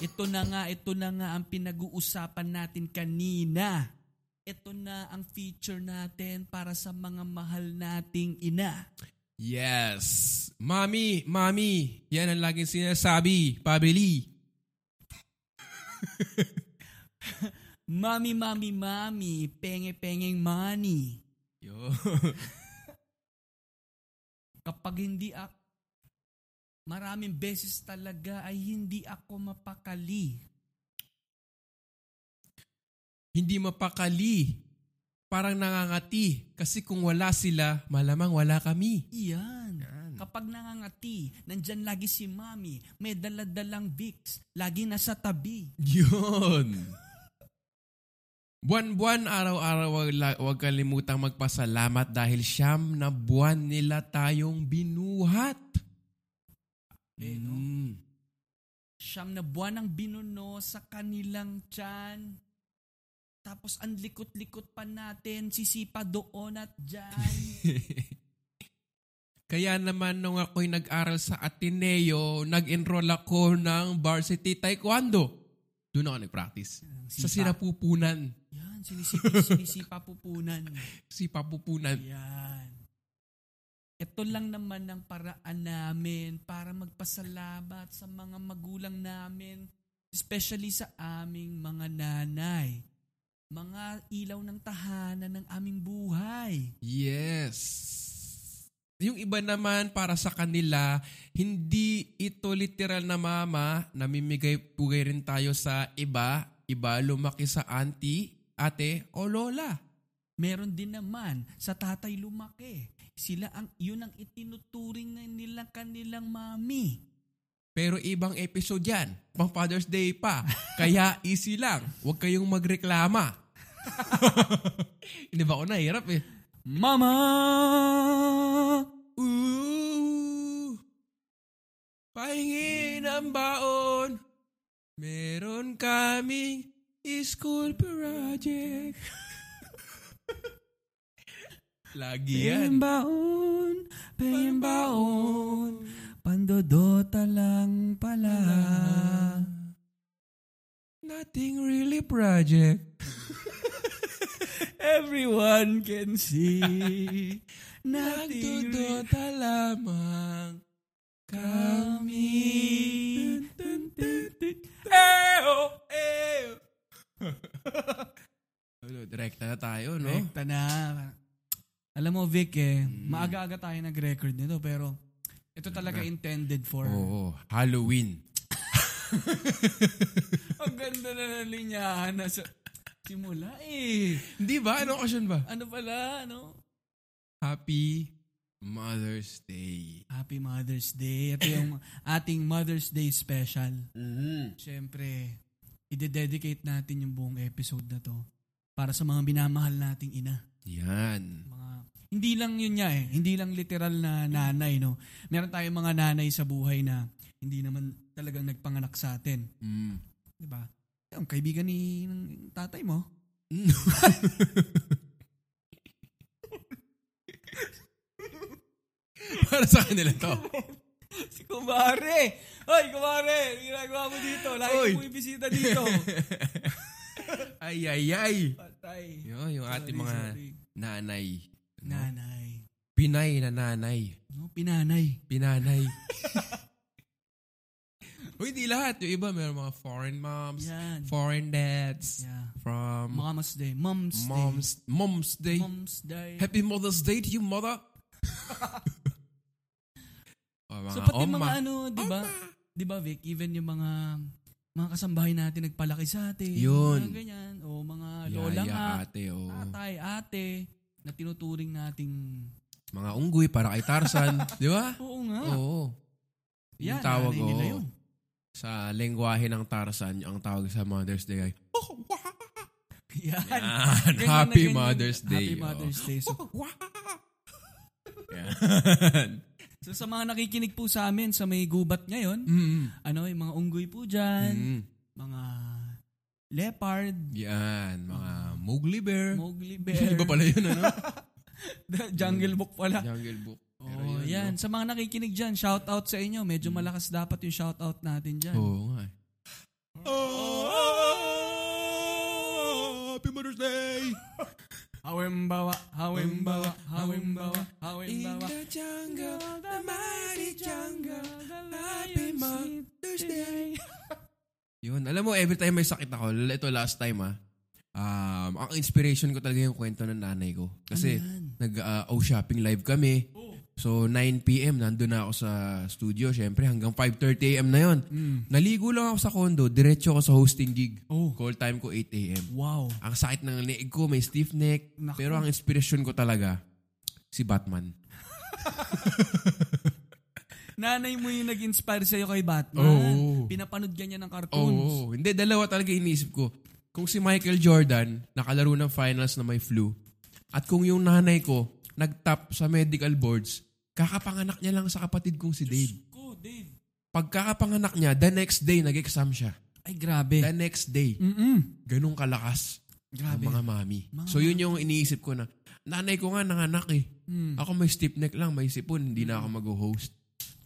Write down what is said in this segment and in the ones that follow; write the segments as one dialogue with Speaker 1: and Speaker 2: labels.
Speaker 1: Ito na nga, ito na nga ang pinag-uusapan natin kanina. Ito na ang feature natin para sa mga mahal nating ina.
Speaker 2: Yes. Mami, mami. Yan ang laging sinasabi. Pabili.
Speaker 1: Mami, mami, mami, penge-pengeng money.
Speaker 2: Yo.
Speaker 1: Kapag hindi ako, maraming beses talaga ay hindi ako mapakali.
Speaker 2: Hindi mapakali. Parang nangangati. Kasi kung wala sila, malamang wala kami.
Speaker 1: Iyan.
Speaker 2: Yan.
Speaker 1: Kapag nangangati, nandyan lagi si mami, may daladalang Vicks, lagi nasa tabi.
Speaker 2: Yun. Buwan-buwan, araw-araw, wag, la- wag kalimutang magpasalamat dahil siyam na buwan nila tayong binuhat.
Speaker 1: Eh, no?
Speaker 2: Mm.
Speaker 1: siyam na buwan ang binuno sa kanilang tiyan. Tapos ang likot-likot pa natin, sisipa doon at dyan.
Speaker 2: Kaya naman nung ako'y nag-aral sa Ateneo, nag-enroll ako ng varsity taekwondo. Doon ako nag-practice. Sa
Speaker 1: Sipa.
Speaker 2: sinapupunan.
Speaker 1: Yan, sinisipa, sinisipa pupunan.
Speaker 2: Sipapupunan.
Speaker 1: Yan. Ito lang naman ang paraan namin para magpasalamat sa mga magulang namin, especially sa aming mga nanay. Mga ilaw ng tahanan ng aming buhay.
Speaker 2: Yes. Yung iba naman para sa kanila, hindi ito literal na mama, namimigay pugay rin tayo sa iba, iba lumaki sa auntie, ate o lola.
Speaker 1: Meron din naman sa tatay lumaki. Sila ang yun ang itinuturing ng nilang kanilang mami.
Speaker 2: Pero ibang episode yan, pang Father's Day pa. Kaya easy lang, huwag kayong magreklama. Hindi ba ako nahirap eh? Ah,
Speaker 1: Mama!
Speaker 2: Ooh, pahingi ng baon. Meron kaming school project. Lagi yan.
Speaker 1: Pembaon, pembaon, pandodota lang pala.
Speaker 2: Nothing really project.
Speaker 1: Everyone can see. Nothing really
Speaker 2: Nagdodota lamang kami. Dun, dun, dun, dun. Eho, eho. Ano, eh, oh. Direkta na tayo, no?
Speaker 1: Rekta na. Alam mo, Vic, eh, maaga-aga tayo nag-record nito, pero ito talaga intended for.
Speaker 2: Oo, Halloween.
Speaker 1: Ang ganda na ng linyahan na sa simula eh.
Speaker 2: Hindi ba? Ano occasion ba?
Speaker 1: Ano pala, ano?
Speaker 2: Happy Mother's Day.
Speaker 1: Happy Mother's Day. Ito yung ating Mother's Day special. Mm-hmm. Siyempre, ide-dedicate natin yung buong episode na to para sa mga binamahal nating ina.
Speaker 2: Yan.
Speaker 1: Mga, hindi lang yun niya eh. Hindi lang literal na nanay, no? Meron tayong mga nanay sa buhay na hindi naman talagang nagpanganak sa atin.
Speaker 2: Mm.
Speaker 1: Di ba? Yung kaibigan ni ng tatay mo.
Speaker 2: Para sa kanila to.
Speaker 1: Si Kumare! Hoy, Kumare! Ginagawa mo dito.
Speaker 2: Hoy!
Speaker 1: Lagi mo ibisita dito.
Speaker 2: Ay, ay, ay.
Speaker 1: Patay.
Speaker 2: Yun, yung ating
Speaker 1: Sorry,
Speaker 2: mga
Speaker 1: sorry.
Speaker 2: nanay. No?
Speaker 1: Nanay.
Speaker 2: Pinay na nanay.
Speaker 1: No, pinanay.
Speaker 2: Pinanay. Uy, di lahat. Yung iba, meron mga foreign moms,
Speaker 1: Yan.
Speaker 2: foreign dads,
Speaker 1: Yeah.
Speaker 2: from
Speaker 1: Mama's Day. Mom's Day.
Speaker 2: mom's, mom's day.
Speaker 1: Mom's Day.
Speaker 2: Happy Mother's Day to you, mother. o, mga
Speaker 1: So pati
Speaker 2: oma.
Speaker 1: mga ano, 'di ba? 'Di ba Vic, even yung mga mga kasambahay natin nagpalaki sa atin.
Speaker 2: Yun.
Speaker 1: Mga ganyan. O mga
Speaker 2: Yaya,
Speaker 1: lola nga,
Speaker 2: ate, oh. o.
Speaker 1: tatay, ate, na tinuturing nating
Speaker 2: Mga unggoy para kay Tarzan. Di ba?
Speaker 1: Oo nga.
Speaker 2: Oo.
Speaker 1: Yan,
Speaker 2: yung tawag,
Speaker 1: nanay nila
Speaker 2: oo.
Speaker 1: yun.
Speaker 2: Sa lengguwahe ng Tarzan, ang tawag sa Mother's Day ay,
Speaker 1: Yan.
Speaker 2: Yan.
Speaker 1: Ganyan na
Speaker 2: Happy
Speaker 1: ganyan.
Speaker 2: Mother's Day. oh.
Speaker 1: Happy Mother's Day. So,
Speaker 2: Yan.
Speaker 1: so sa mga nakikinig po sa amin sa may gubat ngayon,
Speaker 2: Mm.
Speaker 1: ano, yung mga unggoy po dyan,
Speaker 2: Mm.
Speaker 1: mga leopard,
Speaker 2: Yan. Mga Mm. Mowgli Bear.
Speaker 1: mowgli bear,
Speaker 2: Iba pala yun, ano?
Speaker 1: jungle book pala.
Speaker 2: Jungle Book. Pero Mm.
Speaker 1: Oh, yan. Sa mga
Speaker 2: Oh.
Speaker 1: nakikinig dyan, shout out sa inyo. Medyo malakas dapat yung shout out natin dyan.
Speaker 2: Oo nga. eh.
Speaker 1: Hawembawa, hawembawa, hawembawa,
Speaker 2: In
Speaker 1: hawembawa.
Speaker 2: the jungle, the mighty jungle, happy Mother's Day. Yun, alam mo, every time may sakit ako, l- ito last time ah, um, ang inspiration ko talaga yung kwento ng nanay ko. Kasi, nag-o-shopping live kami. So, 9pm, nandun na ako sa studio, syempre, hanggang 5.30am na yon. Naligo lang ako sa condo, diretso ako sa hosting gig.
Speaker 1: Hmm. Oh.
Speaker 2: Call time ko 8am.
Speaker 1: Wow.
Speaker 2: Ang sakit ng leeg ko, may stiff neck.
Speaker 1: Naku.
Speaker 2: Pero ang inspiration ko talaga, si Batman.
Speaker 1: Nanay mo yung nag-inspire sa'yo kay Batman.
Speaker 2: Oo.
Speaker 1: Pinapanood ka niya ng cartoons.
Speaker 2: Oo. Hindi, dalawa talaga iniisip ko. Kung si Michael Jordan, nakalaro ng finals na may flu, at kung yung nanay ko, nagtap sa medical boards, kakapanganak niya lang sa kapatid kong si Dave.
Speaker 1: Ko, Dave.
Speaker 2: Pagkakapanganak niya, the next day, nag-exam siya.
Speaker 1: Ay, grabe.
Speaker 2: The next day,
Speaker 1: Eh. Mm-mm.
Speaker 2: ganun kalakas ang
Speaker 1: Grabe.
Speaker 2: mga mami.
Speaker 1: Mga
Speaker 2: So yun yung iniisip ko na, nanay ko nga nanganak eh.
Speaker 1: Mm.
Speaker 2: Ako may stiff neck lang, may sipon, hindi na
Speaker 1: Hmm.
Speaker 2: ako mag-host.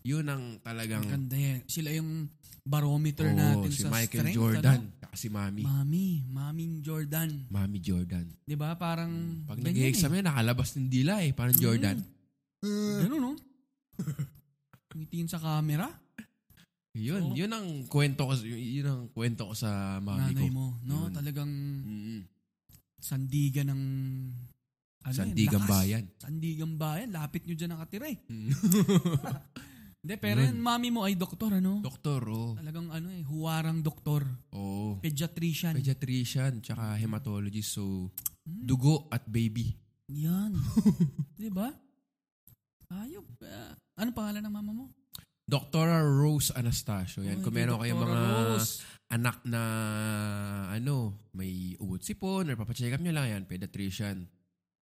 Speaker 2: Yun ang talagang,
Speaker 1: Ganda yan. Sila yung barometer
Speaker 2: Oo,
Speaker 1: natin
Speaker 2: Oh, si
Speaker 1: sa
Speaker 2: Michael
Speaker 1: strength.
Speaker 2: Jordan,
Speaker 1: Ano?
Speaker 2: tsaka si mami.
Speaker 1: Mami, maming Jordan.
Speaker 2: Mami Jordan.
Speaker 1: 'Di ba? Parang
Speaker 2: Hmm, Pag
Speaker 1: ganyan
Speaker 2: nag-exam yan, nakalabas ng dila eh. Parang Jordan.
Speaker 1: Eh. Ganun, no? Tumitingin sa camera. Oo.
Speaker 2: Yun, yun ang kwento ko, yun ang kwento ko sa mami
Speaker 1: nanay
Speaker 2: ko. Hmm.
Speaker 1: mo, no?
Speaker 2: Yun.
Speaker 1: Talagang
Speaker 2: Mm-mm.
Speaker 1: sandigan ng ano yan,
Speaker 2: Sandigan
Speaker 1: lakas.
Speaker 2: bayan.
Speaker 1: Sandigan bayan. Lapit nyo dyan nakatira eh.
Speaker 2: Mm.
Speaker 1: Hindi, pero
Speaker 2: Yun.
Speaker 1: yan, mami mo ay doktor, ano?
Speaker 2: Doktor, oh, oo.
Speaker 1: Talagang ano eh, huwarang doktor.
Speaker 2: Oo.
Speaker 1: Pediatrician.
Speaker 2: Pediatrician, tsaka hematologist. So,
Speaker 1: Mm.
Speaker 2: dugo at baby.
Speaker 1: Yan. 'Di ba? Ayop. Ah, ano pangalan ng mama mo?
Speaker 2: Doktora Rose Anastasio. Yan,
Speaker 1: Ay,
Speaker 2: kung
Speaker 1: kay
Speaker 2: meron kayong
Speaker 1: Doktora
Speaker 2: mga
Speaker 1: Rose.
Speaker 2: anak na ano, may ugot sipon or papacheck up nyo lang yan, pediatrician.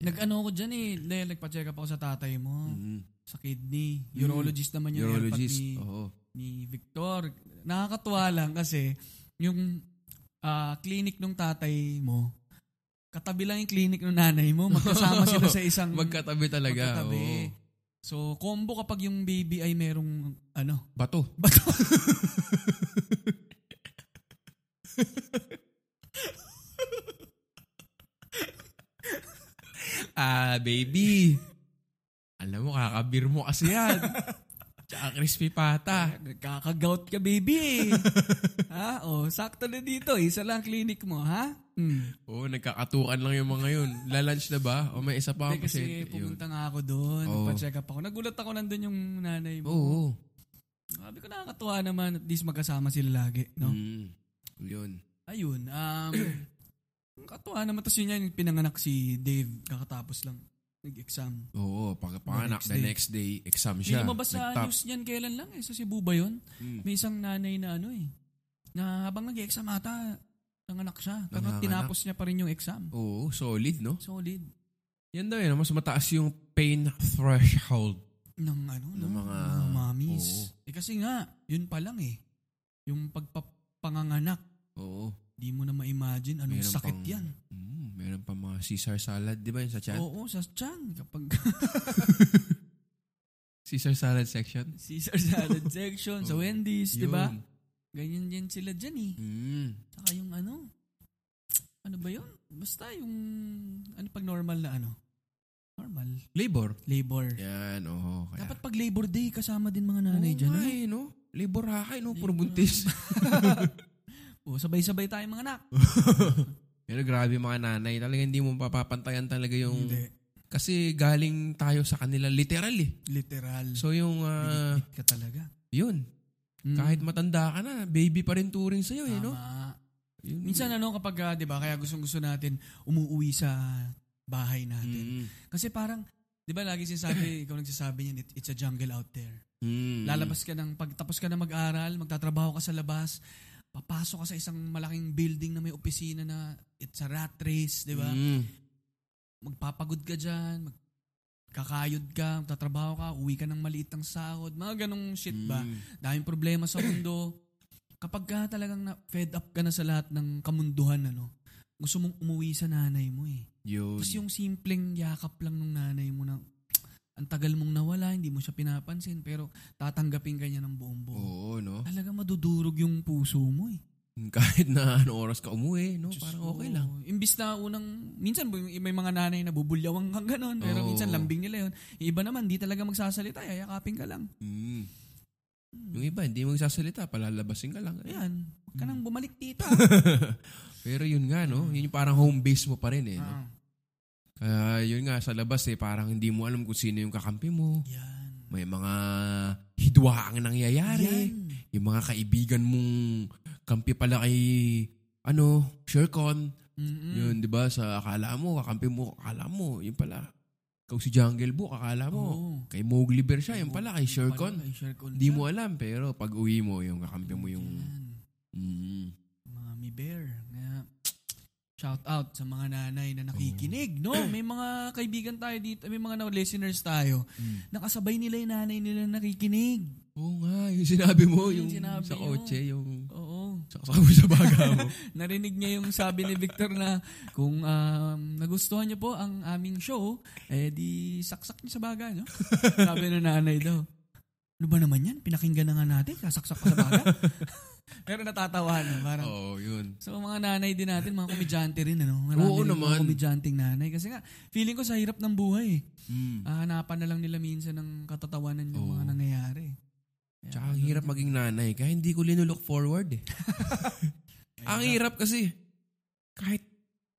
Speaker 1: Nag-ano ko dyan eh. Dahil nagpa-check up ako sa tatay mo.
Speaker 2: Mm.
Speaker 1: Sa kidney. Urologist naman yun.
Speaker 2: Mm-hmm. Urologist, oh.
Speaker 1: Ni,
Speaker 2: oo.
Speaker 1: ni Victor. Nakakatuwa lang kasi yung ah, clinic nung tatay mo, katabi lang yung clinic ng nanay mo. Magkasama sila sa isang
Speaker 2: Magkatabi talaga.
Speaker 1: magkatabi.
Speaker 2: oo.
Speaker 1: So, combo kapag yung baby ay merong ano,
Speaker 2: Bato.
Speaker 1: bato.
Speaker 2: Ah, baby. Alam mo, kakabir mo kasi yan. Tsaka crispy pata.
Speaker 1: Kakagout ka, baby. eh. ha? O, sakto na dito. Isa lang ang clinic mo, ha? Hmm.
Speaker 2: Oo, nagkakatukan lang yung mga yun. Lalunch na ba? O may isa pa
Speaker 1: Hindi,
Speaker 2: akong
Speaker 1: kasi
Speaker 2: pasyente. Yun.
Speaker 1: pumunta nga ako doon.
Speaker 2: Oo.
Speaker 1: Pa-check up ako. Nagulat ako nandun yung nanay
Speaker 2: Oo.
Speaker 1: mo. Sabi ko nakakatuwa naman. At least magkasama sila lagi. No?
Speaker 2: Mm. Yun.
Speaker 1: Ayun. Um, katuwa naman. Tapos yun yan, pinanganak si Dave. Kakatapos lang. Nag-exam.
Speaker 2: Oo, pagkapanganak,
Speaker 1: The
Speaker 2: the
Speaker 1: next
Speaker 2: next day, exam
Speaker 1: Hindi
Speaker 2: siya.
Speaker 1: lumabas sa
Speaker 2: Nagtap.
Speaker 1: news niyan kailan lang eh. Sa Cebu ba yun?
Speaker 2: Mm.
Speaker 1: May isang nanay na ano eh. Na habang nag-exam ata, nanganak siya. Pero
Speaker 2: Nanganganak.
Speaker 1: tinapos niya pa rin yung exam.
Speaker 2: Oo, solid, no?
Speaker 1: Solid.
Speaker 2: Yan daw yun, mas mataas yung pain threshold.
Speaker 1: ng ano, ng,
Speaker 2: Ng
Speaker 1: mga,
Speaker 2: mga-
Speaker 1: mommies.
Speaker 2: oo.
Speaker 1: Eh kasi nga, yun pa lang eh. Yung pagpapanganganak,
Speaker 2: Oo.
Speaker 1: di mo na ma-imagine anong
Speaker 2: Meron
Speaker 1: sakit
Speaker 2: pang-
Speaker 1: yan.
Speaker 2: Mm, meron pa mga Caesar salad, di ba yun sa chat?
Speaker 1: Oo, sa tiyan. Kapag
Speaker 2: Caesar salad section?
Speaker 1: Caesar salad section, sa
Speaker 2: Oo.
Speaker 1: Wendy's, di ba?
Speaker 2: Yun.
Speaker 1: Ganyan din sila dyan eh.
Speaker 2: Mm.
Speaker 1: Saka yung ano, ano ba yun? Basta yung, ano pag normal na ano? Normal.
Speaker 2: Labor.
Speaker 1: Labor.
Speaker 2: Yan, oo. Kaya,
Speaker 1: Dapat pag Labor Day, kasama din mga nanay dyan. ano?
Speaker 2: Ay, eh, no? Labor hakay, no? Puro
Speaker 1: Labor
Speaker 2: buntis.
Speaker 1: Oo, sabay-sabay tayo mga anak.
Speaker 2: Mm. Pero grabe mga nanay. Talaga hindi mo papapantayan talaga yung...
Speaker 1: Hindi.
Speaker 2: Kasi galing tayo sa kanila literal eh.
Speaker 1: Literal. So,
Speaker 2: So yung... ah,
Speaker 1: ka talaga.
Speaker 2: yun.
Speaker 1: Mm.
Speaker 2: Kahit matanda ka na, baby pa rin turing sa'yo eh, no?
Speaker 1: Tama.
Speaker 2: Yun.
Speaker 1: Minsan ano kapag, ah, 'di ba, kaya gustong-gusto natin umuwi sa bahay natin.
Speaker 2: Mm.
Speaker 1: Kasi parang 'di ba lagi sinasabi, ikaw nagsasabi niyan, "It- it's a jungle out there.
Speaker 2: Mm.
Speaker 1: Lalabas ka ng pagtapos ka na mag-aral, magtatrabaho ka sa labas, papasok ka sa isang malaking building na may opisina na it's a rat race, 'di ba?
Speaker 2: Mm.
Speaker 1: Magpapagod ka diyan, magkakayod ka, magtatrabaho ka, uwi ka ng maliit ng sahod, mga ganong shit ba?
Speaker 2: Mm.
Speaker 1: Daming problema sa mundo. Kapag ka talagang na fed up ka na sa lahat ng kamunduhan, ano, gusto mong umuwi sa nanay mo eh.
Speaker 2: Yun.
Speaker 1: Tapos yung simpleng yakap lang ng nanay mo na ang tagal mong nawala, hindi mo siya pinapansin, pero tatanggapin ka niya ng buong buo.
Speaker 2: Oo, no?
Speaker 1: Talaga madudurog yung puso mo eh.
Speaker 2: Kahit na anong oras ka umuwi, no? parang okay lang.
Speaker 1: Oo. Imbis na unang, minsan bu- may mga nanay na bubulyawang kang ganun, pero
Speaker 2: Oo.
Speaker 1: minsan lambing nila yun. Yung iba naman, di talaga magsasalita, yayakapin ka lang.
Speaker 2: Mm. Yung iba, hindi mo sasalita, palalabasin ka lang. eh.
Speaker 1: Ayan, huwag
Speaker 2: Hmm.
Speaker 1: ka nang bumalik tita.
Speaker 2: Pero yun nga, no? Yun yung parang home base mo pa rin, eh. No?
Speaker 1: Ah,
Speaker 2: Kaya yun nga, sa labas, eh, parang hindi mo alam kung sino yung kakampi mo.
Speaker 1: Yan.
Speaker 2: May mga hidwaang nangyayari.
Speaker 1: Yan.
Speaker 2: Yung mga kaibigan mong kampi pala kay, ano, Shercon.
Speaker 1: Mm-mm.
Speaker 2: Yun, di ba? Sa akala mo, kakampi mo, akala mo, yun pala. Ikaw si Jungle Book, akala mo.
Speaker 1: Oo.
Speaker 2: Kay Mowgli Bear siya, yun pala, kay Shercon.
Speaker 1: Pala, eh. Shercon.
Speaker 2: Hindi mo alam, pero pag uwi mo, yung kakampi mo yung...
Speaker 1: Yan.
Speaker 2: Mm.
Speaker 1: Mommy Bear. Kaya, shout out sa mga nanay na nakikinig, no? May mga kaibigan tayo dito, may mga na- listeners tayo.
Speaker 2: Mm.
Speaker 1: Nakasabay nila yung nanay nila na nakikinig.
Speaker 2: Oo nga, yung sinabi mo,
Speaker 1: Yung
Speaker 2: yung,
Speaker 1: sinabi
Speaker 2: sa
Speaker 1: mo.
Speaker 2: kotse, yung
Speaker 1: Oo.
Speaker 2: saksak mo sa baga mo.
Speaker 1: Narinig niya yung sabi ni Victor na kung um, nagustuhan niyo po ang aming show, eh di saksak niyo sa baga, no? sabi ng nanay daw. Ano ba naman yan? Pinakinggan na nga natin, kasaksak pa sa baga. Pero natatawa na, parang
Speaker 2: Oo, yun.
Speaker 1: So mga nanay din natin, mga komedyante rin, ano? Marami
Speaker 2: Oo
Speaker 1: rin
Speaker 2: naman.
Speaker 1: Mga komedyanting nanay. Kasi nga, feeling ko sa hirap ng buhay, eh.
Speaker 2: Mm.
Speaker 1: Ah, hanapan na lang nila minsan ng katatawanan yung
Speaker 2: Oo.
Speaker 1: mga nangyayari. Kaya,
Speaker 2: Tsaka ang hirap maging nanay, kaya hindi ko linulook forward eh. ang hirap kasi, kahit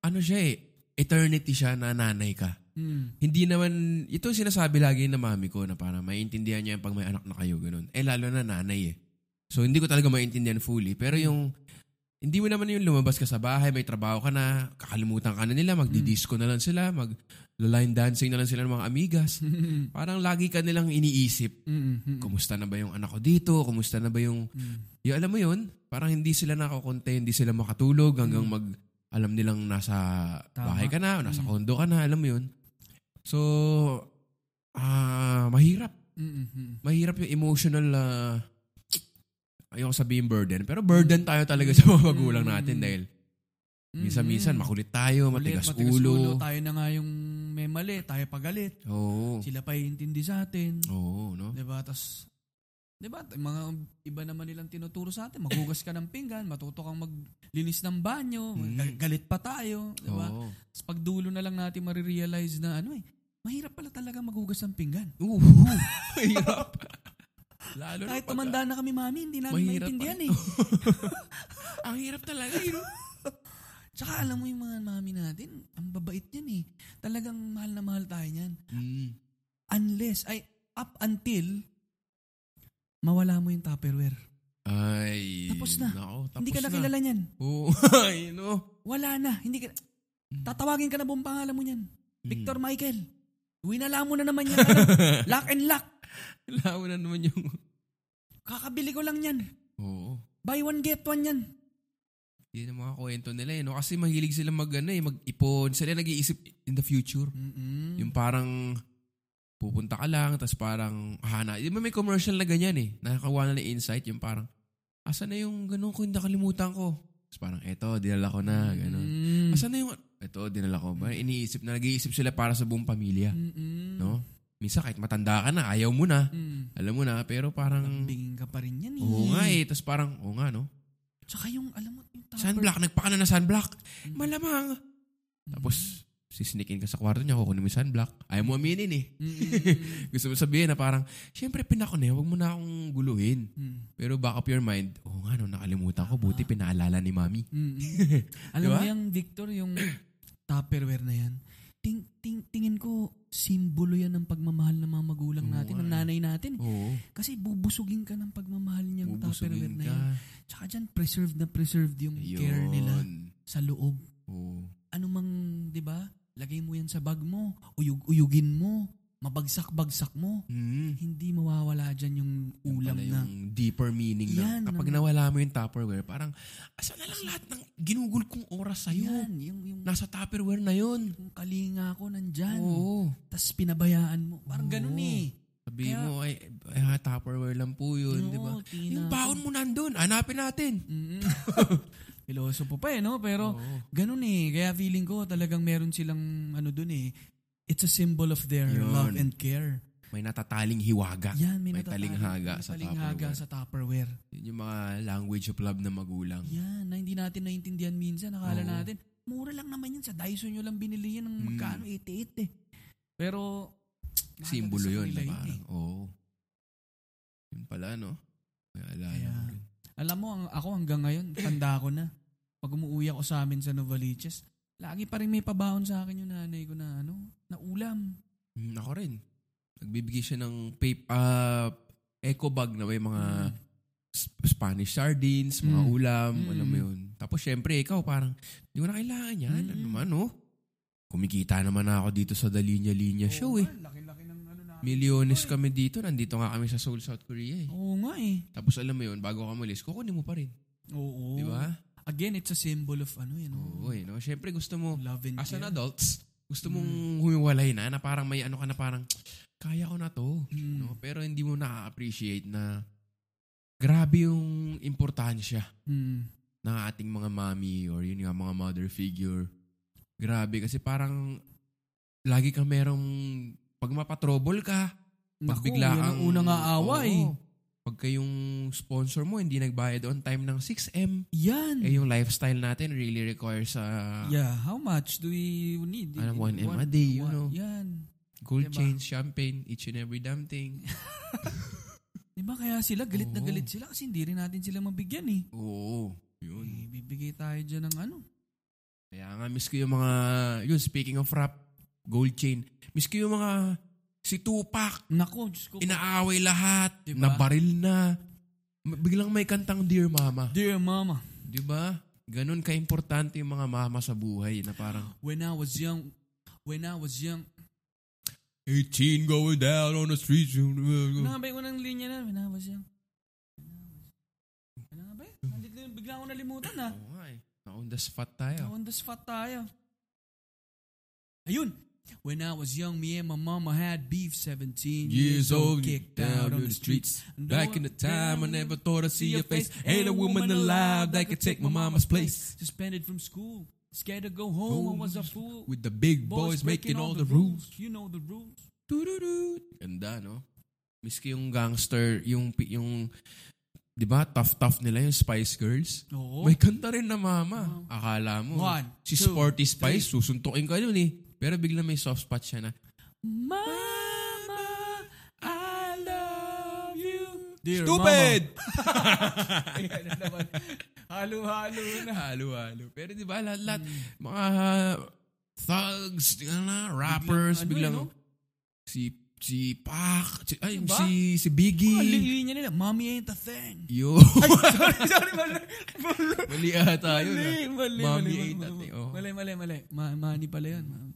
Speaker 2: ano siya eh, eternity siya na nanay ka.
Speaker 1: Mm.
Speaker 2: Hindi naman, ito sinasabi lagi ng mami ko na para maintindihan niya yung pag may anak na kayo, ganun. Eh lalo na nanay eh. So hindi ko talaga maintindihan fully, pero yung hindi mo naman yung lumabas ka sa bahay, may trabaho ka na, kakalimutan ka na nila, magdi-disco na lang sila, mag-line dancing na lang sila ng mga amigas. Parang lagi ka nilang iniisip
Speaker 1: Mm, mm,
Speaker 2: kumusta na ba yung anak ko dito, kumusta na ba yung,
Speaker 1: mm.
Speaker 2: yung alam mo yun, parang hindi sila nakakontain, hindi sila makatulog hanggang mag, alam nilang nasa
Speaker 1: Mm. Tama.
Speaker 2: bahay ka na, o nasa
Speaker 1: Mm.
Speaker 2: kondo ka na, alam mo yun. So, ah mahirap.
Speaker 1: Mm, mm, mm.
Speaker 2: Mahirap yung emotional, ah, ayoko sabihin burden, pero burden tayo talaga sa mga magulang natin
Speaker 1: Mm.
Speaker 2: dahil
Speaker 1: Mm,
Speaker 2: minsan-minsan
Speaker 1: mm.
Speaker 2: makulit tayo,
Speaker 1: Ulit,
Speaker 2: matigas,
Speaker 1: matigas
Speaker 2: ulo.
Speaker 1: Tayo na nga yung may mali, tayo pagalit.
Speaker 2: Oo.
Speaker 1: Sila pa iintindi sa atin.
Speaker 2: Oo, no?
Speaker 1: Diba? Tapos, diba? t- Mga iba naman nilang tinuturo sa atin. Maghugas ka ng pinggan, matuto kang maglinis ng banyo,
Speaker 2: Mm.
Speaker 1: gal- galit pa tayo. Diba?
Speaker 2: Oo.
Speaker 1: Tapos pagdulo na lang natin marirealize na ano eh, mahirap pala talaga maghugas ng pinggan.
Speaker 2: Oo. Mahirap. Uhuh. Lalo na
Speaker 1: Kahit
Speaker 2: pagka-
Speaker 1: tumanda na kami, mami, hindi namin
Speaker 2: ah, Mahirap
Speaker 1: maintindihan
Speaker 2: pala.
Speaker 1: eh.
Speaker 2: Ang hirap talaga, eh, yun.
Speaker 1: Tsaka alam mo yung mga mami natin, ang babait niyan eh. Talagang mahal na mahal tayo niyan. Hmm.
Speaker 2: Mm.
Speaker 1: Unless, ay, up until mawala mo yung Tupperware.
Speaker 2: Ay.
Speaker 1: Tapos na.
Speaker 2: Nako, tapos
Speaker 1: hindi ka nakilala niyan.
Speaker 2: Oo. Ay, no.
Speaker 1: Wala na. Hindi ka, tatawagin ka na buong pangalan mo niyan.
Speaker 2: Hmm.
Speaker 1: Victor Michael. Winala mo na naman yan. alam. lock and lock.
Speaker 2: Lawa na naman yung...
Speaker 1: Kakabili ko lang yan.
Speaker 2: Oo.
Speaker 1: Buy one, get one yan.
Speaker 2: Yan ang mga kwento nila eh. No? Kasi mahilig sila mag, ano, eh, mag-ipon. Sila nag-iisip in the future.
Speaker 1: Hmm. Mm-mm.
Speaker 2: Yung parang pupunta ka lang, tapos parang hana. Di ba may commercial na ganyan eh. Nakakawa na ng insight. Yung parang, asa na yung ganun ko, hindi nakalimutan ko. Tapos parang, eto, dinala ko na, ganun.
Speaker 1: Mm.
Speaker 2: Asan na yung... Ito, dinala ko. Ba? Iniisip na, nag-iisip sila para sa buong pamilya.
Speaker 1: Mm-mm.
Speaker 2: No? Minsan kahit matanda ka na, ayaw mo na.
Speaker 1: Mm.
Speaker 2: Alam mo na, pero parang...
Speaker 1: Bingin ka pa rin yan eh.
Speaker 2: Oo nga eh. Tapos parang, oo nga no.
Speaker 1: Tsaka yung, alam mo, yung tupper.
Speaker 2: Sunblock, nagpaka na ng sunblock.
Speaker 1: Mm.
Speaker 2: Malamang.
Speaker 1: Hmm.
Speaker 2: Tapos, sisneak in ka sa kwarto niya, kukunin mo yung sunblock. Ayaw mo aminin eh.
Speaker 1: Mm-mm.
Speaker 2: Gusto mo sabihin na parang, syempre pinako na, yan, huwag mo na akong guluhin.
Speaker 1: Mm.
Speaker 2: Pero back up your mind, oo nga no, nakalimutan ko,
Speaker 1: Ah.
Speaker 2: buti pinaalala ni mami.
Speaker 1: Mm-mm. Alam
Speaker 2: Diba?
Speaker 1: mo yung Victor, yung Tupperware na yan, ting, ting, tingin ko, simbolo yan ng pagmamahal ng mga magulang
Speaker 2: Oo
Speaker 1: natin,
Speaker 2: nga
Speaker 1: ng
Speaker 2: eh.
Speaker 1: nanay natin.
Speaker 2: Oo.
Speaker 1: Kasi bubusugin ka ng pagmamahal niyang Tupperware
Speaker 2: Bubusugin
Speaker 1: na
Speaker 2: ka.
Speaker 1: yan. Tsaka dyan, preserved na preserved yung care nila
Speaker 2: Yun.
Speaker 1: sa loob.
Speaker 2: Oo.
Speaker 1: Ano mang, di ba? Lagay mo yan sa bag mo, uyug-uyugin mo, mabagsak-bagsak mo.
Speaker 2: Mm.
Speaker 1: Hindi mawawala dyan yung
Speaker 2: Yun
Speaker 1: ulam
Speaker 2: pala
Speaker 1: na.
Speaker 2: yung deeper meaning
Speaker 1: Yan, ano?
Speaker 2: na kapag
Speaker 1: ng-
Speaker 2: nawala mo yung Tupperware, parang asa na lang lahat ng ginugol kong oras sa'yo.
Speaker 1: Yan, yung, yung,
Speaker 2: Nasa Tupperware na yun.
Speaker 1: yung kalinga ko nandyan.
Speaker 2: Oo.
Speaker 1: Tapos pinabayaan mo. Parang
Speaker 2: Oo.
Speaker 1: ganun eh.
Speaker 2: Sabi
Speaker 1: Kaya-
Speaker 2: mo, ay, ay ha, Tupperware lang po yun,
Speaker 1: Oo,
Speaker 2: di ba?
Speaker 1: tingnan
Speaker 2: Yung
Speaker 1: natin.
Speaker 2: baon mo nandun, hanapin natin.
Speaker 1: Mm. Pilosopo pa eh, no? Pero
Speaker 2: Oo.
Speaker 1: ganun eh. Kaya feeling ko talagang meron silang ano dun eh. It's a symbol of their
Speaker 2: Yun.
Speaker 1: love and care.
Speaker 2: May natataling hiwaga.
Speaker 1: Yan, may,
Speaker 2: May
Speaker 1: natataling-
Speaker 2: talinghaga
Speaker 1: may
Speaker 2: sa
Speaker 1: talinghaga
Speaker 2: Tupperware.
Speaker 1: sa Tupperware.
Speaker 2: Yun yung mga language of love ng magulang.
Speaker 1: Yan, na hindi natin naiintindihan minsan. Nakala
Speaker 2: Oo.
Speaker 1: natin, mura lang naman yan. Sa Dyson nyo lang binili yan ng
Speaker 2: Mm.
Speaker 1: magkano, 88 eh. Pero, tsk, mahalaga
Speaker 2: Simbolo
Speaker 1: sa
Speaker 2: yun. diba?
Speaker 1: kanila eh.
Speaker 2: Na parang, oo. Yun pala, no? Kaya alala
Speaker 1: Kaya,
Speaker 2: mo yun.
Speaker 1: Alam mo, ang, ako hanggang ngayon, tanda ko na. Pag umuwi ako sa amin sa Novaliches, lagi pa rin may pabaon sa akin yung nanay ko na ano, na ulam.
Speaker 2: Mm, ako rin. Nagbibigay siya ng pap- ah, eco bag na may mga sp- Spanish sardines, mga
Speaker 1: Mm.
Speaker 2: ulam,
Speaker 1: Mm.
Speaker 2: alam mo yun. Tapos syempre, ikaw parang, hindi ko na kailangan yan. Ano
Speaker 1: Mm.
Speaker 2: naman, oh. Kumikita naman ako dito sa Dalinya-Linya show, eh.
Speaker 1: Laki-laki ng ano namin.
Speaker 2: Milyones kami dito. Nandito nga kami sa Seoul, South Korea, eh.
Speaker 1: Oo nga eh.
Speaker 2: Tapos alam mo yun, bago ka malis, kukunin mo pa rin.
Speaker 1: Oo.
Speaker 2: Di ba?
Speaker 1: Again, it's a symbol of ano yun.
Speaker 2: Oo, eh, no? Syempre, gusto mo,
Speaker 1: Love and
Speaker 2: as an
Speaker 1: care.
Speaker 2: adults, gusto
Speaker 1: Mm.
Speaker 2: mong humiwalay na, na parang may ano ka na parang, kaya ko na to.
Speaker 1: Mm.
Speaker 2: No? Pero hindi mo na-appreciate na grabe yung importansya
Speaker 1: Mm.
Speaker 2: ng ating mga mommy or yun nga mga mother figure. Grabe kasi parang lagi kang merong pag mapatrouble ka, pag
Speaker 1: Naku,
Speaker 2: bigla
Speaker 1: yan ang
Speaker 2: kang...
Speaker 1: unang eh. aaway.
Speaker 2: Oo. pagka yung sponsor mo hindi nagbayad on time ng 6M,
Speaker 1: Yan.
Speaker 2: eh ah. yung lifestyle natin really requires uh, sa
Speaker 1: yeah, how much do we need?
Speaker 2: Parang 1M Ano, a day, you
Speaker 1: one-
Speaker 2: know.
Speaker 1: Yan.
Speaker 2: gold
Speaker 1: Diba?
Speaker 2: chains, champagne, each and every damn thing.
Speaker 1: Di ba kaya sila, galit na
Speaker 2: Oo.
Speaker 1: galit sila kasi hindi rin natin sila mabigyan eh.
Speaker 2: Oo, yun.
Speaker 1: Eh, bibigay tayo dyan ng ano.
Speaker 2: Kaya nga, miss ko yung mga, yun, speaking of rap, gold chain, miss ko yung mga, si Tupac,
Speaker 1: Nako, Diyos ko.
Speaker 2: inaaway lahat,
Speaker 1: Diba?
Speaker 2: nabaril na, M- biglang may kantang Dear Mama.
Speaker 1: Dear mama,
Speaker 2: Di ba? Ganun ka-importante yung mga mama sa buhay na parang,
Speaker 1: when I was young, when I was young,
Speaker 2: 18 going down on the streets.
Speaker 1: nabay ko ng linya na, when I was young. When I was young. Ano nga ba? yun? Nandito yun, bigla ko nalimutan ha.
Speaker 2: Oo nga eh. On the spot tayo.
Speaker 1: On the spot tayo. Ayun. When I was young, me and my mama had beef 17 years old, kicked out on the streets.
Speaker 2: Back in the time, I never thought I'd see your face. Ain't a woman alive that could take my mama's place.
Speaker 1: Suspended from school, scared to go home, I was a fool.
Speaker 2: With the big boys making all the rules.
Speaker 1: You know the rules.
Speaker 2: Tururu. Ganda, no? Miski yung gangster, yung, pi- yung, di ba, tough-tough nila yung Spice Girls.
Speaker 1: Oo.
Speaker 2: May kanta rin na mama. Akala mo.
Speaker 1: One,
Speaker 2: si
Speaker 1: two,
Speaker 2: Sporty Spice, susuntukin ka yun eh. Pero bigla may soft spot siya na,
Speaker 1: Mama, I love you.
Speaker 2: Stupid!
Speaker 1: Ayan na naman. Halo-halo na.
Speaker 2: Halo-halo. Pero di ba, lahat-lahat, mga thugs, di ka na, rappers,
Speaker 1: Hmm. Biglang ano eh,
Speaker 2: biglang,
Speaker 1: no?
Speaker 2: si, si Pac, si, ay,
Speaker 1: Diba?
Speaker 2: si, si
Speaker 1: Ah,
Speaker 2: Biggie.
Speaker 1: lilinya nila. Mommy ain't a thing.
Speaker 2: Yo.
Speaker 1: sorry, sorry, mali.
Speaker 2: Mali ata yun.
Speaker 1: Mali,
Speaker 2: ah.
Speaker 1: mali,
Speaker 2: Mommy
Speaker 1: mali,
Speaker 2: ain't a
Speaker 1: mali,
Speaker 2: thing, oh.
Speaker 1: Mali, mali, mali. Ma money pala yun.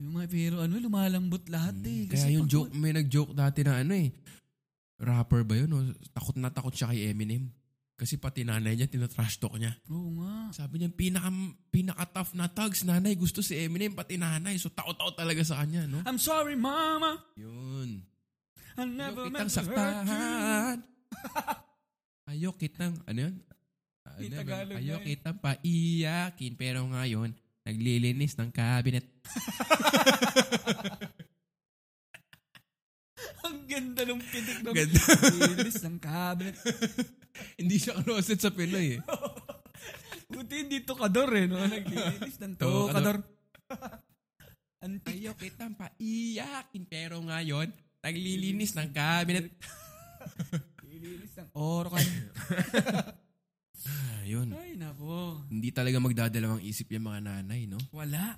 Speaker 1: Yung mga pero ano, lumalambot lahat eh. Kasi
Speaker 2: Hmm, Kaya yung
Speaker 1: pag-
Speaker 2: joke, may nag-joke dati na ano eh, rapper ba yun? oh? Takot na takot siya kay Eminem. Kasi pati nanay niya, tinatrash talk niya.
Speaker 1: Oo nga.
Speaker 2: Sabi niya, pinaka, pinaka-tough na thugs, nanay, gusto si Eminem, pati nanay. So, takot-takot talaga sa kanya, no?
Speaker 1: I'm sorry, mama.
Speaker 2: Yun.
Speaker 1: I never
Speaker 2: Ayok
Speaker 1: meant
Speaker 2: kitang
Speaker 1: to hurt you.
Speaker 2: saktan. Ayok kitang, ano yun?
Speaker 1: Yung
Speaker 2: Ah, ano yun?
Speaker 1: Tagalog na
Speaker 2: Ayok
Speaker 1: yun.
Speaker 2: kitang paiyakin. Pero ngayon, naglilinis ng cabinet.
Speaker 1: Ang ganda ng pitik ng
Speaker 2: Ganda.
Speaker 1: Linis ng cabinet.
Speaker 2: Hindi siya closet sa Pinoy eh.
Speaker 1: Buti hindi to kador eh. No? Naglinis ng
Speaker 2: To,
Speaker 1: to kador. Antik.
Speaker 2: Ayok kitang paiyakin. Pero ngayon, naglilinis ng cabinet.
Speaker 1: Linis ng orokan.
Speaker 2: Ayun.
Speaker 1: Ay, nako.
Speaker 2: Ah, Hindi talaga magdadalawang isip yung mga nanay, no?
Speaker 1: Wala.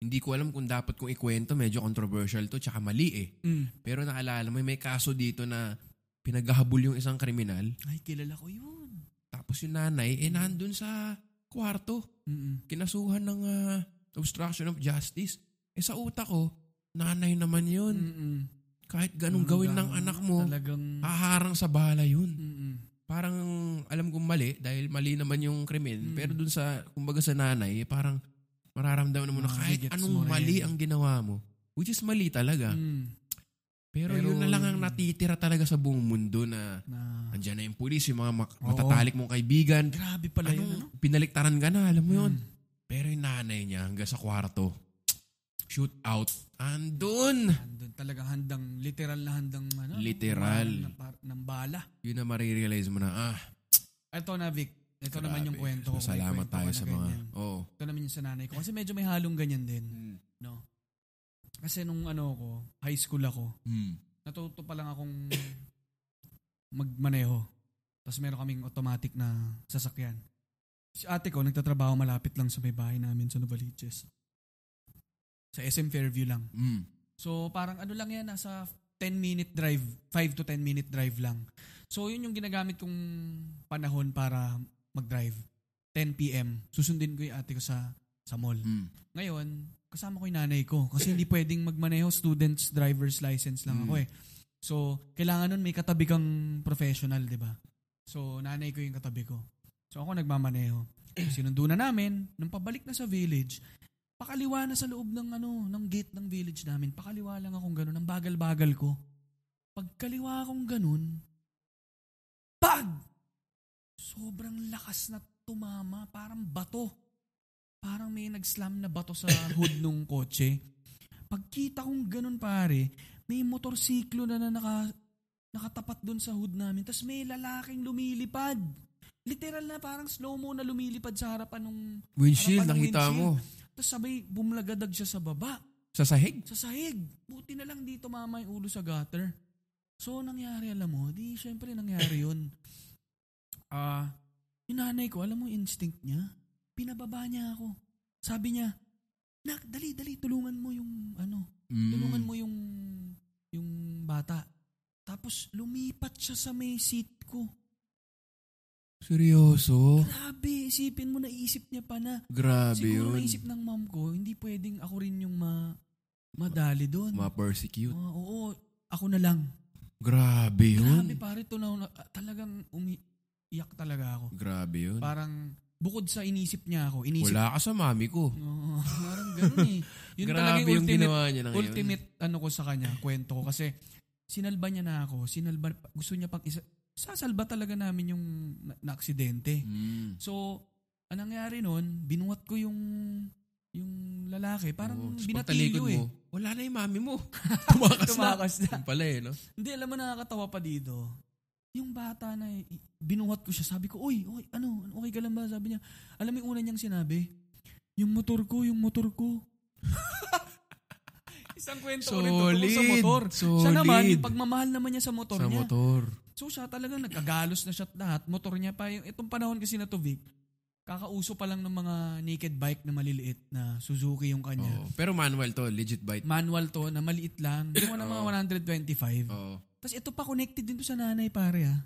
Speaker 2: Hindi ko alam kung dapat kong ikwento. Medyo controversial to, tsaka mali eh.
Speaker 1: Mm.
Speaker 2: Pero naalala mo, may kaso dito na pinaghahabol yung isang kriminal.
Speaker 1: Ay, kilala ko yun.
Speaker 2: Tapos yung nanay, eh nandun sa kwarto.
Speaker 1: Mm-mm.
Speaker 2: Kinasuhan ng ah, obstruction of justice. Eh sa utak ko, nanay naman yun.
Speaker 1: Mm-mm.
Speaker 2: Kahit ganun
Speaker 1: Hmm,
Speaker 2: gawin ng anak mo, Ah.
Speaker 1: Talagang...
Speaker 2: haharang sa bala yun.
Speaker 1: Mm-mm.
Speaker 2: Parang alam kong mali dahil mali naman yung
Speaker 1: Mm.
Speaker 2: krimen. Pero dun sa, kumbaga sa nanay, eh, parang mararamdaman mo na
Speaker 1: Ah,
Speaker 2: kahit
Speaker 1: gets mo rin.
Speaker 2: anong mali ang ginawa mo. Which is mali talaga.
Speaker 1: Mm.
Speaker 2: Pero,
Speaker 1: Pero-
Speaker 2: yun na lang ang natitira talaga sa buong mundo na
Speaker 1: Na...
Speaker 2: andyan na yung pulis, yung mga mak-
Speaker 1: Oo.
Speaker 2: matatalik mong kaibigan,
Speaker 1: Grabe pala yun, ano? Mm.
Speaker 2: Mm. Anong- Pinaliktaran ka na, alam mo yun. Pero yung nanay niya hanggang sa kwarto, shoot out. Andun!
Speaker 1: Andun talagang handang, literal na handang ano,
Speaker 2: Literal.
Speaker 1: ng, ng bala.
Speaker 2: Yun na marirealize mo na, ah,
Speaker 1: Ito na Vic, ito naman yung
Speaker 2: grabe.
Speaker 1: kwento ko.
Speaker 2: So,
Speaker 1: May
Speaker 2: Salamat
Speaker 1: kwento
Speaker 2: tayo
Speaker 1: ka na
Speaker 2: sa mga,
Speaker 1: ganyan. Mm.
Speaker 2: oo.
Speaker 1: Ito naman yung sa nanay ko. Kasi medyo may halong ganyan din. No? Kasi nung ano ko, high school ako,
Speaker 2: Hmm.
Speaker 1: natuto pa lang akong magmaneho. Tapos meron kaming automatic na sasakyan. Si ate ko, nagtatrabaho malapit lang sa may bahay namin sa Novaliches. Sa SM Fairview lang.
Speaker 2: Hmm.
Speaker 1: So parang ano lang yan, nasa 10 minute drive, 5 to 10 minute drive lang. So yun yung ginagamit kong panahon para mag-drive. 10 p.m. Susundin ko yung ate ko sa sa mall.
Speaker 2: Hmm.
Speaker 1: Ngayon, kasama ko yung nanay ko kasi hindi pwedeng magmaneho student's driver's license lang ako eh. So, kailangan nun may katabi kang professional, di ba? So, nanay ko yung katabi ko. So, ako nagmamaneho. Sinundo na namin, nung pabalik na sa village, pakaliwa na sa loob ng ano, ng gate ng village namin. Pakaliwa lang akong ganun, ang bagal-bagal ko. Pagkaliwa akong ganun, pag! Sobrang lakas na tumama, parang bato. Parang may nag-slam na bato sa hood nung kotse. Pagkita kong ganun pare, may motorsiklo na, na naka, nakatapat dun sa hood namin. Tapos may lalaking lumilipad. Literal na parang slow-mo na lumilipad sa harapan nung...
Speaker 2: Windshield,
Speaker 1: harapan ng
Speaker 2: nakita mo.
Speaker 1: Tapos sabay, bumlagadag siya sa baba
Speaker 2: Sa sahig?
Speaker 1: sa sahig. Buti na lang dito mama yung ulo sa gutter. So, nangyari, alam mo, di syempre nangyari yun. Ah, yung nanay ko, alam mo yung instinct niya? Pinababa niya ako. Sabi niya, Nak, dali, dali, tulungan mo yung, ano,
Speaker 2: Mm.
Speaker 1: tulungan mo yung, yung bata. Tapos, lumipat siya sa may seat ko.
Speaker 2: Seryoso?
Speaker 1: Grabe, isipin mo, naisip niya pa na.
Speaker 2: Oh. Grabe
Speaker 1: Siguro
Speaker 2: yun.
Speaker 1: naisip ng mom ko, hindi pwedeng ako rin yung ma, madali doon.
Speaker 2: Ma-persecute.
Speaker 1: Ah, oo, ako na lang.
Speaker 2: Grabe
Speaker 1: Grabe
Speaker 2: yun.
Speaker 1: pare, tunaw na, ah, talagang umiyak talaga ako.
Speaker 2: Grabe yun.
Speaker 1: Parang bukod sa inisip niya ako, inisip
Speaker 2: Wala ka sa mami ko.
Speaker 1: Oo, parang ganun eh. Yun talaga
Speaker 2: Grabe
Speaker 1: yung
Speaker 2: yung
Speaker 1: ultimate,
Speaker 2: ginawa niya na ngayon.
Speaker 1: ultimate ano ko sa kanya, kwento ko. Kasi sinalba niya na ako, sinalba, gusto niya pang isa, sasalba talaga namin yung na, na aksidente.
Speaker 2: Mm.
Speaker 1: So, anong nangyari nun, binuhat ko yung yung lalaki,
Speaker 2: Oo.
Speaker 1: parang
Speaker 2: Tapos
Speaker 1: binatilyo
Speaker 2: pagtalikod
Speaker 1: eh.
Speaker 2: mo, wala na yung mami mo. Tumakas na.
Speaker 1: Tumakas na.
Speaker 2: Yun pala eh, no?
Speaker 1: Hindi, alam mo nakakatawa pa dito. Yung bata na, i- binuhat ko siya. Sabi ko, uy, okay, ano, okay ka lang ba? Sabi niya, alam mo yung una niyang sinabi? Yung motor ko, yung motor ko. Isang kwento ko rin tungkol sa
Speaker 2: Solid,
Speaker 1: motor. Siya naman,
Speaker 2: solid.
Speaker 1: yung pagmamahal naman niya sa motor
Speaker 2: Sa
Speaker 1: niya.
Speaker 2: motor.
Speaker 1: So siya talaga nagkagalos na siya at lahat. Motor niya pa. Yung, itong panahon kasi na to, Vic, kakauso pa lang ng mga naked bike na maliliit na Suzuki yung kanya.
Speaker 2: Oo. Pero manual to, legit bite.
Speaker 1: Manual to na maliit lang. Yung na
Speaker 2: Oo.
Speaker 1: mga 125.
Speaker 2: Oo.
Speaker 1: Tapos ito pa connected din to sa nanay pare ah.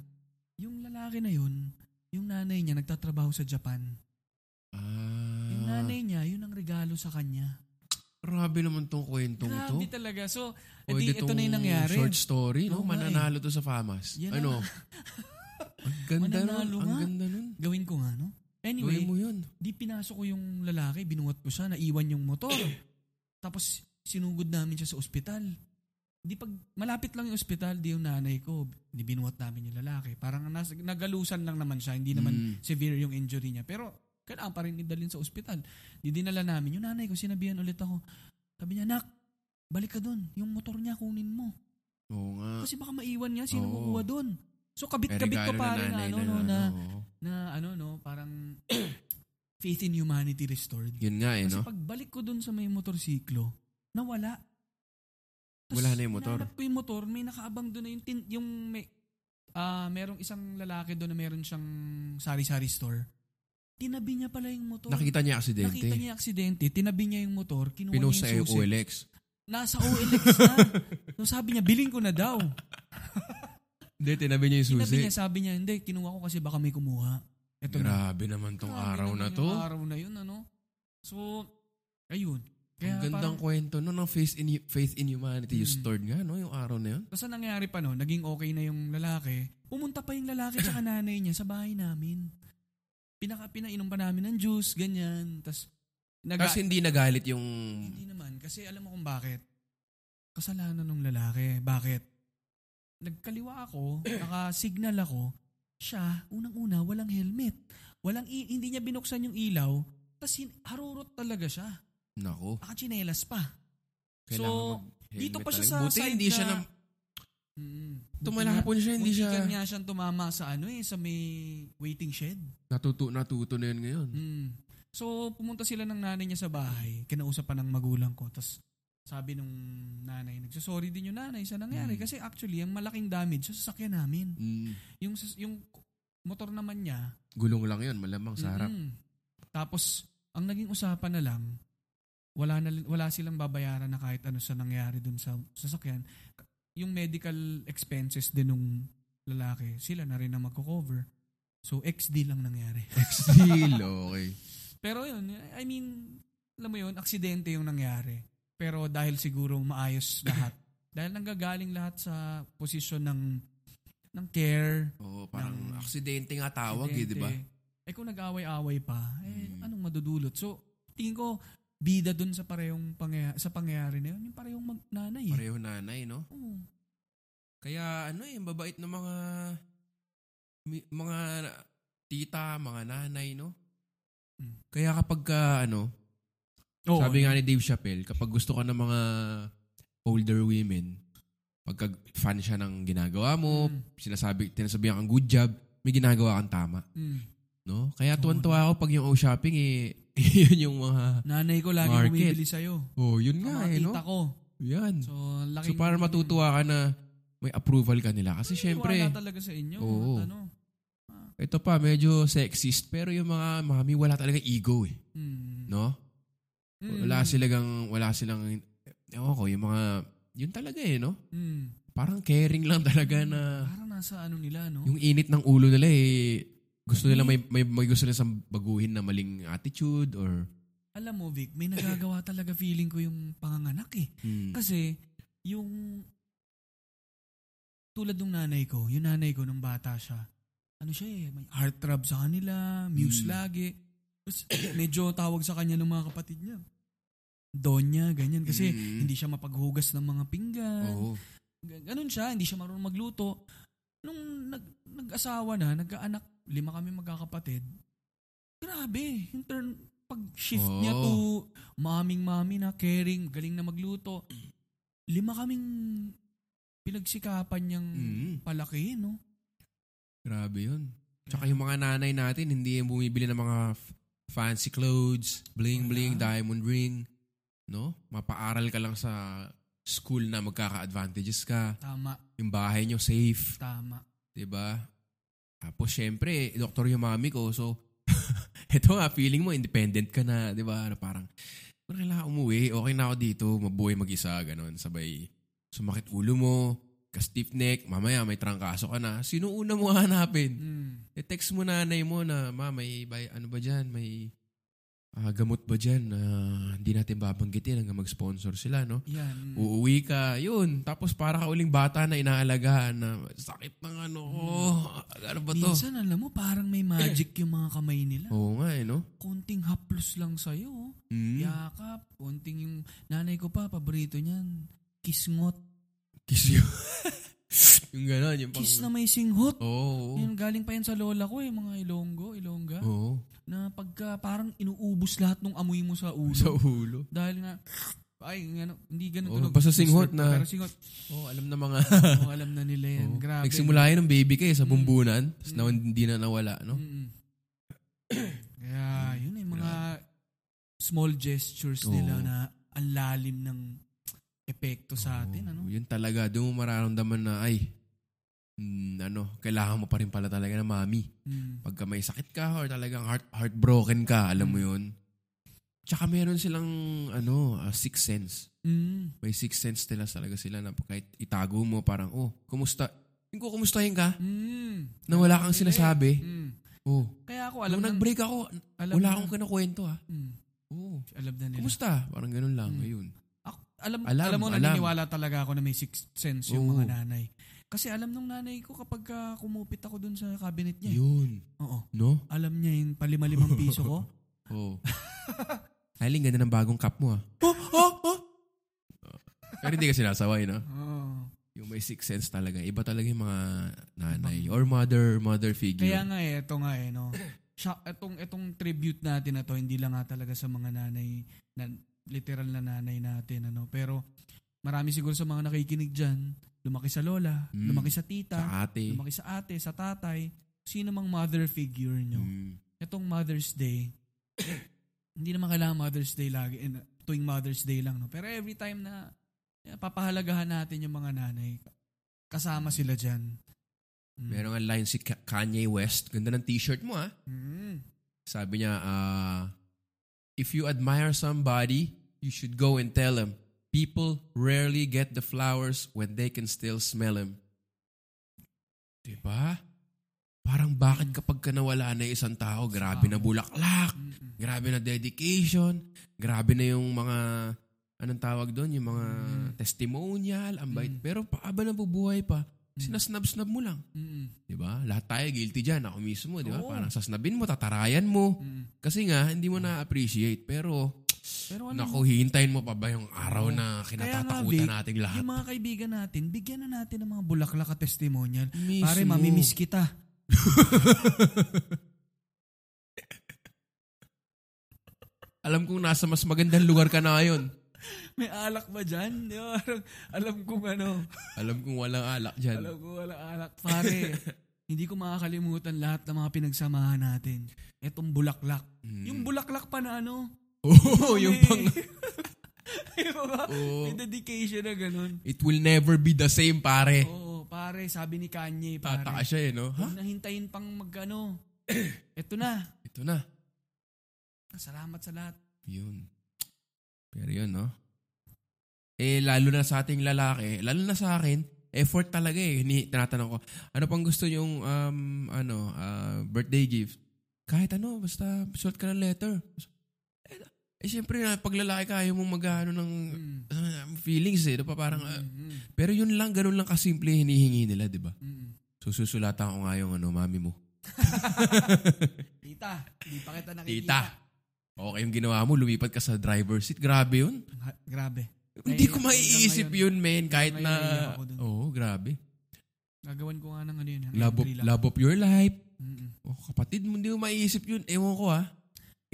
Speaker 1: Yung lalaki na yun, yung nanay niya nagtatrabaho sa Japan. Yung
Speaker 2: Ah.
Speaker 1: nanay niya, yun ang regalo sa kanya.
Speaker 2: Grabe naman tong kwentong to.
Speaker 1: Grabe talaga. So,
Speaker 2: O,
Speaker 1: edi,
Speaker 2: di
Speaker 1: ito
Speaker 2: tong
Speaker 1: na yung nangyari.
Speaker 2: Short story, no?
Speaker 1: Oo nga eh.
Speaker 2: Mananalo to sa FAMAS.
Speaker 1: Yan
Speaker 2: ano? ang ganda nun.
Speaker 1: Mananalo
Speaker 2: Ang
Speaker 1: nga.
Speaker 2: ganda nun.
Speaker 1: Gawin ko nga, no?
Speaker 2: Anyway,
Speaker 1: Anyway,
Speaker 2: mo yun.
Speaker 1: di pinasok ko yung lalaki, binuhat ko siya, naiwan yung motor. Tapos, sinugod namin siya sa ospital. Di pag malapit lang yung ospital, di yung nanay ko, di binuhat namin yung lalaki. Parang nas, nagalusan lang naman siya, hindi naman
Speaker 2: Mm.
Speaker 1: severe yung injury niya. Pero kailangan pa rin idalhin sa ospital. Di dinala namin. Yung nanay ko, sinabihan ulit ako. Sabi niya, Nak, balik ka doon. Yung motor niya, kunin mo.
Speaker 2: Oo nga.
Speaker 1: Kasi baka maiwan niya, sino
Speaker 2: Ah. Oo.
Speaker 1: kukuha doon? So
Speaker 2: Eh,
Speaker 1: kabit-kabit ko
Speaker 2: regalo
Speaker 1: pa rin
Speaker 2: ng
Speaker 1: na,
Speaker 2: nanay
Speaker 1: ano, no, na,
Speaker 2: oo.
Speaker 1: na, ano, no, parang faith in humanity restored.
Speaker 2: Yun nga eh,
Speaker 1: Kasi
Speaker 2: no?
Speaker 1: pagbalik ko doon sa may motorsiklo, nawala.
Speaker 2: Wala na yung motor.
Speaker 1: hinahanap ko yung motor, may nakaabang doon na yung, tin- yung may, ah merong isang lalaki doon na meron siyang sari-sari store. Tinabi niya pala yung motor.
Speaker 2: Nakita niya aksidente.
Speaker 1: Nakita niya yung aksidente, tinabi niya yung motor, kinuha
Speaker 2: Pinost sa
Speaker 1: niya yung susi.
Speaker 2: OLX.
Speaker 1: Nasa OLX na. so sabi niya, biling ko na daw.
Speaker 2: Hindi, tinabi niya yung
Speaker 1: Tinabi
Speaker 2: susi.
Speaker 1: niya, sabi niya, hindi, kinuha ko kasi baka may kumuha. Ito na.
Speaker 2: Grabe naman tong
Speaker 1: Grabe
Speaker 2: araw
Speaker 1: naman
Speaker 2: na to.
Speaker 1: yung Araw na yun, ano? So, ayun. Kaya
Speaker 2: Ang
Speaker 1: parang,
Speaker 2: gandang
Speaker 1: Hmm.
Speaker 2: kwento, no? no faith, in, faith in humanity restored nga, no? Yung araw na yun.
Speaker 1: basta nangyari pa no, naging okay na yung lalaki. Pumunta pa yung lalaki sa nanay niya sa bahay namin. Pinaka, pinainom pa namin ng juice, ganyan. Tapos, naga-
Speaker 2: Kasi hindi nagalit yung...
Speaker 1: Hindi naman, kasi alam mo kung bakit. Kasalanan ng lalaki. Bakit? Nagkaliwa ako, nakasignal ako, siya, unang-una, walang helmet. Walang, i- hindi niya binuksan yung ilaw, tapos hin- harurot talaga siya.
Speaker 2: Nako.
Speaker 1: Nakachinelas pa. So,
Speaker 2: mag-helmet
Speaker 1: dito pa siya
Speaker 2: talaga.
Speaker 1: sa
Speaker 2: Buti
Speaker 1: side
Speaker 2: hindi siya
Speaker 1: na-
Speaker 2: na,
Speaker 1: Mm.
Speaker 2: tumalapon siya, hindi siya,
Speaker 1: Muntikan nga siyang tumama sa ano eh, sa may waiting shed.
Speaker 2: natuto, natuto na yun ngayon.
Speaker 1: Mm. So, pumunta sila ng nanay niya sa bahay. Kinausap pa ng magulang ko. Tapos, sabi nung nanay, nagsasorry din yung nanay sa nangyari.
Speaker 2: Mm.
Speaker 1: Kasi actually, ang malaking damage sa sasakyan namin.
Speaker 2: Mm,
Speaker 1: Yung, sas- yung motor naman niya.
Speaker 2: gulong lang yun, malamang sa harap.
Speaker 1: mm-mm. Tapos, ang naging usapan na lang, wala, na, wala silang babayaran na kahit ano sa nangyari dun sa sasakyan. Yung medical expenses din nung lalaki, sila na rin na magko-cover. So, XD lang nangyari.
Speaker 2: Still, okay.
Speaker 1: Pero yun, I mean, alam mo yun, aksidente yung nangyari. Pero dahil siguro maayos lahat. dahil nanggagaling lahat sa posisyon ng ng care.
Speaker 2: Oo, parang
Speaker 1: Ng-
Speaker 2: aksidente nga tawag eh, di ba?
Speaker 1: aksidente. Eh kung nag-away-away pa, eh
Speaker 2: Mm.
Speaker 1: anong madudulot? So, tingin ko, bida dun sa parehong pangya- sa pangyayari na yun, yung parehong mag- nanay. eh.
Speaker 2: Pareho nanay, no?
Speaker 1: Oo.
Speaker 2: Kaya ano eh, mabait ng mga mi- mga na- tita, mga nanay, no?
Speaker 1: Mm.
Speaker 2: Kaya kapag ka, ano,
Speaker 1: Oo.
Speaker 2: sabi nga ni Dave Chappelle, kapag gusto ka ng mga older women, pagka fan siya ng ginagawa mo,
Speaker 1: Mm.
Speaker 2: sinasabi, tinasabihan kang good job, may ginagawa kang tama,
Speaker 1: Mm.
Speaker 2: no?
Speaker 1: Oo.
Speaker 2: Kaya tuwan-tuwa ako pag yung O-shopping, eh, yun yung mga,
Speaker 1: Nanay ko lagi
Speaker 2: Market.
Speaker 1: bumibili sa'yo.
Speaker 2: oh, yun nga,
Speaker 1: Mga
Speaker 2: eh, no?
Speaker 1: tita ko.
Speaker 2: Yan.
Speaker 1: So,
Speaker 2: So
Speaker 1: laking...
Speaker 2: parang matutuwa ka na may approval ka nila. Kasi syempre,
Speaker 1: Wala talaga sa inyo.
Speaker 2: Oo.
Speaker 1: At ano.
Speaker 2: ito pa, medyo sexist. Pero yung mga mami, wala talaga ego eh.
Speaker 1: Mm.
Speaker 2: No?
Speaker 1: Mm.
Speaker 2: Wala silang, wala silang, ewan ko, yung mga, yun talaga eh, no?
Speaker 1: Mm.
Speaker 2: Parang caring lang talaga na
Speaker 1: Parang nasa ano nila, no?
Speaker 2: yung init ng ulo nila eh, gusto nila may, may, may gusto nila sa baguhin na maling attitude or
Speaker 1: Alam mo, Vic, may nagagawa talaga feeling ko yung panganganak eh.
Speaker 2: hmm,
Speaker 1: Kasi, yung... Tulad ng nanay ko, yung nanay ko nung bata siya, ano siya eh, may heart trap sa kanila, muse
Speaker 2: Mm.
Speaker 1: lagi. Tapos, medyo tawag sa kanya ng mga kapatid niya. Donya, ganyan. Kasi,
Speaker 2: Mm.
Speaker 1: hindi siya mapaghugas ng mga pinggan.
Speaker 2: oo.
Speaker 1: Ga- Ganun siya, hindi siya marunong magluto. Nung nag, nag-asawa na, nagkaanak, lima kami magkakapatid, grabe, yung turn, pag-shift
Speaker 2: Oo.
Speaker 1: niya to maming-mami na, caring, galing na magluto. Lima kaming pinagsikapan niyang
Speaker 2: Mm.
Speaker 1: palaki, no?
Speaker 2: Grabe yun. Tsaka yung mga nanay natin, hindi yung bumibili ng mga f- fancy clothes, bling-bling,
Speaker 1: Wala.
Speaker 2: diamond ring. No? Mapaaral ka lang sa school na magkaka-advantages ka.
Speaker 1: Tama,
Speaker 2: Yung bahay nyo safe.
Speaker 1: tama.
Speaker 2: 'di ba? Tapos syempre, eh, doktor yung mami ko. So, eto nga, feeling mo, independent ka na. 'di ba? Ano, parang, parang kailangan umuwi. Okay na ako dito. Mabuhay mag-isa. Ganon. Sabay, sumakit ulo mo. Ka-stiff neck. Mamaya, may trangkaso ka na. Sino una mo hanapin?
Speaker 1: Mm.
Speaker 2: E text mo nanay mo na, ma, may, bay, ano ba dyan? May ah, gamot ba dyan na hindi natin babanggitin hanggang mag-sponsor sila, no?
Speaker 1: Yan.
Speaker 2: Uuwi ka, yun. Tapos para ka uling bata na inaalagaan na sakit ng ano ko. Ano ba
Speaker 1: Hmm.
Speaker 2: to?
Speaker 1: Minsan, alam mo, parang may magic yung mga kamay nila.
Speaker 2: Oo nga eh, no?
Speaker 1: Konting haplos lang sa'yo, oh.
Speaker 2: Mm.
Speaker 1: Yakap, konting yung nanay ko pa, paborito niyan. Kisngot.
Speaker 2: Kiss yun. yung gano'n. Yung
Speaker 1: Kiss na may singhot.
Speaker 2: Oo. oo.
Speaker 1: Yun, galing pa yan sa lola ko eh, mga Ilonggo, Ilongga.
Speaker 2: Oo.
Speaker 1: Na pagka parang inuubos lahat ng amoy mo sa ulo.
Speaker 2: Sa ulo.
Speaker 1: dahil nga, ay, ano, hindi ganun
Speaker 2: Oo,
Speaker 1: tunog.
Speaker 2: basta singhot na-
Speaker 1: Pero singhot,
Speaker 2: Oo, alam na mga...
Speaker 1: oh, alam na nila yan.
Speaker 2: Oo.
Speaker 1: Grabe. Hmm.
Speaker 2: Nagsimula yun ng baby kayo sa bumbunan. Tapos na, hindi na nawala, no?
Speaker 1: Mm-mm. Kaya, yun eh, mga small gestures
Speaker 2: Oo.
Speaker 1: nila na ang lalim ng epekto sa atin,
Speaker 2: Oo,
Speaker 1: ano?
Speaker 2: Yun talaga. Doon mo mararamdaman na, ay, mm, ano, kailangan mo pa rin pala talaga ng mami.
Speaker 1: Mm.
Speaker 2: Pagka may sakit ka or talagang heart, heartbroken ka, alam
Speaker 1: Hmm.
Speaker 2: mo yun. Tsaka meron silang, ano, ah, sixth sense.
Speaker 1: Mm.
Speaker 2: May sixth sense nila talaga sila na kahit itago mo, parang, oh, kumusta? Yung kukumustahin ka,
Speaker 1: Mm.
Speaker 2: na wala kang
Speaker 1: Nila eh.
Speaker 2: sinasabi.
Speaker 1: Mm.
Speaker 2: Oh,
Speaker 1: Kaya ako alam
Speaker 2: alam
Speaker 1: ng-
Speaker 2: nag-break ako,
Speaker 1: alam
Speaker 2: wala
Speaker 1: na-
Speaker 2: akong kinakwento ah.
Speaker 1: Mm,
Speaker 2: Oh,
Speaker 1: alam na nila. Hmm.
Speaker 2: kumusta? Parang ganun lang, ayun.
Speaker 1: Ako, alam, alam,
Speaker 2: Alam,
Speaker 1: mo,
Speaker 2: alam.
Speaker 1: naniniwala talaga ako na may sixth sense yung
Speaker 2: Oo.
Speaker 1: mga nanay. Kasi alam nung nanay ko kapag ah, kumupit ako dun sa cabinet niya. eh.
Speaker 2: Yun.
Speaker 1: Oo.
Speaker 2: No?
Speaker 1: Alam niya yung palima-limang piso ko.
Speaker 2: Oh. Aling, ganda ng bagong cup mo ah.
Speaker 1: oh, oh, oh!
Speaker 2: Pero hindi ka sinasaway, no?
Speaker 1: Oo.
Speaker 2: Yung may sixth sense talaga. Iba talaga yung mga nanay or mother, mother figure.
Speaker 1: Kaya nga eh, ito nga eh, no. Siya, itong, itong tribute natin na to, hindi lang nga talaga sa mga nanay na literal na nanay natin. Ano? Pero marami siguro sa mga nakikinig dyan, lumaki sa lola,
Speaker 2: Mm.
Speaker 1: lumaki sa tita,
Speaker 2: Sa ate.
Speaker 1: lumaki sa ate, sa tatay, sino mang mother figure nyo.
Speaker 2: Mm.
Speaker 1: Itong Mother's Day, hindi naman kailangan Mother's Day lagi, eh, tuwing Mother's Day lang. No? Pero every time na eh, papahalagahan natin yung mga nanay, kasama sila dyan. Mm.
Speaker 2: Meron nga line si Ka- Kanye West. Ganda ng t-shirt mo ah.
Speaker 1: Mm.
Speaker 2: Sabi niya, ah, if you admire somebody, you should go and tell them. People rarely get the flowers when they can still smell them. Diba? Parang bakit kapag ka nawala na isang tao, grabe na bulaklak,
Speaker 1: Mm-mm.
Speaker 2: grabe na dedication, grabe na yung mga, anong tawag doon, yung mga
Speaker 1: Mm.
Speaker 2: testimonial, ang bait.
Speaker 1: Mm.
Speaker 2: Pero paaba na bubuhay pa,
Speaker 1: Mm.
Speaker 2: sinasnab-snab mo lang.
Speaker 1: Mm-mm.
Speaker 2: Diba? Lahat tayo guilty dyan, ako mismo, diba?
Speaker 1: Oo. Mm.
Speaker 2: Parang sasnabin mo, tatarayan mo.
Speaker 1: Mm-mm.
Speaker 2: Kasi nga, hindi mo na-appreciate. Pero,
Speaker 1: Pero ano,
Speaker 2: naku, hihintayin mo pa ba yung araw
Speaker 1: Oo. Kaya
Speaker 2: na
Speaker 1: nga, Vic,
Speaker 2: kinatatakutan nating lahat?
Speaker 1: yung mga kaibigan natin, bigyan na natin ng mga bulaklak at testimonial.
Speaker 2: Mismo.
Speaker 1: Pare, mamimiss kita.
Speaker 2: Alam kong nasa mas magandang lugar ka na ngayon.
Speaker 1: May alak ba dyan? Di ba? Parang alam kong ano,
Speaker 2: Alam kong walang alak dyan.
Speaker 1: alam ko walang alak. Pare, hindi ko makakalimutan lahat ng mga pinagsamahan natin. Etong bulaklak.
Speaker 2: Mm.
Speaker 1: Yung bulaklak pa na ano.
Speaker 2: Oo, yung
Speaker 1: may-
Speaker 2: pang...
Speaker 1: Yung mga-
Speaker 2: Oo.
Speaker 1: May dedication na ganun.
Speaker 2: It will never be the same, pare.
Speaker 1: Oo, pare, sabi ni Kanye, pare.
Speaker 2: Eh. Tataka siya eh, no? Ha?
Speaker 1: Huwag na hintayin pang magano. Eto na.
Speaker 2: Ito na.
Speaker 1: Salamat sa lahat.
Speaker 2: Yun. Pero yun, no? Eh, lalo na sa ating lalaki, lalo na sa akin, effort talaga eh. Ni, tinatanong ko, ano pang gusto yung um, ano, ah, birthday gift? Kahit ano, basta sulat ka ng letter. Eh, siyempre, na, pag lalaki ka, ayaw mong mag-ano ng
Speaker 1: Mm.
Speaker 2: ah, feelings eh. Diba? Parang, ah,
Speaker 1: Mm,
Speaker 2: pero yun lang, ganun lang kasimple yung hinihingi nila, di ba?
Speaker 1: mm.
Speaker 2: Sususulatan ko nga yung ano, mami mo.
Speaker 1: Tita, di pa kita nakikita.
Speaker 2: Tita! Okay yung ginawa mo, lumipat ka sa driver seat. Grabe yun.
Speaker 1: Ha- Grabe.
Speaker 2: Hindi ko
Speaker 1: Naiiyak
Speaker 2: maiisip
Speaker 1: hanggang
Speaker 2: yun, men. Kahit
Speaker 1: ngayon,
Speaker 2: na...
Speaker 1: naiiyak ako dun.
Speaker 2: Oo, oh, grabe.
Speaker 1: Gagawan ko nga ng ano yun. hanggang
Speaker 2: Love of,
Speaker 1: April lang.
Speaker 2: love of your life.
Speaker 1: Mm-mm.
Speaker 2: Oh, kapatid mo, hindi mo maiisip yun. Ewan ko ah.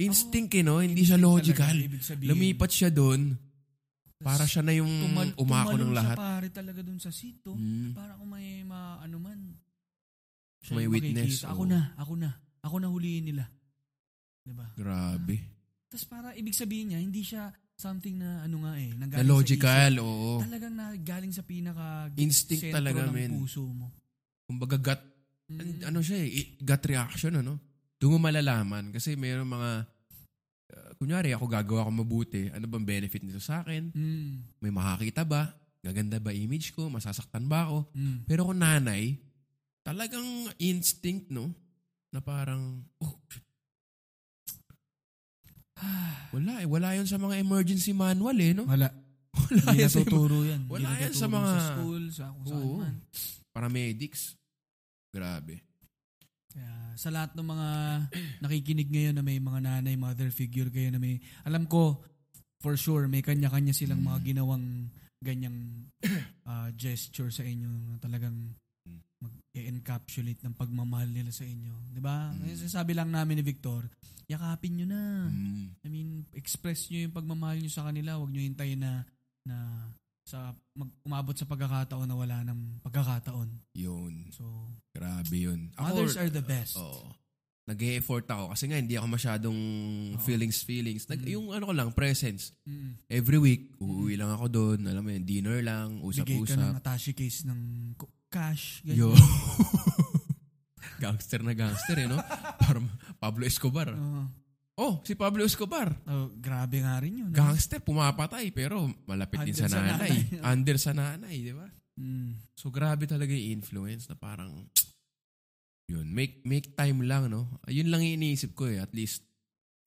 Speaker 2: Instinct eh, no? Hindi siya
Speaker 1: Talaga,
Speaker 2: logical.
Speaker 1: ibig sabihin,
Speaker 2: Lumipat siya doon. Para siya na yung
Speaker 1: tumal-
Speaker 2: umako
Speaker 1: tumalon
Speaker 2: ng
Speaker 1: siya
Speaker 2: lahat.
Speaker 1: pare talaga dun sa oh. sito.
Speaker 2: Mm.
Speaker 1: Para kung may ma, ano man. siya
Speaker 2: May
Speaker 1: yung
Speaker 2: witness,
Speaker 1: makikita. Ako
Speaker 2: oo.
Speaker 1: na, ako na. Ako na huliin nila. Diba?
Speaker 2: Grabe.
Speaker 1: Tapos para ibig sabihin niya, hindi siya something na ano nga eh.
Speaker 2: Na
Speaker 1: nanggaling sa
Speaker 2: logical,
Speaker 1: isip.
Speaker 2: oo.
Speaker 1: Talagang nagaling sa pinaka
Speaker 2: Instinct
Speaker 1: sentro
Speaker 2: talaga,
Speaker 1: ng
Speaker 2: men.
Speaker 1: puso mo.
Speaker 2: Kumbaga gut,
Speaker 1: Mm.
Speaker 2: ano siya eh, i- gut reaction, ano? Doon mo malalaman. Kasi mayroong mga, uh, kunyari ako gagawa ko mabuti, ano bang benefit nito sa akin?
Speaker 1: Mm.
Speaker 2: may makakita ba? Gaganda ba image ko? Masasaktan ba ako?
Speaker 1: Mm.
Speaker 2: Pero kung nanay, talagang instinct, no? Na parang, oh, wala eh. Wala yun sa mga emergency manual eh, no?
Speaker 1: Wala.
Speaker 2: Wala
Speaker 1: Hindi
Speaker 2: yun sa mga
Speaker 1: natuturo yan.
Speaker 2: Wala
Speaker 1: Hindi
Speaker 2: yan sa
Speaker 1: natuturo
Speaker 2: mga-
Speaker 1: Sa school, sa kung saan
Speaker 2: Oo.
Speaker 1: man.
Speaker 2: paramedics. Grabe.
Speaker 1: Kaya sa lahat ng mga nakikinig ngayon na may mga nanay, mother figure kayo na may... Alam ko, for sure, may kanya-kanya silang
Speaker 2: Mm.
Speaker 1: mga ginawang ganyang ah, gesture sa inyo na talagang mag-encapsulate ng pagmamahal nila sa inyo. Di ba?
Speaker 2: Mm.
Speaker 1: Yung Sabi lang namin ni Victor, yakapin nyo na.
Speaker 2: Mm.
Speaker 1: I mean, express nyo yung pagmamahal nyo sa kanila. Huwag nyo hintayin na, na sa mag, umabot sa pagkakataon na wala ng pagkakataon.
Speaker 2: Yun.
Speaker 1: So,
Speaker 2: Grabe yun.
Speaker 1: mothers are the best.
Speaker 2: Oo. Nag-e-effort ako kasi nga hindi ako masyadong
Speaker 1: Oo.
Speaker 2: feelings-feelings. Nag,
Speaker 1: Mm.
Speaker 2: Yung ano ko lang, presence.
Speaker 1: Mm.
Speaker 2: Every week, uuwi lang ako doon. Alam mo yun, dinner lang,
Speaker 1: Mm-hmm. Bigay ka
Speaker 2: usap-usap.
Speaker 1: ng attache case ng ku- cash.
Speaker 2: Yo.
Speaker 1: Ganyan.
Speaker 2: gangster na gangster eh, no? Parang Pablo Escobar.
Speaker 1: Oo.
Speaker 2: Oh, si Pablo Escobar.
Speaker 1: Oh, grabe nga rin yun. ah.
Speaker 2: Gangster, pumapatay, pero malapit din sa
Speaker 1: Under sa
Speaker 2: nanay.
Speaker 1: nanay.
Speaker 2: Under sa nanay, di ba?
Speaker 1: Mm.
Speaker 2: So, grabe talaga yung influence na parang, yun, make, make time lang, no? Yun lang yung iniisip ko eh, at least,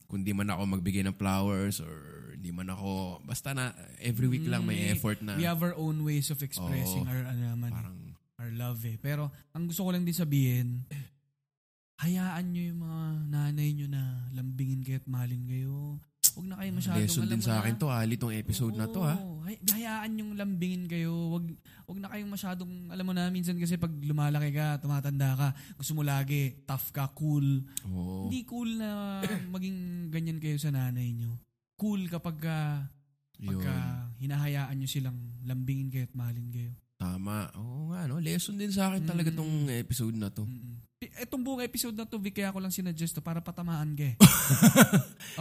Speaker 2: kung di man ako magbigay ng flowers or hindi man ako, basta na every week lang may
Speaker 1: Mm,
Speaker 2: effort na
Speaker 1: We have our own ways of expressing
Speaker 2: Oo.
Speaker 1: our, ano naman, eh,
Speaker 2: parang,
Speaker 1: our love eh. Pero, ang gusto ko lang din sabihin, hayaan nyo yung mga nanay nyo na lambingin kayo at mahalin kayo. Huwag na kayo masyadong
Speaker 2: Mm, lesson
Speaker 1: alam
Speaker 2: din
Speaker 1: mo
Speaker 2: sa
Speaker 1: na.
Speaker 2: akin to, Ali, tong episode na to, ah. ha?
Speaker 1: Oo. Hay- hayaan yung lambingin kayo. Wag wag na kayong masyadong alam mo na minsan kasi pag lumalaki ka, tumatanda ka, gusto mo lagi tough ka, cool.
Speaker 2: Oo.
Speaker 1: Hindi cool na maging ganyan kayo sa nanay nyo. Cool kapag ka
Speaker 2: Yun.
Speaker 1: Pagka hinahayaan nyo silang lambingin kayo at mahalin kayo.
Speaker 2: Tama. Oo nga, no? Lesson din sa akin talaga
Speaker 1: Hmm.
Speaker 2: tong episode na to.
Speaker 1: Mm-mm. Pi- Itong buong episode na to, Vic, kaya ko lang sinuggest to para patamaan ka eh.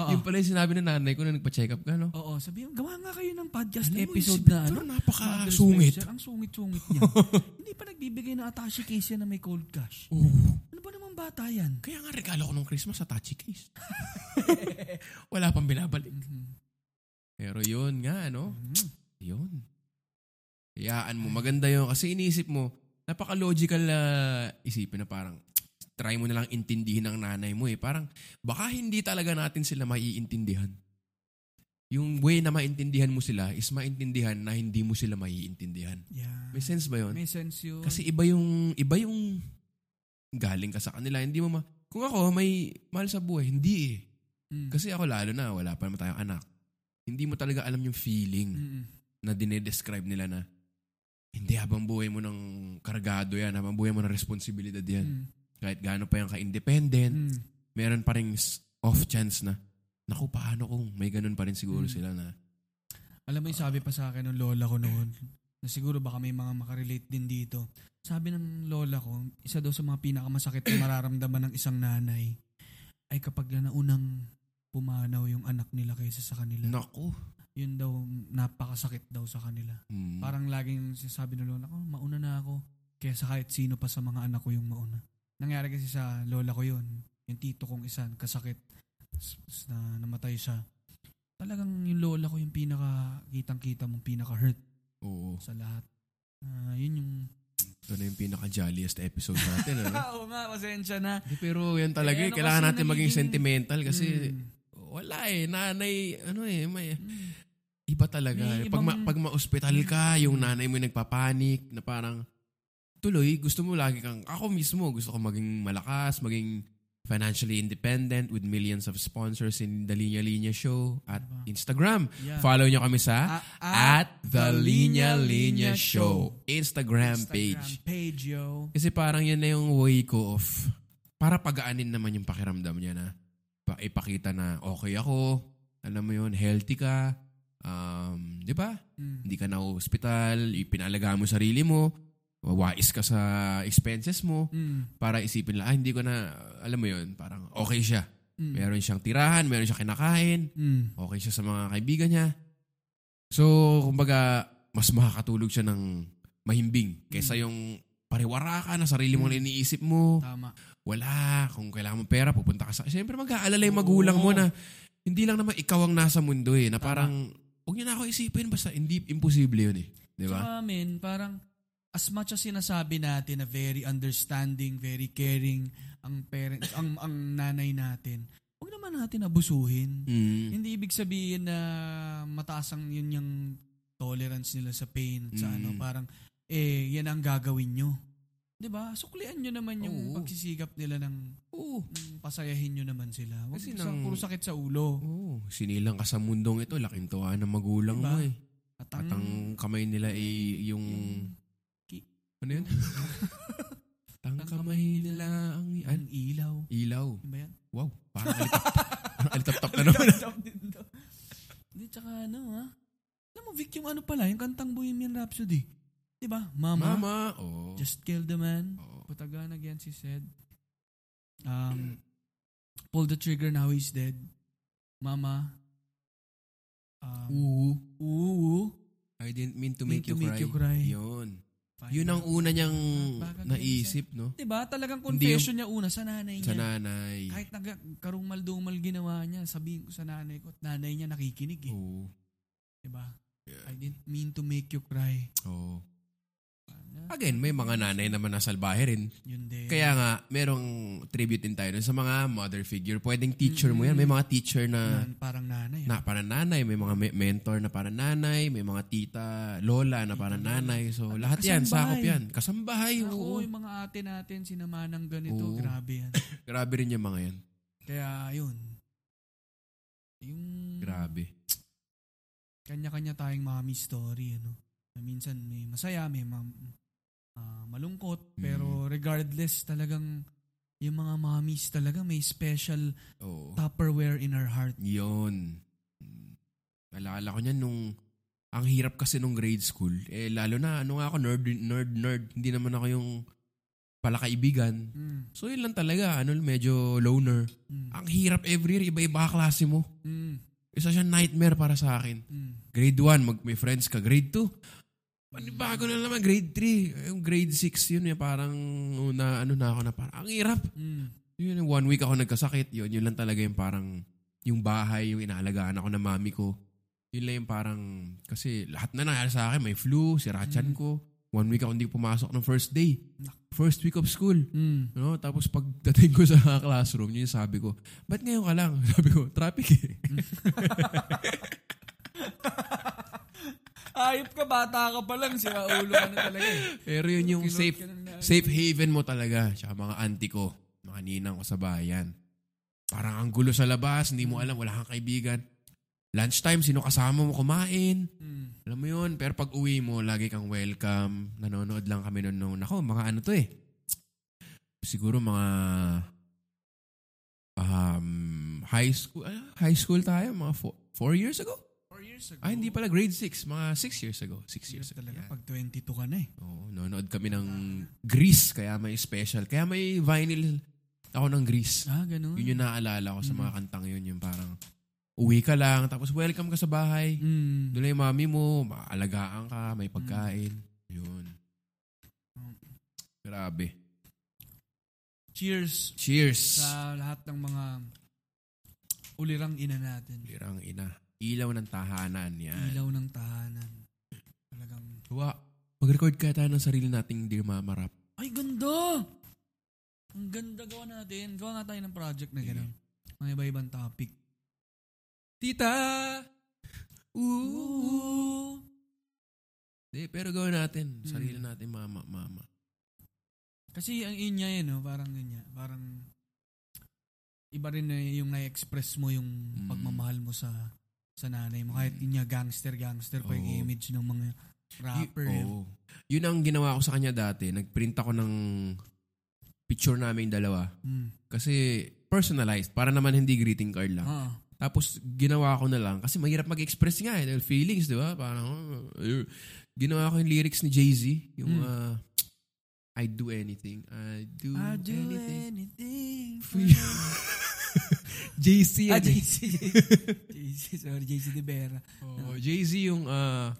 Speaker 1: Oo.
Speaker 2: Yung pala yung sinabi ng nanay ko na nagpa-check up ka, no?
Speaker 1: Oo, sabi niya, gawa nga kayo ng podcast
Speaker 2: Alam mo,
Speaker 1: episode
Speaker 2: si
Speaker 1: na ano.
Speaker 2: Victor,
Speaker 1: Mother's
Speaker 2: napakasungit.
Speaker 1: Special. Ang sungit-sungit niya. Hindi pa nagbibigay ng attache case yan na may cold cash.
Speaker 2: Oo.
Speaker 1: Ano ba naman bata yan?
Speaker 2: Kaya nga regalo ko nung Christmas sa touchy case. Wala pang binabalik.
Speaker 1: Mm-hmm.
Speaker 2: Pero yun nga, no?
Speaker 1: Mm.
Speaker 2: Yun. Hayaan mo. Maganda yun. Kasi iniisip mo, napaka-logical na isipin na parang try mo na lang intindihin ng nanay mo eh. Parang baka hindi talaga natin sila maiintindihan. Yung way na maintindihan mo sila is maintindihan na hindi mo sila maiintindihan.
Speaker 1: Yeah.
Speaker 2: May sense ba yun?
Speaker 1: May sense yun.
Speaker 2: Kasi iba yung iba yung galing ka sa kanila, hindi mo ma Kung ako may mahal sa buhay, hindi eh.
Speaker 1: Mm.
Speaker 2: Kasi ako lalo na wala pa naman tayong anak. Hindi mo talaga alam yung feeling
Speaker 1: Mm-mm.
Speaker 2: na dinedescribe nila na hindi habang buhay mo ng kargado yan, habang buhay mo ng responsibilidad yan.
Speaker 1: Mm.
Speaker 2: Kahit gaano pa yan ka-independent,
Speaker 1: Mm.
Speaker 2: meron pa rin off chance na, naku paano kung may ganun pa rin siguro
Speaker 1: Mm.
Speaker 2: sila na,
Speaker 1: Alam mo yung sabi pa sa akin ng lola ko noon, na siguro baka may mga makarelate din dito. Sabi ng lola ko, isa daw sa mga pinakamasakit na mararamdaman ng isang nanay ay kapag na unang pumanaw yung anak nila kaysa sa kanila.
Speaker 2: naku.
Speaker 1: Yun daw, napakasakit daw sa kanila.
Speaker 2: Hmm.
Speaker 1: Parang laging sinasabi ng lola ko, mauna na ako kaysa kahit sino pa sa mga anak ko yung mauna. Nangyari kasi sa lola ko yun, yung tito kong isa, kasakit, s- s- na namatay siya. Talagang yung lola ko yung pinaka, kitang-kita mong pinaka-hurt
Speaker 2: Oo.
Speaker 1: sa lahat. Ah, yun yung...
Speaker 2: Ito na yung pinaka-jolliest episode natin. ano?
Speaker 1: Oo nga, pasensya na.
Speaker 2: Hindi, pero yan talaga,
Speaker 1: Eh, ano
Speaker 2: eh, kailangan
Speaker 1: kasi
Speaker 2: natin maging
Speaker 1: nagiging-
Speaker 2: sentimental kasi
Speaker 1: Mm.
Speaker 2: wala eh, nanay, ano eh, may,
Speaker 1: Mm.
Speaker 2: iba talaga.
Speaker 1: May
Speaker 2: eh. pag, ma,
Speaker 1: ibang- Mm.
Speaker 2: pag ma-hospital ka, yung nanay mo yung nagpapanik, na parang, tuloy, gusto mo lagi kang, ako mismo, gusto ko maging malakas, maging financially independent with millions of sponsors in The Linya Linya Show at
Speaker 1: Diba?
Speaker 2: Instagram.
Speaker 1: Yeah.
Speaker 2: Follow nyo kami sa
Speaker 1: Ah, ah,
Speaker 2: at The Linya Linya Show Instagram, page.
Speaker 1: Instagram page, yo.
Speaker 2: Kasi parang yun na yung way ko of para pagaanin naman yung pakiramdam niya na pa- ipakita na okay ako, alam mo yun, healthy ka, um, di ba?
Speaker 1: Mm.
Speaker 2: Hindi ka na hospital, ipinalaga mo sarili mo, wawais ka sa expenses mo
Speaker 1: Mm.
Speaker 2: para isipin lang, ah, hindi ko na, alam mo yun, parang okay siya.
Speaker 1: Mm.
Speaker 2: Meron siyang tirahan, meron siyang kinakain,
Speaker 1: Mm.
Speaker 2: okay siya sa mga kaibigan niya. So, kumbaga, mas makakatulog siya ng mahimbing kaysa yung pariwara ka na sarili mo na iniisip mo.
Speaker 1: Tama.
Speaker 2: Wala, kung kailangan mo pera, pupunta ka sa... Siyempre, mag-aalala yung magulang mo
Speaker 1: Oo.
Speaker 2: na hindi lang naman ikaw ang nasa mundo eh, na
Speaker 1: Tama.
Speaker 2: parang, huwag niyo na ako isipin, basta hindi, imposible yun eh. Di ba?
Speaker 1: Tsaka, men, parang as much as sinasabi natin na very understanding, very caring ang parents, ang ang nanay natin. Huwag naman natin abusuhin.
Speaker 2: Mm.
Speaker 1: Hindi ibig sabihin na mataas ang yun yung tolerance nila sa pain at sa
Speaker 2: Mm.
Speaker 1: ano, parang eh yan ang gagawin nyo. 'Di ba? Suklian nyo naman yung
Speaker 2: Oo.
Speaker 1: pagsisikap nila ng,
Speaker 2: Oo.
Speaker 1: ng pasayahin nyo naman sila. Huwag
Speaker 2: Kasi
Speaker 1: sa,
Speaker 2: nang-
Speaker 1: puro sakit sa ulo.
Speaker 2: Oo. Sinilang ka sa mundong ito, laking tuwa ng magulang
Speaker 1: Diba?
Speaker 2: mo eh.
Speaker 1: At
Speaker 2: At
Speaker 1: ang,
Speaker 2: ang kamay nila ay yung...
Speaker 1: Mm. Ki-
Speaker 2: Ano yun? Tang kamay nila ang...
Speaker 1: ang ilaw.
Speaker 2: Ilaw.
Speaker 1: Yun ba yan?
Speaker 2: Wow. Parang alitap. parang alitap-tap na naman.
Speaker 1: Hindi, tsaka ano ha? Alam mo, Vic, yung ano pala, yung kantang Bohemian Rhapsody. Di ba? Mama,
Speaker 2: Mama. Oh.
Speaker 1: just kill the man.
Speaker 2: Oh.
Speaker 1: Patagan again, she said. Um, pull the trigger, now he's dead. Mama. Um,
Speaker 2: Ooh.
Speaker 1: ooh.
Speaker 2: I didn't mean to
Speaker 1: Mean
Speaker 2: make,
Speaker 1: to
Speaker 2: you,
Speaker 1: make
Speaker 2: cry.
Speaker 1: you cry.
Speaker 2: Yun. Yun ang una niyang
Speaker 1: Bakit
Speaker 2: naisip, no?
Speaker 1: Di ba? Talagang
Speaker 2: Hindi yung-
Speaker 1: confession niya una sa nanay niya.
Speaker 2: Sa nanay.
Speaker 1: Kahit nagkarumal-dumal ginawa niya, sabihin ko sa nanay ko at nanay niya nakikinig eh.
Speaker 2: Oo.
Speaker 1: Di ba?
Speaker 2: Oh. Yeah.
Speaker 1: I didn't mean to make you cry.
Speaker 2: Oo.
Speaker 1: Ano?
Speaker 2: Oh. Again, may mga nanay naman na salbahe rin.
Speaker 1: Yun din.
Speaker 2: Kaya nga, merong tribute din tayo dun sa mga mother figure. Pwedeng teacher mo yan. May mga teacher na
Speaker 1: Nan- parang nanay.
Speaker 2: na para nanay, may mga me- mentor na para nanay, may mga tita, lola na para nanay. So lahat yan,
Speaker 1: kasambahay.
Speaker 2: sakop yan. Kasambahay, oo.
Speaker 1: Ako, yung mga ate natin, sinama ng ganito,
Speaker 2: Oo.
Speaker 1: grabe yan.
Speaker 2: Grabe rin yung mga yan.
Speaker 1: Kaya yun. Yung
Speaker 2: Grabe.
Speaker 1: kanya-kanya tayong mami story, ano. Na Minsan may masaya, may ma- ah, malungkot,
Speaker 2: Mm.
Speaker 1: pero regardless talagang yung mga mommies talaga may special
Speaker 2: Oo.
Speaker 1: Tupperware in our heart.
Speaker 2: Yun. Naalala ko niyan nung, ang hirap kasi nung grade school. Eh, lalo na, ano nga ako, nerd, nerd, nerd. Hindi naman ako yung palakaibigan.
Speaker 1: Mm,
Speaker 2: So, yun lang talaga. Ano, medyo loner.
Speaker 1: mm,
Speaker 2: Ang hirap every year, iba-iba ka klase mo.
Speaker 1: mm,
Speaker 2: Isa siyang nightmare para sa akin.
Speaker 1: mm.
Speaker 2: Grade 1, mag may friends ka. Grade 2, panibago na naman. Grade 3, yung grade 6 yun. Yung parang una, ano na ako na parang, ang hirap.
Speaker 1: Mm.
Speaker 2: Yun, yung one week ako nagkasakit. Yun, yun lang talaga yung parang, yung bahay, yung inaalagaan ako ng mami ko. Yun lang yung parang, kasi lahat na nangyari sa akin. May flu, sirachan ko. One week ako hindi pumasok ng first day. First week of school.
Speaker 1: Mm.
Speaker 2: No, tapos pagdating ko sa classroom, yun yung sabi ko, ba't ngayon ka lang? Sabi ko, traffic eh.
Speaker 1: Ayop ka, bata ka pa lang. Sira ulo ka na talaga eh.
Speaker 2: Pero yun yung
Speaker 1: Kinurot
Speaker 2: safe
Speaker 1: ka ng nanay.
Speaker 2: safe haven mo talaga. Tsaka mga auntie ko, mga ninang ko sa bayan. Parang ang gulo sa labas, hindi mo alam, wala kang kaibigan. Lunchtime, sino kasama mo kumain?
Speaker 1: Mm.
Speaker 2: Alam mo yun, pero pag uwi mo, lagi kang welcome. Nanonood lang kami nun noon. Ako, mga ano to eh. Siguro mga um, high school. ah, high school tayo, mga four, four years ago?
Speaker 1: Four years ago.
Speaker 2: Ah, hindi pala, grade six. Mga six years ago. Six years ago.
Speaker 1: talaga
Speaker 2: Yan.
Speaker 1: pag 22 ka na eh.
Speaker 2: Oo, nanonood kami ng Grease, kaya may special. Kaya may vinyl ako ng Grease.
Speaker 1: Ah, ganun.
Speaker 2: Yun yung naaalala ko sa
Speaker 1: Mm.
Speaker 2: mga kantang yun, yung parang uwi ka lang, tapos welcome ka sa bahay.
Speaker 1: Mm.
Speaker 2: Doon lang yung mami mo, maalagaan ka, may pagkain. Yun. Grabe.
Speaker 1: Cheers
Speaker 2: Cheers!
Speaker 1: sa lahat ng mga ulirang ina natin.
Speaker 2: Lirang ina. Ilaw ng tahanan yan.
Speaker 1: Ilaw ng tahanan. Talagang,
Speaker 2: Tuwa. Mag-record kaya tayo ng sarili nating Dear Mama Rap.
Speaker 1: ay ganda! Ang ganda gawa natin. Gawa nga tayo ng project na gano'n. Mga iba-ibang topic.
Speaker 2: Tita! Ooh! Di, pero gawin natin. Sarili
Speaker 1: Mm.
Speaker 2: natin, mama, mama.
Speaker 1: Kasi ang inya yun, no? parang ganyan. Parang iba rin na eh, yung na-express mo yung
Speaker 2: Mm.
Speaker 1: pagmamahal mo sa sa nanay mo. Kahit inya gangster-gangster pa yung
Speaker 2: Oo.
Speaker 1: image ng mga rapper. eh.
Speaker 2: Y- oo. Yun ang ginawa ko sa kanya dati. Nagprint ako ng picture namin dalawa.
Speaker 1: Mm.
Speaker 2: Kasi personalized. Para naman hindi greeting card lang.
Speaker 1: Ah.
Speaker 2: Tapos ginawa ko na lang. Kasi mahirap mag-express nga eh. Dahil feelings, di ba? Parang, uh, uh, ginawa ko yung lyrics ni Jay-Z. Yung,
Speaker 1: Mm.
Speaker 2: uh, I do anything. I do,
Speaker 1: I do
Speaker 2: anything.
Speaker 1: anything for
Speaker 2: for
Speaker 1: you.
Speaker 2: you. JC
Speaker 1: Ah,
Speaker 2: yan eh.
Speaker 1: JC. JC. Sorry, JC De Vera.
Speaker 2: Oo, Jay-Z yung uh,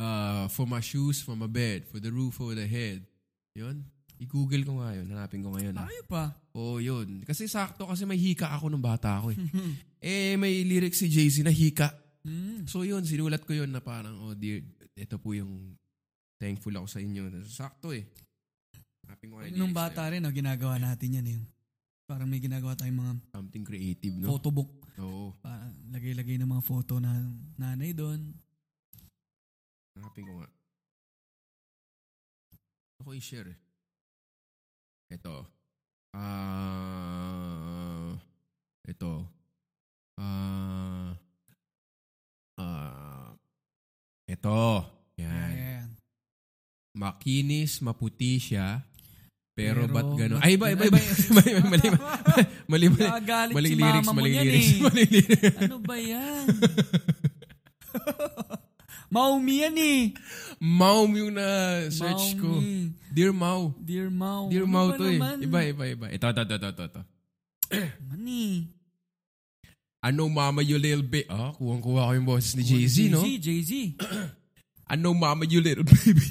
Speaker 2: uh, for my shoes, for my bed, for the roof over the head. Yun. I-google ko nga yun. Hanapin ko ngayon. Ah.
Speaker 1: Ayaw pa.
Speaker 2: Oo, yun. Kasi sakto kasi may hika ako nung bata ako eh.
Speaker 1: Hmm.
Speaker 2: eh, may lyrics si Jay-Z na hika.
Speaker 1: Mm.
Speaker 2: So yun, sinulat ko yun na parang, oh dear, ito po yung thankful ako sa inyo. Sakto eh. Hanapin ko nga yung
Speaker 1: Nung
Speaker 2: lyrics na
Speaker 1: bata rin, no, ginagawa natin yan. eh. Yung, parang may ginagawa tayong mga
Speaker 2: yun. Something creative, no?
Speaker 1: photo book.
Speaker 2: Oo.
Speaker 1: Parang lagay-lagay ng mga photo na nanay doon.
Speaker 2: Hanapin ko nga. Ako i-share eh. Ito. Ah... ito. Ah... ah... ito.
Speaker 1: Yeah,
Speaker 2: Yan.
Speaker 1: yeah.
Speaker 2: Makinis, maputi siya. Pero,
Speaker 1: Pero
Speaker 2: ba't gano'n?
Speaker 1: ba't
Speaker 2: Ay, iba, iba, iba. Mali, mali, mali, mali.
Speaker 1: Nagagalit
Speaker 2: Mali
Speaker 1: si
Speaker 2: lyrics,
Speaker 1: mama mo
Speaker 2: mali
Speaker 1: yan
Speaker 2: lyrics,
Speaker 1: eh.
Speaker 2: mali lyrics.
Speaker 1: Ano ba yan? Maumi yan eh.
Speaker 2: Maum yung na-search ko.
Speaker 1: Maumi.
Speaker 2: Dear Mau.
Speaker 1: Dear Mau. Ano
Speaker 2: Dear Mau
Speaker 1: ba
Speaker 2: to eh.
Speaker 1: naman?
Speaker 2: Iba, iba, iba. Ito, ito, ito, ito, ito.
Speaker 1: Naman eh.
Speaker 2: Ano mama you little baby? Ah, kuwang-kuha ko yung boses ni Jay-Z, no?
Speaker 1: Jay-Z, Jay-Z.
Speaker 2: Ano mama you little baby?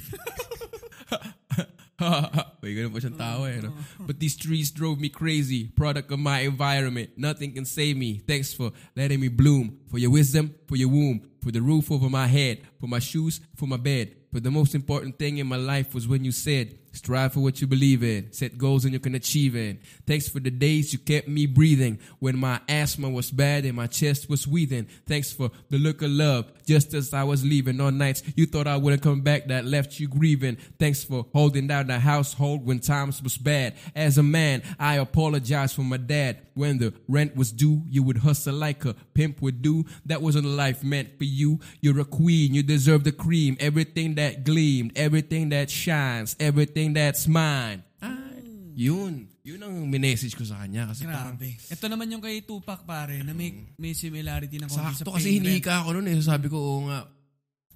Speaker 2: Uy, ganun pa siyang tao eh, no? But these trees drove me crazy. Product of my environment. Nothing can save me. Thanks for letting me bloom. For your wisdom, for your womb, for the roof over my head, for my shoes, for my bed. But the most important thing in my life was when you said, strive for what you believe in. Set goals and you can achieve it. Thanks for the days you kept me breathing when my asthma was bad and my chest was wheezing. Thanks for the look of love just as I was leaving on nights you thought I wouldn't come back that left you grieving. Thanks for holding down the household when times was bad. As a man, I apologize for my dad. When the rent was due, you would hustle like a pimp would do. That wasn't a life meant for you. You're a queen. You deserve the cream. Everything that gleamed, everything that shines, everything that's mine. Ay, Yun. Yun ang minessage ko sa kanya. Kasi parang,
Speaker 1: Grabe. Ito naman yung kay Tupac pare, na may, may similarity na konti sa
Speaker 2: sakto
Speaker 1: pain
Speaker 2: kasi
Speaker 1: rent.
Speaker 2: hinihika ako noon eh. So Sabi ko, oo nga,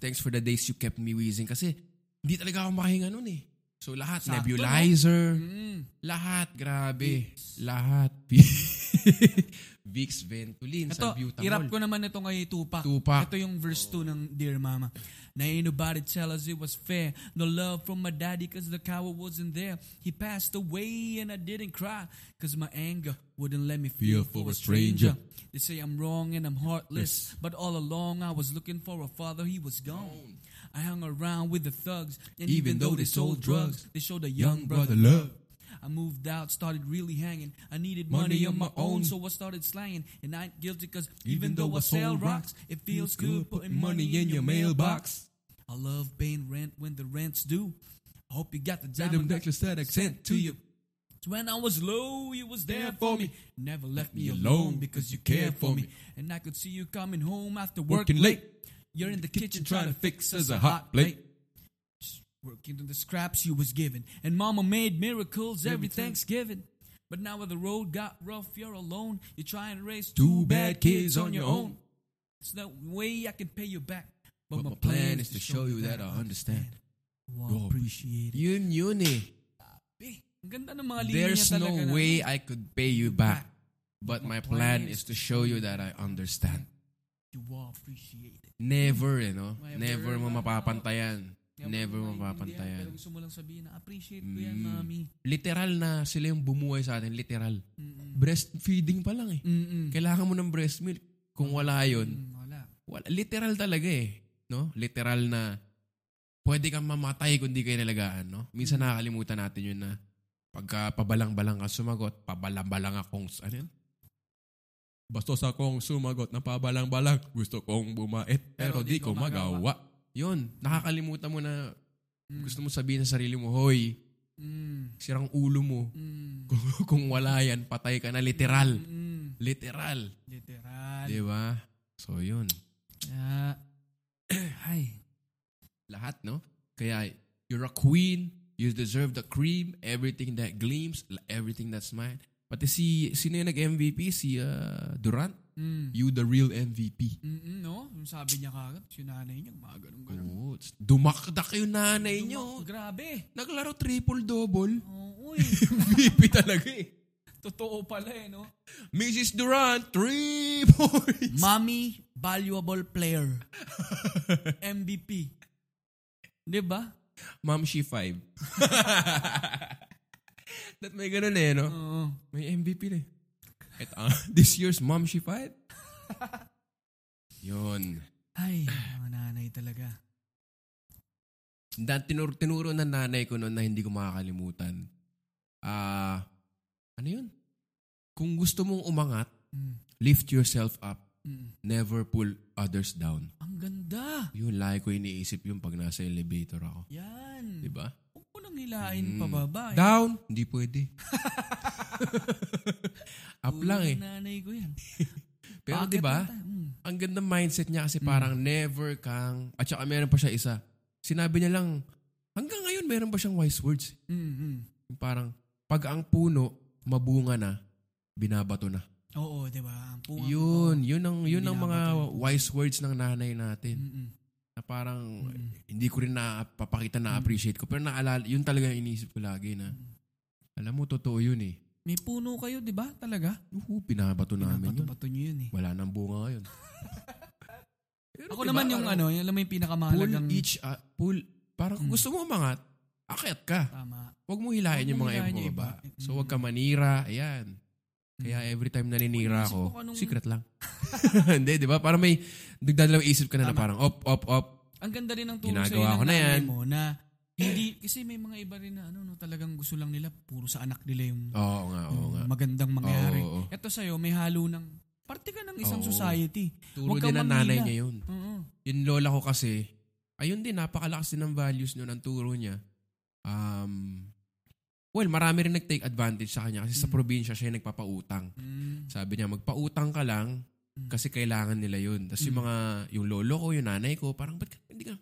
Speaker 2: thanks for the days you kept me wheezing. Kasi hindi talaga ako makahinga noon eh. So lahat,
Speaker 1: Sakto,
Speaker 2: nebulizer,
Speaker 1: Mm.
Speaker 2: lahat, grabe. Lahat. Vicks, Ventolin,
Speaker 1: Ito,
Speaker 2: Salbutamol.
Speaker 1: irap ko naman ito kay Tupac.
Speaker 2: Tupac.
Speaker 1: Ito yung verse 2 ng Dear Mama. Na ain't nobody tell us it was fair. No love from my daddy cause the coward wasn't there. He passed away and I didn't cry cause my anger wouldn't let me feel for a stranger. They say I'm wrong and I'm heartless. But all along I was looking for a father, he was gone. I hung around with the thugs. And even, though they sold drugs, they showed a young, brother
Speaker 2: love.
Speaker 1: I moved out, started really hanging. I needed
Speaker 2: Money
Speaker 1: money, on
Speaker 2: on
Speaker 1: my
Speaker 2: my
Speaker 1: own,
Speaker 2: own.
Speaker 1: so I started slanging. And I ain't guilty because even though I sell rocks, it feels good putting money in your mailbox. I love paying rent when the rent's due. I hope you got the diamond necklace.
Speaker 2: that accent
Speaker 1: to you. When I was low, you was there for me. Never left me alone because you cared for me. And I could see you coming home after working late. You're in the kitchen trying to fix us a hot plate. Just working on the scraps you was given. And mama made miracles every Thanksgiving. But now when the road got rough, you're alone. You're trying to raise two bad kids on your own. There's no way I can pay you back.
Speaker 2: But my plan is to show you that I understand.
Speaker 1: Wow, appreciate it.
Speaker 2: Yun yun eh.
Speaker 1: Eh, Ang ganda ng mga linya
Speaker 2: There's
Speaker 1: talaga.
Speaker 2: no
Speaker 1: na-
Speaker 2: way I could pay you back. But my plan is to show you that I understand.
Speaker 1: You will appreciate it.
Speaker 2: Never, eh, no?
Speaker 1: May
Speaker 2: Never mo
Speaker 1: word.
Speaker 2: mapapantayan.
Speaker 1: Kaya
Speaker 2: Never mo
Speaker 1: kung maintindihan, Pero
Speaker 2: mapapantayan.
Speaker 1: gusto mo lang sabihin na appreciate ko yan, mami.
Speaker 2: Literal na sila yung bumuhay sa atin. Literal. Breastfeeding pa lang eh.
Speaker 1: Mm-mm.
Speaker 2: Kailangan mo ng breast milk. Kung wala yun,
Speaker 1: Mm, Wala.
Speaker 2: wala, literal talaga eh. No? Literal na pwede kang mamatay kung di kayo nalagaan. No? Minsan nakakalimutan natin yun na pagka pabalang-balang ka sumagot, pabalang-balang akong, ano yun? Bastos akong sumagot na pabalang-balang. Gusto kong bumait, pero, di ko magawa. Hmm. Yun, nakakalimutan mo na gusto mo sabihin sa sarili mo, hoy,
Speaker 1: Mm.
Speaker 2: sirang ulo mo.
Speaker 1: Mm.
Speaker 2: Kung, kung wala yan, patay ka na literal.
Speaker 1: Mm.
Speaker 2: Literal.
Speaker 1: Literal.
Speaker 2: Di ba? So yun.
Speaker 1: Ah. Ay.
Speaker 2: lahat, no? Kaya, you're a queen, you deserve the cream, everything that gleams, l- everything that's mine. Pati si, sino yung nag-MVP? Si uh, Durant?
Speaker 1: Mm.
Speaker 2: You the real MVP.
Speaker 1: Mm-mm, no? Yung sabi niya kagad, yung nanay niya, mga ganun-ganun.
Speaker 2: Oo, it's- dumakdak yung nanay
Speaker 1: Dumak-
Speaker 2: nyo.
Speaker 1: Grabe.
Speaker 2: Naglaro triple-double.
Speaker 1: Oo, uy.
Speaker 2: MVP talaga eh.
Speaker 1: Totoo pala eh, no?
Speaker 2: Mrs. Durant, three points.
Speaker 1: Mommy Valuable Player. MVP. Di ba?
Speaker 2: Ma'am, she five. That may ganun eh, no?
Speaker 1: Oo.
Speaker 2: May MVP na eh. At, ah, this year's Mom She Fight? Yun.
Speaker 1: Ay, mga nanay talaga.
Speaker 2: Dan, tinuro, tinuro ng nanay ko noon na hindi ko makakalimutan. Ah, ano yun? Kung gusto mong umangat,
Speaker 1: Mm.
Speaker 2: lift yourself up.
Speaker 1: Mm.
Speaker 2: Never pull others down.
Speaker 1: Ang ganda.
Speaker 2: Yun, lagi ko iniisip yung pag nasa elevator ako.
Speaker 1: Yan.
Speaker 2: Di ba? Mm.
Speaker 1: Huwag mo nang hilahin pababa. Eh.
Speaker 2: Down! Hindi pwede. up lang eh.
Speaker 1: Uy, Nanay ko yan.
Speaker 2: Pero diba,
Speaker 1: Bakit
Speaker 2: di ba?
Speaker 1: lang tayo? Mm.
Speaker 2: ang ganda mindset niya kasi parang never kang, at saka meron pa siya isa. Sinabi niya lang, hanggang ngayon meron pa siyang wise words.
Speaker 1: Mm, mm.
Speaker 2: Yung Parang, pag ang puno, mabunga na, binabato na.
Speaker 1: Oo, di ba? Ang punga.
Speaker 2: Yun, yun ang, yun ang mga
Speaker 1: Binabato Mm.
Speaker 2: wise words ng nanay natin.
Speaker 1: Mm-mm.
Speaker 2: Na parang,
Speaker 1: Mm.
Speaker 2: hindi ko rin napapakita na appreciate ko. Pero naalala, yun talaga yung iniisip ko lagi na, alam mo, totoo yun eh.
Speaker 1: May puno kayo, di ba? Talaga?
Speaker 2: Oo, binabato namin yun.
Speaker 1: Pinapato-pato nyo yun eh.
Speaker 2: Wala nang bunga ngayon. Pero
Speaker 1: Ako
Speaker 2: diba,
Speaker 1: naman yung
Speaker 2: parang-
Speaker 1: ano, yung, alam mo yung
Speaker 2: pull
Speaker 1: pinakamahalagang...
Speaker 2: each uh, pull parang
Speaker 1: Hmm.
Speaker 2: kung gusto mo umangat akyat ka
Speaker 1: Tama.
Speaker 2: huwag mo hilahin
Speaker 1: Huwag
Speaker 2: yung
Speaker 1: mong
Speaker 2: mga
Speaker 1: hilahin
Speaker 2: ibang
Speaker 1: yung Hmm.
Speaker 2: baba
Speaker 1: iba.
Speaker 2: so huwag ka manira ayan kaya every time naninira
Speaker 1: Kung inisip
Speaker 2: ako
Speaker 1: ko nung-
Speaker 2: secret lang hindi di ba parang may nagdadalawang isip ka na, na
Speaker 1: Tama.
Speaker 2: parang op op op
Speaker 1: Ang ganda rin ng tulong
Speaker 2: Ginagawa
Speaker 1: sa'yo ng
Speaker 2: ko na
Speaker 1: nanay
Speaker 2: yan.
Speaker 1: mo na hindi, kasi may mga iba rin na ano, no, talagang gusto lang nila, puro sa anak nila yung
Speaker 2: oo nga
Speaker 1: Hmm.
Speaker 2: oo nga
Speaker 1: magandang mangyari.
Speaker 2: Oo, oo.
Speaker 1: Ito sa'yo, may halo ng, parte ka ng isang
Speaker 2: Oo.
Speaker 1: society.
Speaker 2: turo
Speaker 1: Huwag
Speaker 2: din
Speaker 1: kang
Speaker 2: ng
Speaker 1: manghila.
Speaker 2: nanay niya yun
Speaker 1: Oo.
Speaker 2: yung lola ko kasi ayun din napakalakas din ng values noon ng turo niya um well marami rin nag-take advantage sa kanya
Speaker 1: Hmm.
Speaker 2: kasi sa probinsya siya yung nagpapautang
Speaker 1: Mm.
Speaker 2: Sabi niya, magpautang ka lang
Speaker 1: Hmm.
Speaker 2: kasi kailangan nila yun. Tapos yung mga, yung lolo ko, yung nanay ko, parang, ba't ka- hindi ka?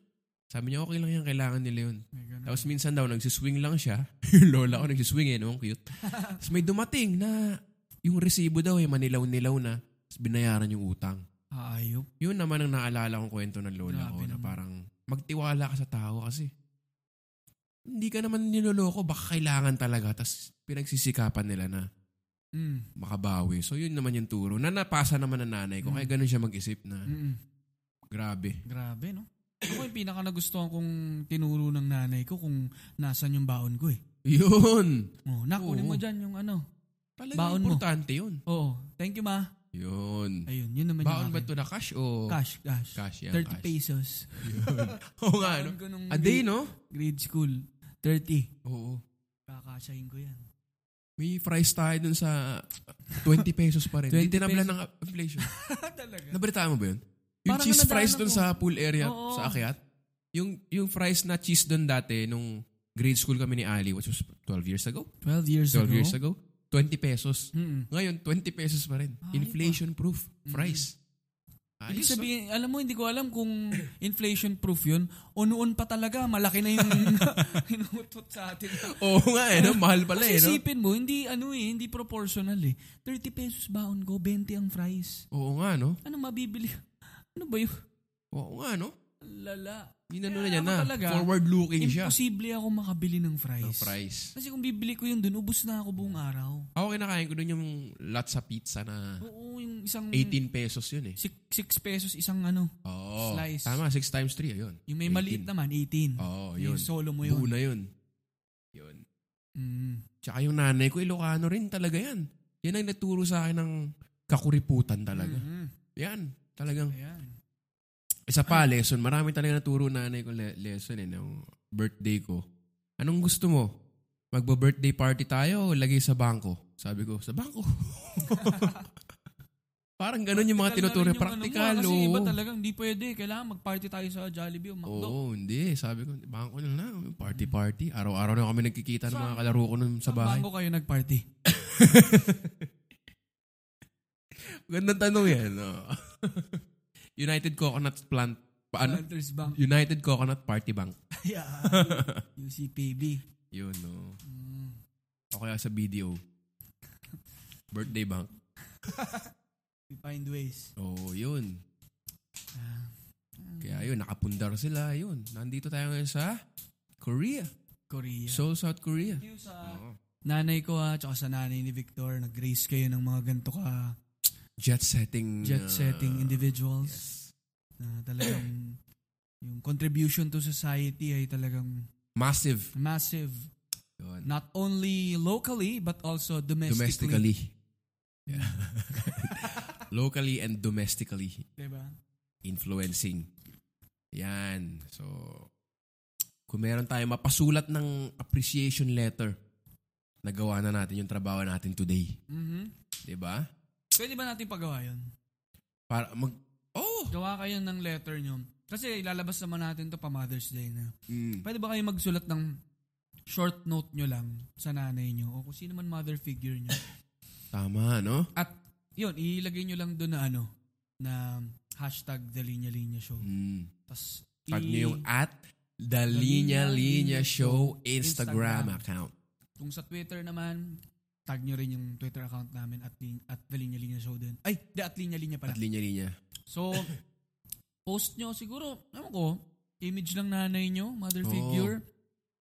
Speaker 2: Sabi niya, okay lang yan, kailangan nila yun.
Speaker 1: May ganun.
Speaker 2: Tapos minsan daw, nagsiswing lang siya. yung lola ko nagsiswing eh, no? Ang Cute. Tapos may dumating na yung resibo daw eh, manilaw-nilaw na. Tapos binayaran yung utang.
Speaker 1: Ayop.
Speaker 2: Yun naman ang naalala kong kwento ng lola
Speaker 1: Grabe
Speaker 2: ko na
Speaker 1: naman.
Speaker 2: parang magtiwala ka sa tao kasi hindi ka naman niloloko, baka kailangan talaga. Tapos pinagsisikapan nila na
Speaker 1: Mm.
Speaker 2: makabawi. So yun naman yung turo. Na napasa naman ng nanay ko.
Speaker 1: Mm.
Speaker 2: Kaya ganun siya mag-isip na
Speaker 1: Mm-mm.
Speaker 2: grabe.
Speaker 1: mm, Grabe, no? Ako yung pinaka nagustuhan kong tinuro ng nanay ko kung nasan yung baon ko eh.
Speaker 2: Yun!
Speaker 1: Oh, nakunin mo
Speaker 2: Oo.
Speaker 1: dyan yung ano.
Speaker 2: Talagang
Speaker 1: Baon mo.
Speaker 2: importante yun.
Speaker 1: Oo. Thank you, ma.
Speaker 2: Yun.
Speaker 1: Ayun, yun naman
Speaker 2: Baon
Speaker 1: yung
Speaker 2: ba
Speaker 1: akin.
Speaker 2: ito na cash o?
Speaker 1: Cash, cash.
Speaker 2: Cash yan,
Speaker 1: 30
Speaker 2: cash.
Speaker 1: pesos.
Speaker 2: Yun. Oo nga, no?
Speaker 1: Baon ko nung
Speaker 2: A day,
Speaker 1: grade,
Speaker 2: no?
Speaker 1: grade school. 30.
Speaker 2: Oo.
Speaker 1: Kakasyahin ko yan.
Speaker 2: May fries tayo dun sa 20 pesos pa rin.
Speaker 1: 20
Speaker 2: Hindi tinablan ng inflation.
Speaker 1: Talaga?
Speaker 2: Nabalitaan mo ba yun? Yung
Speaker 1: Parang
Speaker 2: cheese
Speaker 1: nadaanan
Speaker 2: fries dun
Speaker 1: ko.
Speaker 2: sa pool area
Speaker 1: Oo.
Speaker 2: sa Akyat. Yung yung fries na cheese dun dati nung grade school kami ni Ali which was 12 years ago.
Speaker 1: 12 years
Speaker 2: 12
Speaker 1: ago.
Speaker 2: years ago. 20 pesos.
Speaker 1: Mm-mm.
Speaker 2: Ngayon, 20 pesos pa rin.
Speaker 1: Ay,
Speaker 2: Inflation proof. Fries.
Speaker 1: Ibig
Speaker 2: Ayos,
Speaker 1: sabihin, alam mo, hindi ko alam kung inflation proof yun o noon pa talaga malaki na yung hinutot sa atin.
Speaker 2: ah. Oo nga eh, no? mahal pala
Speaker 1: Kasi
Speaker 2: eh. No?
Speaker 1: isipin mo, hindi ano eh, hindi proportional eh. 30 pesos baon ko, 20 ang fries.
Speaker 2: Oo nga no?
Speaker 1: Ano mabibili? Ano ba yun?
Speaker 2: Oo nga no?
Speaker 1: Lala.
Speaker 2: Ginano na
Speaker 1: Kaya
Speaker 2: niya
Speaker 1: ako
Speaker 2: na.
Speaker 1: talaga,
Speaker 2: Forward looking siya.
Speaker 1: Imposible ako makabili ng fries.
Speaker 2: Ng fries.
Speaker 1: Kasi kung bibili ko yun dun, ubus na ako buong araw.
Speaker 2: Ako kinakain ko dun yung lots sa pizza na
Speaker 1: Oo, yung isang
Speaker 2: 18 pesos yun eh.
Speaker 1: 6 pesos isang ano.
Speaker 2: Oo.
Speaker 1: Slice.
Speaker 2: Tama, 6 times 3. Ayun.
Speaker 1: Yung may maliit
Speaker 2: 18.
Speaker 1: naman, 18.
Speaker 2: Oo, yun.
Speaker 1: yung solo mo
Speaker 2: Buo
Speaker 1: yun.
Speaker 2: na yun. Yun.
Speaker 1: Mm.
Speaker 2: Tsaka yung nanay ko, Ilocano rin talaga yan. Yan ang naturo sa akin ng kakuriputan talaga.
Speaker 1: Mhm.
Speaker 2: Yan. Talagang
Speaker 1: Ayan.
Speaker 2: Isa pa, lesson. Marami talaga naturo nanay ko le- lesson eh, nung birthday ko. Anong gusto mo? Magba-birthday party tayo o lagay sa bangko? Sabi ko, sa bangko. Parang ganun yung mga
Speaker 1: Practical na
Speaker 2: tinuturo.
Speaker 1: rin yung
Speaker 2: Practical. oh.
Speaker 1: ano mo, ah, kasi iba
Speaker 2: oo.
Speaker 1: talagang hindi pwede. Kailangan mag-party tayo sa Jollibee o
Speaker 2: Oo,
Speaker 1: McDo.
Speaker 2: hindi. Sabi ko, bangko na lang. Party-party. Araw-araw na kami nagkikita ng mga kalaro ko nun sa
Speaker 1: Saan
Speaker 2: bahay.
Speaker 1: bago kayo nag-party?
Speaker 2: Gandang tanong yan. no? United Coconut Plant. Paano?
Speaker 1: Planters Bank.
Speaker 2: United Coconut Party Bank.
Speaker 1: Yeah. UCPB.
Speaker 2: Yun, no.
Speaker 1: Mm.
Speaker 2: O kaya sa BDO. Birthday bank.
Speaker 1: We find ways.
Speaker 2: Oo, yun.
Speaker 1: Ah.
Speaker 2: Kaya yun, nakapundar sila. Yun. Nandito tayo ngayon sa Korea.
Speaker 1: Korea.
Speaker 2: Seoul, South Korea.
Speaker 1: Thank you sa
Speaker 2: Oo.
Speaker 1: nanay ko ha, tsaka sa nanay ni Victor, nag-raise kayo ng mga ganito ka
Speaker 2: Jet setting. uh,
Speaker 1: jet setting
Speaker 2: in the
Speaker 1: individuals
Speaker 2: Yes.
Speaker 1: na talagang yung contribution to society ay talagang
Speaker 2: Massive.
Speaker 1: massive.
Speaker 2: Yun.
Speaker 1: Not only locally, but also domestically.
Speaker 2: Domestically. Yeah. Locally and domestically
Speaker 1: Diba?
Speaker 2: influencing. Yan. So, kung meron tayong mapasulat ng appreciation letter, nagawa na natin yung trabaho natin today.
Speaker 1: Mhm.
Speaker 2: 'Di ba?
Speaker 1: Pwede ba natin pagawa yun?
Speaker 2: Para mag... Oh!
Speaker 1: Gawa kayo ng letter nyo. Kasi ilalabas naman natin to pa Mother's Day na.
Speaker 2: Mm.
Speaker 1: Pwede ba kayo magsulat ng short note nyo lang sa nanay nyo o kung sino man mother figure nyo.
Speaker 2: Tama, no?
Speaker 1: At yun, ilagay nyo lang doon na ano, na hashtag The Linya Linya Show.
Speaker 2: Mm.
Speaker 1: Tapos,
Speaker 2: Tag nyo yung at
Speaker 1: The
Speaker 2: The Linya
Speaker 1: Linya
Speaker 2: Linya Show
Speaker 1: Instagram.
Speaker 2: Instagram, account.
Speaker 1: kung sa Twitter naman, tag nyo rin yung Twitter account namin at, lin- at The Linya Linya Show din. Ay, the at Linya Linya pala.
Speaker 2: At Linya Linya.
Speaker 1: So, post nyo siguro, alam ko, image lang nanay nyo, mother
Speaker 2: Oo.
Speaker 1: figure,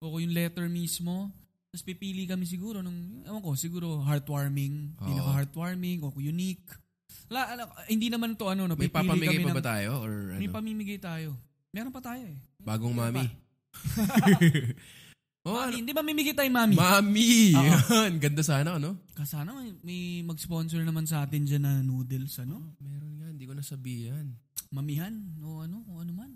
Speaker 1: o kung yung letter mismo. Tapos pipili kami siguro ng, alam ko, siguro heartwarming,
Speaker 2: Oo.
Speaker 1: pinaka-heartwarming, o kung unique. La, ala- hindi naman to ano, no,
Speaker 2: May
Speaker 1: pipili
Speaker 2: papamigay
Speaker 1: kami
Speaker 2: pa ba
Speaker 1: ng,
Speaker 2: tayo? Ano? Or
Speaker 1: May
Speaker 2: ano?
Speaker 1: pamimigay tayo. Meron pa tayo eh.
Speaker 2: Bagong
Speaker 1: Meron
Speaker 2: mami.
Speaker 1: pa.
Speaker 2: oh,
Speaker 1: Mami,
Speaker 2: ano?
Speaker 1: hindi ba mimigay tayo mami?
Speaker 2: Mami!
Speaker 1: Oo.
Speaker 2: Yan. Ganda sana, ano?
Speaker 1: Kasana may, may mag-sponsor naman sa atin dyan na noodles, ano?
Speaker 2: Meron nga, hindi ko nasabihan.
Speaker 1: Mamihan, o ano, kung ano man.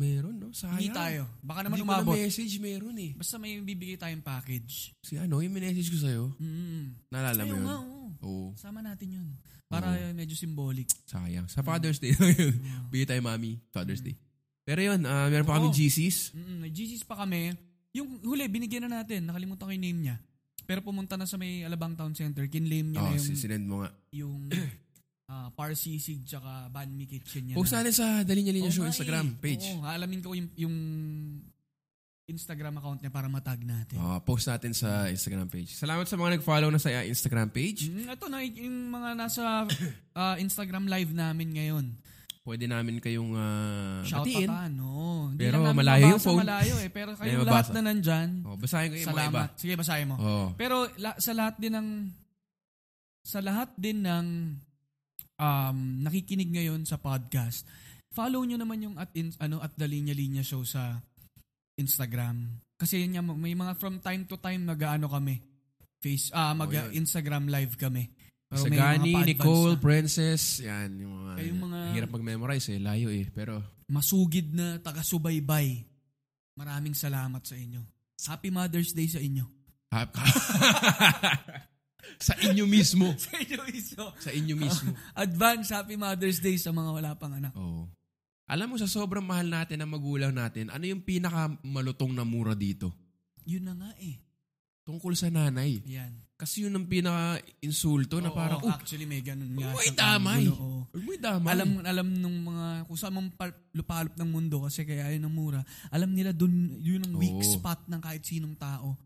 Speaker 2: Meron, no? Sayang.
Speaker 1: Hindi tayo. Baka naman
Speaker 2: Hindi ko
Speaker 1: umabot.
Speaker 2: na message, meron eh.
Speaker 1: Basta may bibigay tayong package.
Speaker 2: Si ano, yung message ko sa'yo.
Speaker 1: Mm.
Speaker 2: Naalala mo
Speaker 1: Ayun
Speaker 2: yun? Mm.
Speaker 1: nga, oo.
Speaker 2: Oo.
Speaker 1: Sama natin yun. Para
Speaker 2: Oo.
Speaker 1: medyo symbolic.
Speaker 2: Sayang.
Speaker 1: Mm.
Speaker 2: Sa Father's Day lang yun.
Speaker 1: Oo.
Speaker 2: Bigay tayo, mami. Father's Day. Pero yun, ah, meron pa kami
Speaker 1: Mm. Oo.
Speaker 2: GCs.
Speaker 1: Mm, may GCs pa kami. Yung huli, binigyan na natin. Nakalimutan ko yung name niya. Pero pumunta na sa may Alabang Town Center. Kinlame niya
Speaker 2: Oh,
Speaker 1: na yung,
Speaker 2: si sinend mo nga.
Speaker 1: yung ah, Parsisig tsaka Banmi Kitchen yan.
Speaker 2: Post
Speaker 1: na.
Speaker 2: natin sa Dali Niya Linya
Speaker 1: Oo
Speaker 2: Show
Speaker 1: nga eh.
Speaker 2: Instagram page.
Speaker 1: Oo, alamin ko yung, yung Instagram account niya para matag natin.
Speaker 2: Ah, post natin sa Instagram page. Salamat sa mga nag-follow na sa ah, Instagram page.
Speaker 1: Mm, ito na yung mga nasa ah, Instagram live namin ngayon.
Speaker 2: Pwede namin kayong ah,
Speaker 1: Shout out
Speaker 2: batiin.
Speaker 1: ka, no. Hindi
Speaker 2: Pero
Speaker 1: lang namin
Speaker 2: malayo yung
Speaker 1: mabasa,
Speaker 2: phone.
Speaker 1: Malayo eh. Pero
Speaker 2: Hindi
Speaker 1: kayo
Speaker 2: mabasa.
Speaker 1: lahat na nandyan,
Speaker 2: Oh, basahin ko yung mga iba.
Speaker 1: salamat. Sige, basahin mo.
Speaker 2: Oh.
Speaker 1: Pero la- sa lahat din ng sa lahat din ng um, nakikinig ngayon sa podcast, follow nyo naman yung at in- ano at the Linya Linya show sa Instagram. Kasi yun yung, may mga from time to time nag-ano kami. Face ah mag
Speaker 2: Oh, yun.
Speaker 1: Instagram live kami. Pero may mga
Speaker 2: Sagani,
Speaker 1: pa-advance
Speaker 2: Nicole,
Speaker 1: na.
Speaker 2: Princess, yan yung mga,
Speaker 1: Kayong mga-
Speaker 2: hirap mag-memorize eh, layo eh, pero
Speaker 1: masugid na taga-subaybay. Maraming salamat sa inyo. Happy Mother's Day sa inyo.
Speaker 2: hap sa inyo mismo,
Speaker 1: sa inyo iso.
Speaker 2: sa inyo mismo.
Speaker 1: Advance Happy Mother's Day sa mga wala pang anak.
Speaker 2: Oo. Alam mo sa sobrang mahal natin ng magulang natin, ano yung pinaka malutong na mura dito?
Speaker 1: Yun na nga eh.
Speaker 2: Tungkol sa nanay.
Speaker 1: Yan.
Speaker 2: Kasi yun ang pinaka insulto na
Speaker 1: Oo,
Speaker 2: parang, oh,
Speaker 1: actually may ganun nga.
Speaker 2: Uy, eh.
Speaker 1: siyang
Speaker 2: damay.
Speaker 1: angulo, oo.
Speaker 2: huwag mo idamay.
Speaker 1: Alam alam nung mga kung saan mang pal- lupalop ng mundo kasi kaya yun ang mura. Alam nila dun yun ang weak
Speaker 2: Oo.
Speaker 1: spot ng kahit sinong tao.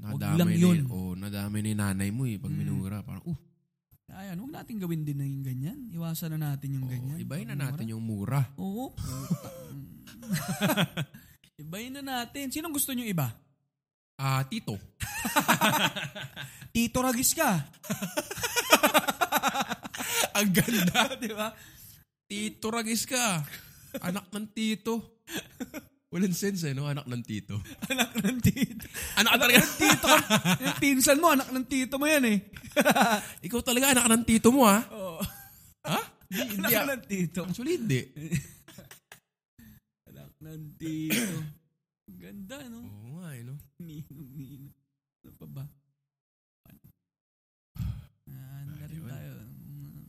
Speaker 1: wag
Speaker 2: nadamay
Speaker 1: lang
Speaker 2: na
Speaker 1: yun. Mm.
Speaker 2: Oh, nadamay na yung nanay mo eh, pag minura. Parang, uh,
Speaker 1: Ayan, huwag natin gawin din na yung ganyan. Iwasan na natin yung ganyan.
Speaker 2: ibahin na
Speaker 1: Pag
Speaker 2: natin yung mura.
Speaker 1: mura. Oo. ibahin na natin. Sinong gusto nyo iba?
Speaker 2: Ah, tito.
Speaker 1: Tito Ragis ka.
Speaker 2: ang ganda.
Speaker 1: Di ba?
Speaker 2: Tito Ragis ka. Anak ng tito. Walang sense eh, no? Anak ng tito.
Speaker 1: Anak ng tito.
Speaker 2: Anak ka talaga.
Speaker 1: Tito ka. Yung pinsan mo, anak ng tito mo yan eh.
Speaker 2: Ikaw talaga anak ng tito mo, ah. ha?
Speaker 1: Oo.
Speaker 2: Ha?
Speaker 1: anak
Speaker 2: Hindi, hindi. ah.
Speaker 1: ng tito.
Speaker 2: Actually, hindi.
Speaker 1: Anak ng tito. Ganda, no?
Speaker 2: Oo nga, eh, no?
Speaker 1: Ninong, ninong. Ano pa ba? Ano? Ah, na rin
Speaker 2: Ayun.
Speaker 1: tayo. Mm.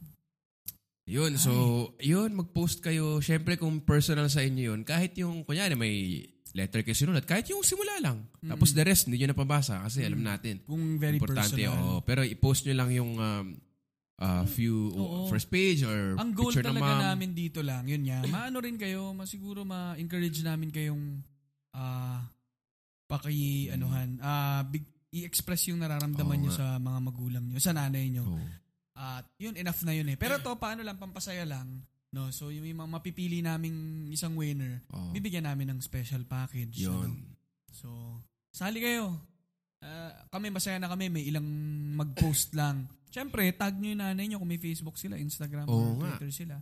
Speaker 2: Yun, so, yun, mag-post kayo. Siyempre, kung personal sa inyo yun, kahit yung, kunyari, may letter kayo sinulat, kahit yung simula lang. Tapos the rest, hindi nyo napabasa kasi alam natin.
Speaker 1: Kung Mm. very
Speaker 2: Importante,
Speaker 1: personal.
Speaker 2: oo. Pero i-post nyo lang yung um, ah, few,
Speaker 1: Oo.
Speaker 2: first page or
Speaker 1: Ang goal
Speaker 2: picture ng
Speaker 1: talaga
Speaker 2: mom.
Speaker 1: namin dito lang, yun nga. Maano rin kayo, masiguro ma-encourage namin kayong ah paki-anuhan, ah big- i-express yung nararamdaman
Speaker 2: Oo
Speaker 1: nyo
Speaker 2: nga.
Speaker 1: sa mga magulang nyo, sa nanay nyo.
Speaker 2: Oo.
Speaker 1: At yun, enough na yun eh. Pero to, paano lang, pampasaya lang. No? So yung mga mapipili naming isang winner,
Speaker 2: Oo.
Speaker 1: bibigyan namin ng special package.
Speaker 2: Yun.
Speaker 1: ano. So, sali kayo. Ah, kami, masaya na kami. May ilang mag-post lang. Siyempre, tag nyo yung nanay nyo kung may Facebook sila, Instagram or
Speaker 2: Oo nga.
Speaker 1: Twitter sila.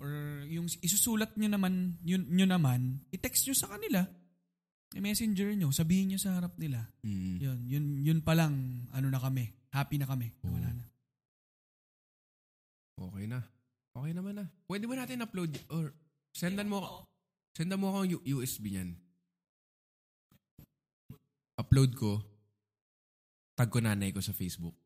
Speaker 1: Or yung isusulat nyo naman, yun, nyo naman, i-text nyo sa kanila. I-messenger nyo, sabihin nyo sa harap nila.
Speaker 2: Mm.
Speaker 1: Yun, yun, yun pa lang, ano na kami, happy na kami.
Speaker 2: Oo.
Speaker 1: Wala na.
Speaker 2: Okay na. Okay naman na. Pwede ba natin upload y- or sendan mo sendan mo ako ang U- USB niyan. Upload ko. Tag ko nanay ko sa Facebook.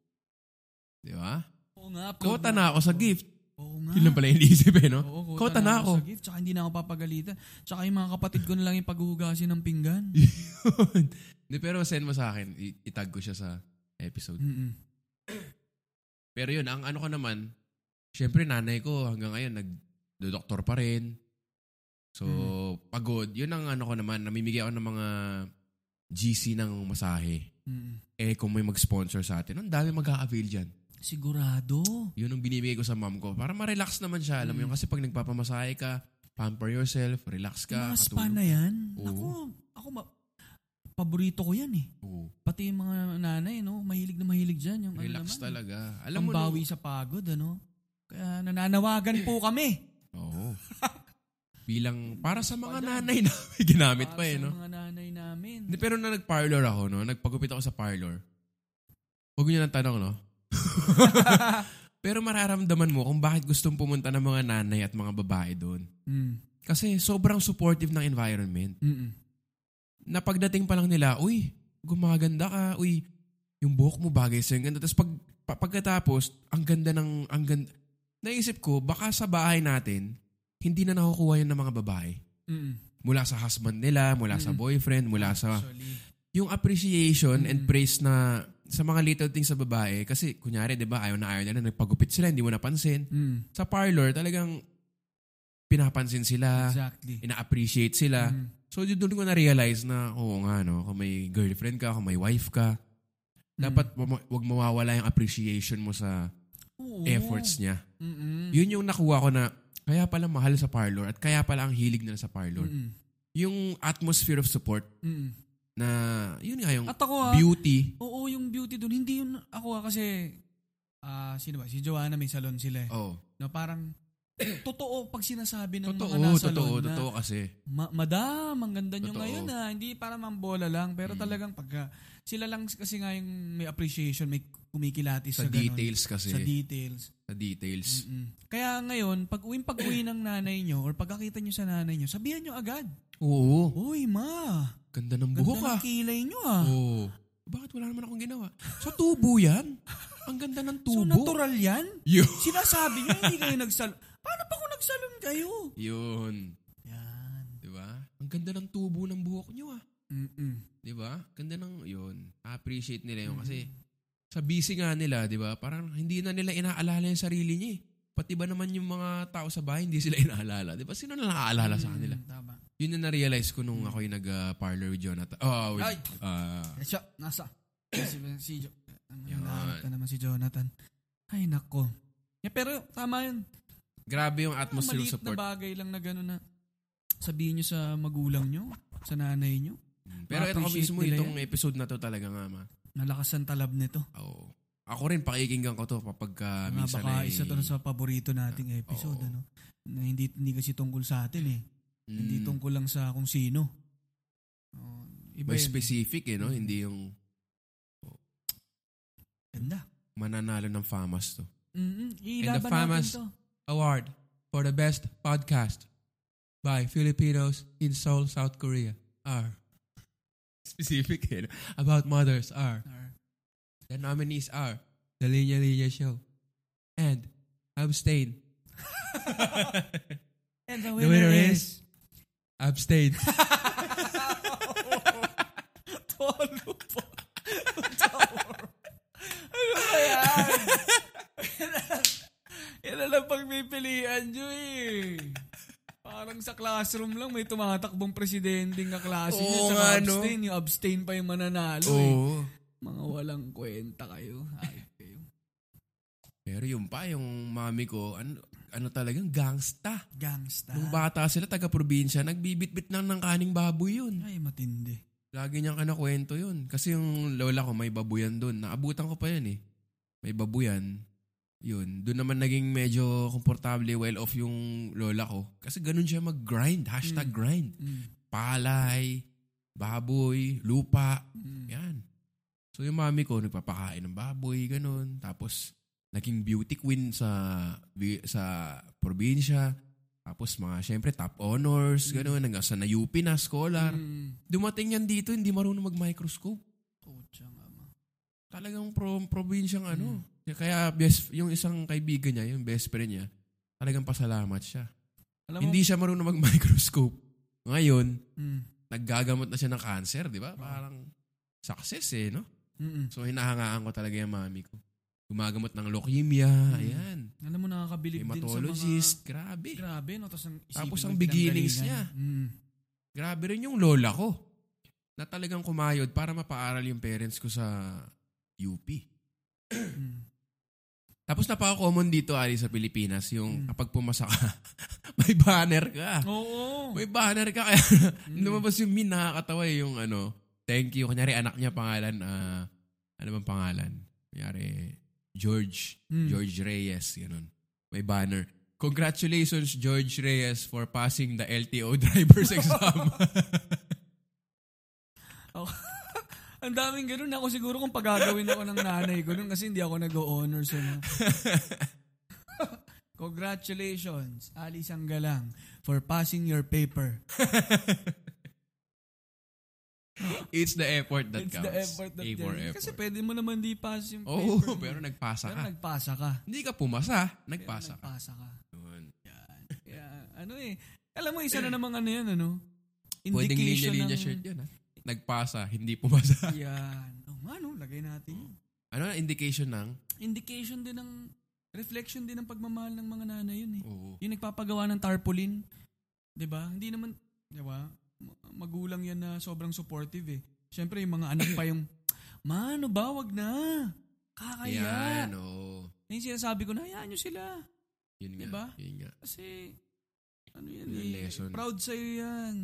Speaker 2: Di ba?
Speaker 1: Oo nga. upload
Speaker 2: Kota
Speaker 1: na.
Speaker 2: na ako sa gift.
Speaker 1: Oo nga.
Speaker 2: Yun lang pala yung iniisip eh, no?
Speaker 1: Oo,
Speaker 2: Kota na ako.
Speaker 1: sa gift. Tsaka hindi na ako papagalitan. Tsaka yung mga kapatid ko na lang yung paghuhugasin ng pinggan.
Speaker 2: Yun. Di, pero send mo sa akin. I- Itag ko siya sa episode.
Speaker 1: Mm-mm.
Speaker 2: Pero yun, ang ano ko naman, syempre nanay ko hanggang ngayon nagdo-doktor pa rin. So,
Speaker 1: Mm-hmm.
Speaker 2: pagod. Yun ang ano ko naman, namimigay ako ng mga GC ng masahe.
Speaker 1: Mm-mm.
Speaker 2: Eh, kung may mag-sponsor sa atin, ang dami mag-a-avail dyan.
Speaker 1: Sigurado.
Speaker 2: Yun ang binibigay ko sa mom ko. Para ma-relax naman siya. Alam mo
Speaker 1: Mm-hmm.
Speaker 2: yun, kasi pag nagpapamasahe ka, pamper yourself, relax
Speaker 1: Yung
Speaker 2: ka,
Speaker 1: mga spa na
Speaker 2: katulog.
Speaker 1: yan.
Speaker 2: Oo.
Speaker 1: Ako, ako ma- paborito ko yan eh.
Speaker 2: Oo.
Speaker 1: Pati yung mga nanay, no? Mahilig na mahilig dyan. Yung
Speaker 2: Relax
Speaker 1: ano naman,
Speaker 2: talaga. Alam mo,
Speaker 1: Pambawi
Speaker 2: nung-
Speaker 1: sa pagod, ano? Kaya nananawagan po kami.
Speaker 2: Oo. Bilang, para sa mga nanay na ginamit
Speaker 1: Para
Speaker 2: pa eh,
Speaker 1: sa
Speaker 2: no?
Speaker 1: mga nanay namin.
Speaker 2: Hindi, pero na nag-parlor ako, no? Nagpagupit ako sa parlor. Huwag niyo nang tanong, no? pero mararamdaman mo kung bakit gustong pumunta ng mga nanay at mga babae doon.
Speaker 1: Mm.
Speaker 2: Kasi sobrang supportive ng environment.
Speaker 1: Mm-mm.
Speaker 2: Na pagdating pa lang nila, uy, gumaganda ka, uy, yung buhok mo bagay sa'yo, ang ganda. Tapos pag, pa- pagkatapos, ang ganda ng, ang ganda. Naisip ko, baka sa bahay natin, hindi na nakukuha yan ng mga babae.
Speaker 1: Mm-mm.
Speaker 2: Mula sa husband nila, mula
Speaker 1: Mm.
Speaker 2: sa boyfriend, mula sa
Speaker 1: Actually.
Speaker 2: yung appreciation
Speaker 1: Mm.
Speaker 2: and praise na sa mga little things sa babae, kasi kunyari, di ba, ayaw na ayaw nila, nagpagupit sila, hindi mo napansin.
Speaker 1: Mm,
Speaker 2: Sa parlor, talagang pinapansin sila,
Speaker 1: exactly.
Speaker 2: ina-appreciate sila.
Speaker 1: Mm.
Speaker 2: So, yun doon ko na-realize na, oo nga, no, kung may girlfriend ka, kung may wife ka,
Speaker 1: Mm-hmm.
Speaker 2: dapat wama- wag mawawala yung appreciation mo sa
Speaker 1: Oo. Mm-hmm.
Speaker 2: efforts niya.
Speaker 1: Mm-mm.
Speaker 2: Yun yung nakuha ko na, kaya pala mahal sa parlor at kaya pala ang hilig nila sa parlor.
Speaker 1: Mm-mm.
Speaker 2: Yung atmosphere of support
Speaker 1: Mm-mm.
Speaker 2: na, yun nga yung
Speaker 1: At ako ah,
Speaker 2: Mm. beauty.
Speaker 1: oo yung beauty doon, hindi yun ako ah, kasi ah sino ba? Si Joanna may salon sila eh.
Speaker 2: Oh,
Speaker 1: No, parang totoo pag sinasabi ng
Speaker 2: totoo,
Speaker 1: mga nasa
Speaker 2: totoo,
Speaker 1: salon na
Speaker 2: totoo kasi.
Speaker 1: Ma- madam, ang ganda nyo
Speaker 2: Totoo. Mm.
Speaker 1: ngayon ah. Hindi para mambola lang. Pero talagang pagka, sila lang kasi nga yung may appreciation, may kumikilatis
Speaker 2: Sa
Speaker 1: sa, ganun.
Speaker 2: details eh. kasi.
Speaker 1: Sa details.
Speaker 2: Sa details.
Speaker 1: Mm-mm. Kaya ngayon, pag uwi pag uwi ng nanay nyo or pagkakita nyo sa nanay nyo, sabihan nyo agad,
Speaker 2: Oo.
Speaker 1: Uy ma,
Speaker 2: Ganda ng
Speaker 1: ganda
Speaker 2: buhok
Speaker 1: ng
Speaker 2: ah.
Speaker 1: kilay nyo ah.
Speaker 2: Oo. Bakit wala naman akong ginawa? Sa tubo yan. Ang ganda ng
Speaker 1: so
Speaker 2: Oh, tubo.
Speaker 1: natural yan?
Speaker 2: Yun.
Speaker 1: Sinasabi nyo, hindi kayo nagsalon. Paano pa kung nagsalon kayo?
Speaker 2: Yun.
Speaker 1: Yan.
Speaker 2: Diba? Ang ganda ng tubo ng buhok nyo ah.
Speaker 1: Mm-mm.
Speaker 2: Diba? Ganda ng, yun. Appreciate nila yun kasi sa busy nga nila, diba? Parang hindi na nila inaalala yung sarili niya eh. Pati ba naman yung mga tao sa bahay, hindi sila inaalala. Diba? Sino na nakaalala sa kanila?
Speaker 1: Mm, Tama.
Speaker 2: Yun na na-realize ko nung ako yung nag-parlor with Jonathan. Oh, with,
Speaker 1: Ay!
Speaker 2: ah,
Speaker 1: Eh, Siya, nasa. si, si jo- Ano ang
Speaker 2: Yun.
Speaker 1: hinahanap na naman si Jonathan. Ay, nako. Yeah, pero tama yun.
Speaker 2: grabe yung
Speaker 1: Mas
Speaker 2: atmosphere
Speaker 1: maliit
Speaker 2: support.
Speaker 1: na bagay lang na gano'n na sabihin nyo sa magulang nyo, sa nanay nyo.
Speaker 2: Hmm, Pero ito ko
Speaker 1: Ma-appreciate
Speaker 2: mismo,
Speaker 1: nila
Speaker 2: itong episode na to talaga nga ma.
Speaker 1: Nalakas ang talab nito.
Speaker 2: Oo. Ako rin, pakikinggan ko to kapag ah,
Speaker 1: Mga
Speaker 2: minsan
Speaker 1: baka
Speaker 2: ay-
Speaker 1: isa to na sa paborito nating episode.
Speaker 2: oo.
Speaker 1: Ano? Na hindi, hindi kasi tungkol sa atin eh.
Speaker 2: Mm,
Speaker 1: Hindi tungkol lang sa kung sino. Oh, iba
Speaker 2: may
Speaker 1: yun.
Speaker 2: specific eh, no? Hindi yung
Speaker 1: Ganda.
Speaker 2: mananalo ng FAMAS to.
Speaker 1: Mm-mm. Ilaban natin
Speaker 2: famous-
Speaker 1: to.
Speaker 2: Award for the best podcast by Filipinos in Seoul, South Korea are specific eh, no? about mothers are the nominees are The Linya Linya Show and Abstain.
Speaker 1: And the
Speaker 2: winner
Speaker 1: winner is...
Speaker 2: is- Abstain.
Speaker 1: Tolo po. ano ba yan? yan na lang pagpipilian nyo eh. Parang sa classroom lang may tumatakbong presidenteng kaklase nyo.
Speaker 2: Oo
Speaker 1: Tsaka
Speaker 2: nga, no?
Speaker 1: abstain. Yung abstain pa yung mananalo eh.
Speaker 2: Oo.
Speaker 1: Mga walang kwenta kayo. Ay, kayo.
Speaker 2: Pero yun pa, yung mami ko, ano, ano talagang gangsta.
Speaker 1: Gangsta.
Speaker 2: Nung bata sila, taga-probinsya, nagbibitbit lang ng kaning baboy yun.
Speaker 1: Ay, matindi.
Speaker 2: Lagi niyang kanakwento yun. Kasi yung lola ko, may babuyan doon. Naabutan ko pa yun eh. May babuyan. Yun. Doon naman naging medyo komportable, well-off yung lola ko. Kasi ganun siya mag-grind. Hashtag grind.
Speaker 1: Mm.
Speaker 2: Palay, baboy, lupa.
Speaker 1: Mm.
Speaker 2: Yan. So yung mami ko, nagpapakain ng baboy, ganun. Tapos, naging beauty queen sa bi- sa probinsya. Tapos mga, syempre, top honors, ganun. Hanggang sa na-UP na, scholar.
Speaker 1: Mm.
Speaker 2: Dumating yan dito, hindi marunong mag-microscope.
Speaker 1: Putya nga, ma.
Speaker 2: Talagang pro- probinsyang ano.
Speaker 1: Mm.
Speaker 2: Kaya best, yung isang kaibigan niya, yung best friend niya, talagang pasalamat siya.
Speaker 1: Alam
Speaker 2: Hindi siya marunong mag-microscope. Ngayon,
Speaker 1: Mm.
Speaker 2: naggagamot na siya ng cancer, di
Speaker 1: Ah.
Speaker 2: ba? Parang success eh, no?
Speaker 1: Mm-mm.
Speaker 2: So hinahangaan ko talaga yung mami ko. Gumagamot ng leukemia, ayan.
Speaker 1: Alam mo, nakakabilib Hmm. din sa mga...
Speaker 2: Hematologist, grabe.
Speaker 1: Grabe, no? Tapos ang, isipin
Speaker 2: Tapos
Speaker 1: mo,
Speaker 2: ang beginnings
Speaker 1: pinanggalingan. Mm.
Speaker 2: Grabe rin yung lola ko. Na talagang kumayod para mapaaral yung parents ko sa UP.
Speaker 1: Mm.
Speaker 2: Tapos napaka-common dito, Ali, sa Pilipinas,
Speaker 1: Mm.
Speaker 2: yung kapag pumasa ka, may banner ka.
Speaker 1: Oo.
Speaker 2: May banner ka. Kaya
Speaker 1: Hmm.
Speaker 2: lumabas yung min, nakakatawa eh, yung ano, thank you. Kunyari, anak niya pangalan, ah, ano bang pangalan? Kunyari, George.
Speaker 1: Mm.
Speaker 2: George Reyes, ganun. May banner. Congratulations, George Reyes, for passing the LTO driver's exam.
Speaker 1: Ako- ang daming ganun. Ako siguro kung pagagawin ako ng nanay ko nun kasi hindi ako nag-honors. Ano. Congratulations, Ali Sanggalang, for passing your paper.
Speaker 2: It's the effort that
Speaker 1: It's
Speaker 2: counts.
Speaker 1: the effort that
Speaker 2: A for
Speaker 1: counts.
Speaker 2: effort.
Speaker 1: Kasi pwede mo naman di pass yung paper.
Speaker 2: Oo,
Speaker 1: mo.
Speaker 2: pero nagpasa
Speaker 1: Pero
Speaker 2: ka.
Speaker 1: nagpasa ka.
Speaker 2: Hindi ka pumasa,
Speaker 1: Pero
Speaker 2: nagpasa ka.
Speaker 1: nagpasa ka.
Speaker 2: Yun.
Speaker 1: Kaya, ano eh. Alam mo, isa na namang ano yan, ano?
Speaker 2: Pwedeng
Speaker 1: Indication
Speaker 2: linya-linya
Speaker 1: ng-
Speaker 2: shirt yun, ha? Nagpasa, hindi pumasa.
Speaker 1: Yan. Oo nga. nga no, lagay natin. yun.
Speaker 2: Ano na indication ng?
Speaker 1: Indication din ng, reflection din ng pagmamahal ng mga nanay yun eh.
Speaker 2: Oo.
Speaker 1: Yung nagpapagawa ng tarpaulin, 'di ba? Hindi naman, 'di ba? Ma- Magulang 'yan na sobrang supportive eh. Siyempre, yung mga anak pa yung, "Ma, ano ba, wag na. Kakaya."
Speaker 2: Yan, oo.
Speaker 1: Yung sinasabi ko na, hayaan nyo sila.
Speaker 2: Yun nga.
Speaker 1: Diba?
Speaker 2: Yun nga.
Speaker 1: Kasi, ano yan
Speaker 2: Yun ang
Speaker 1: eh,
Speaker 2: lesson.
Speaker 1: proud sa'yo yan.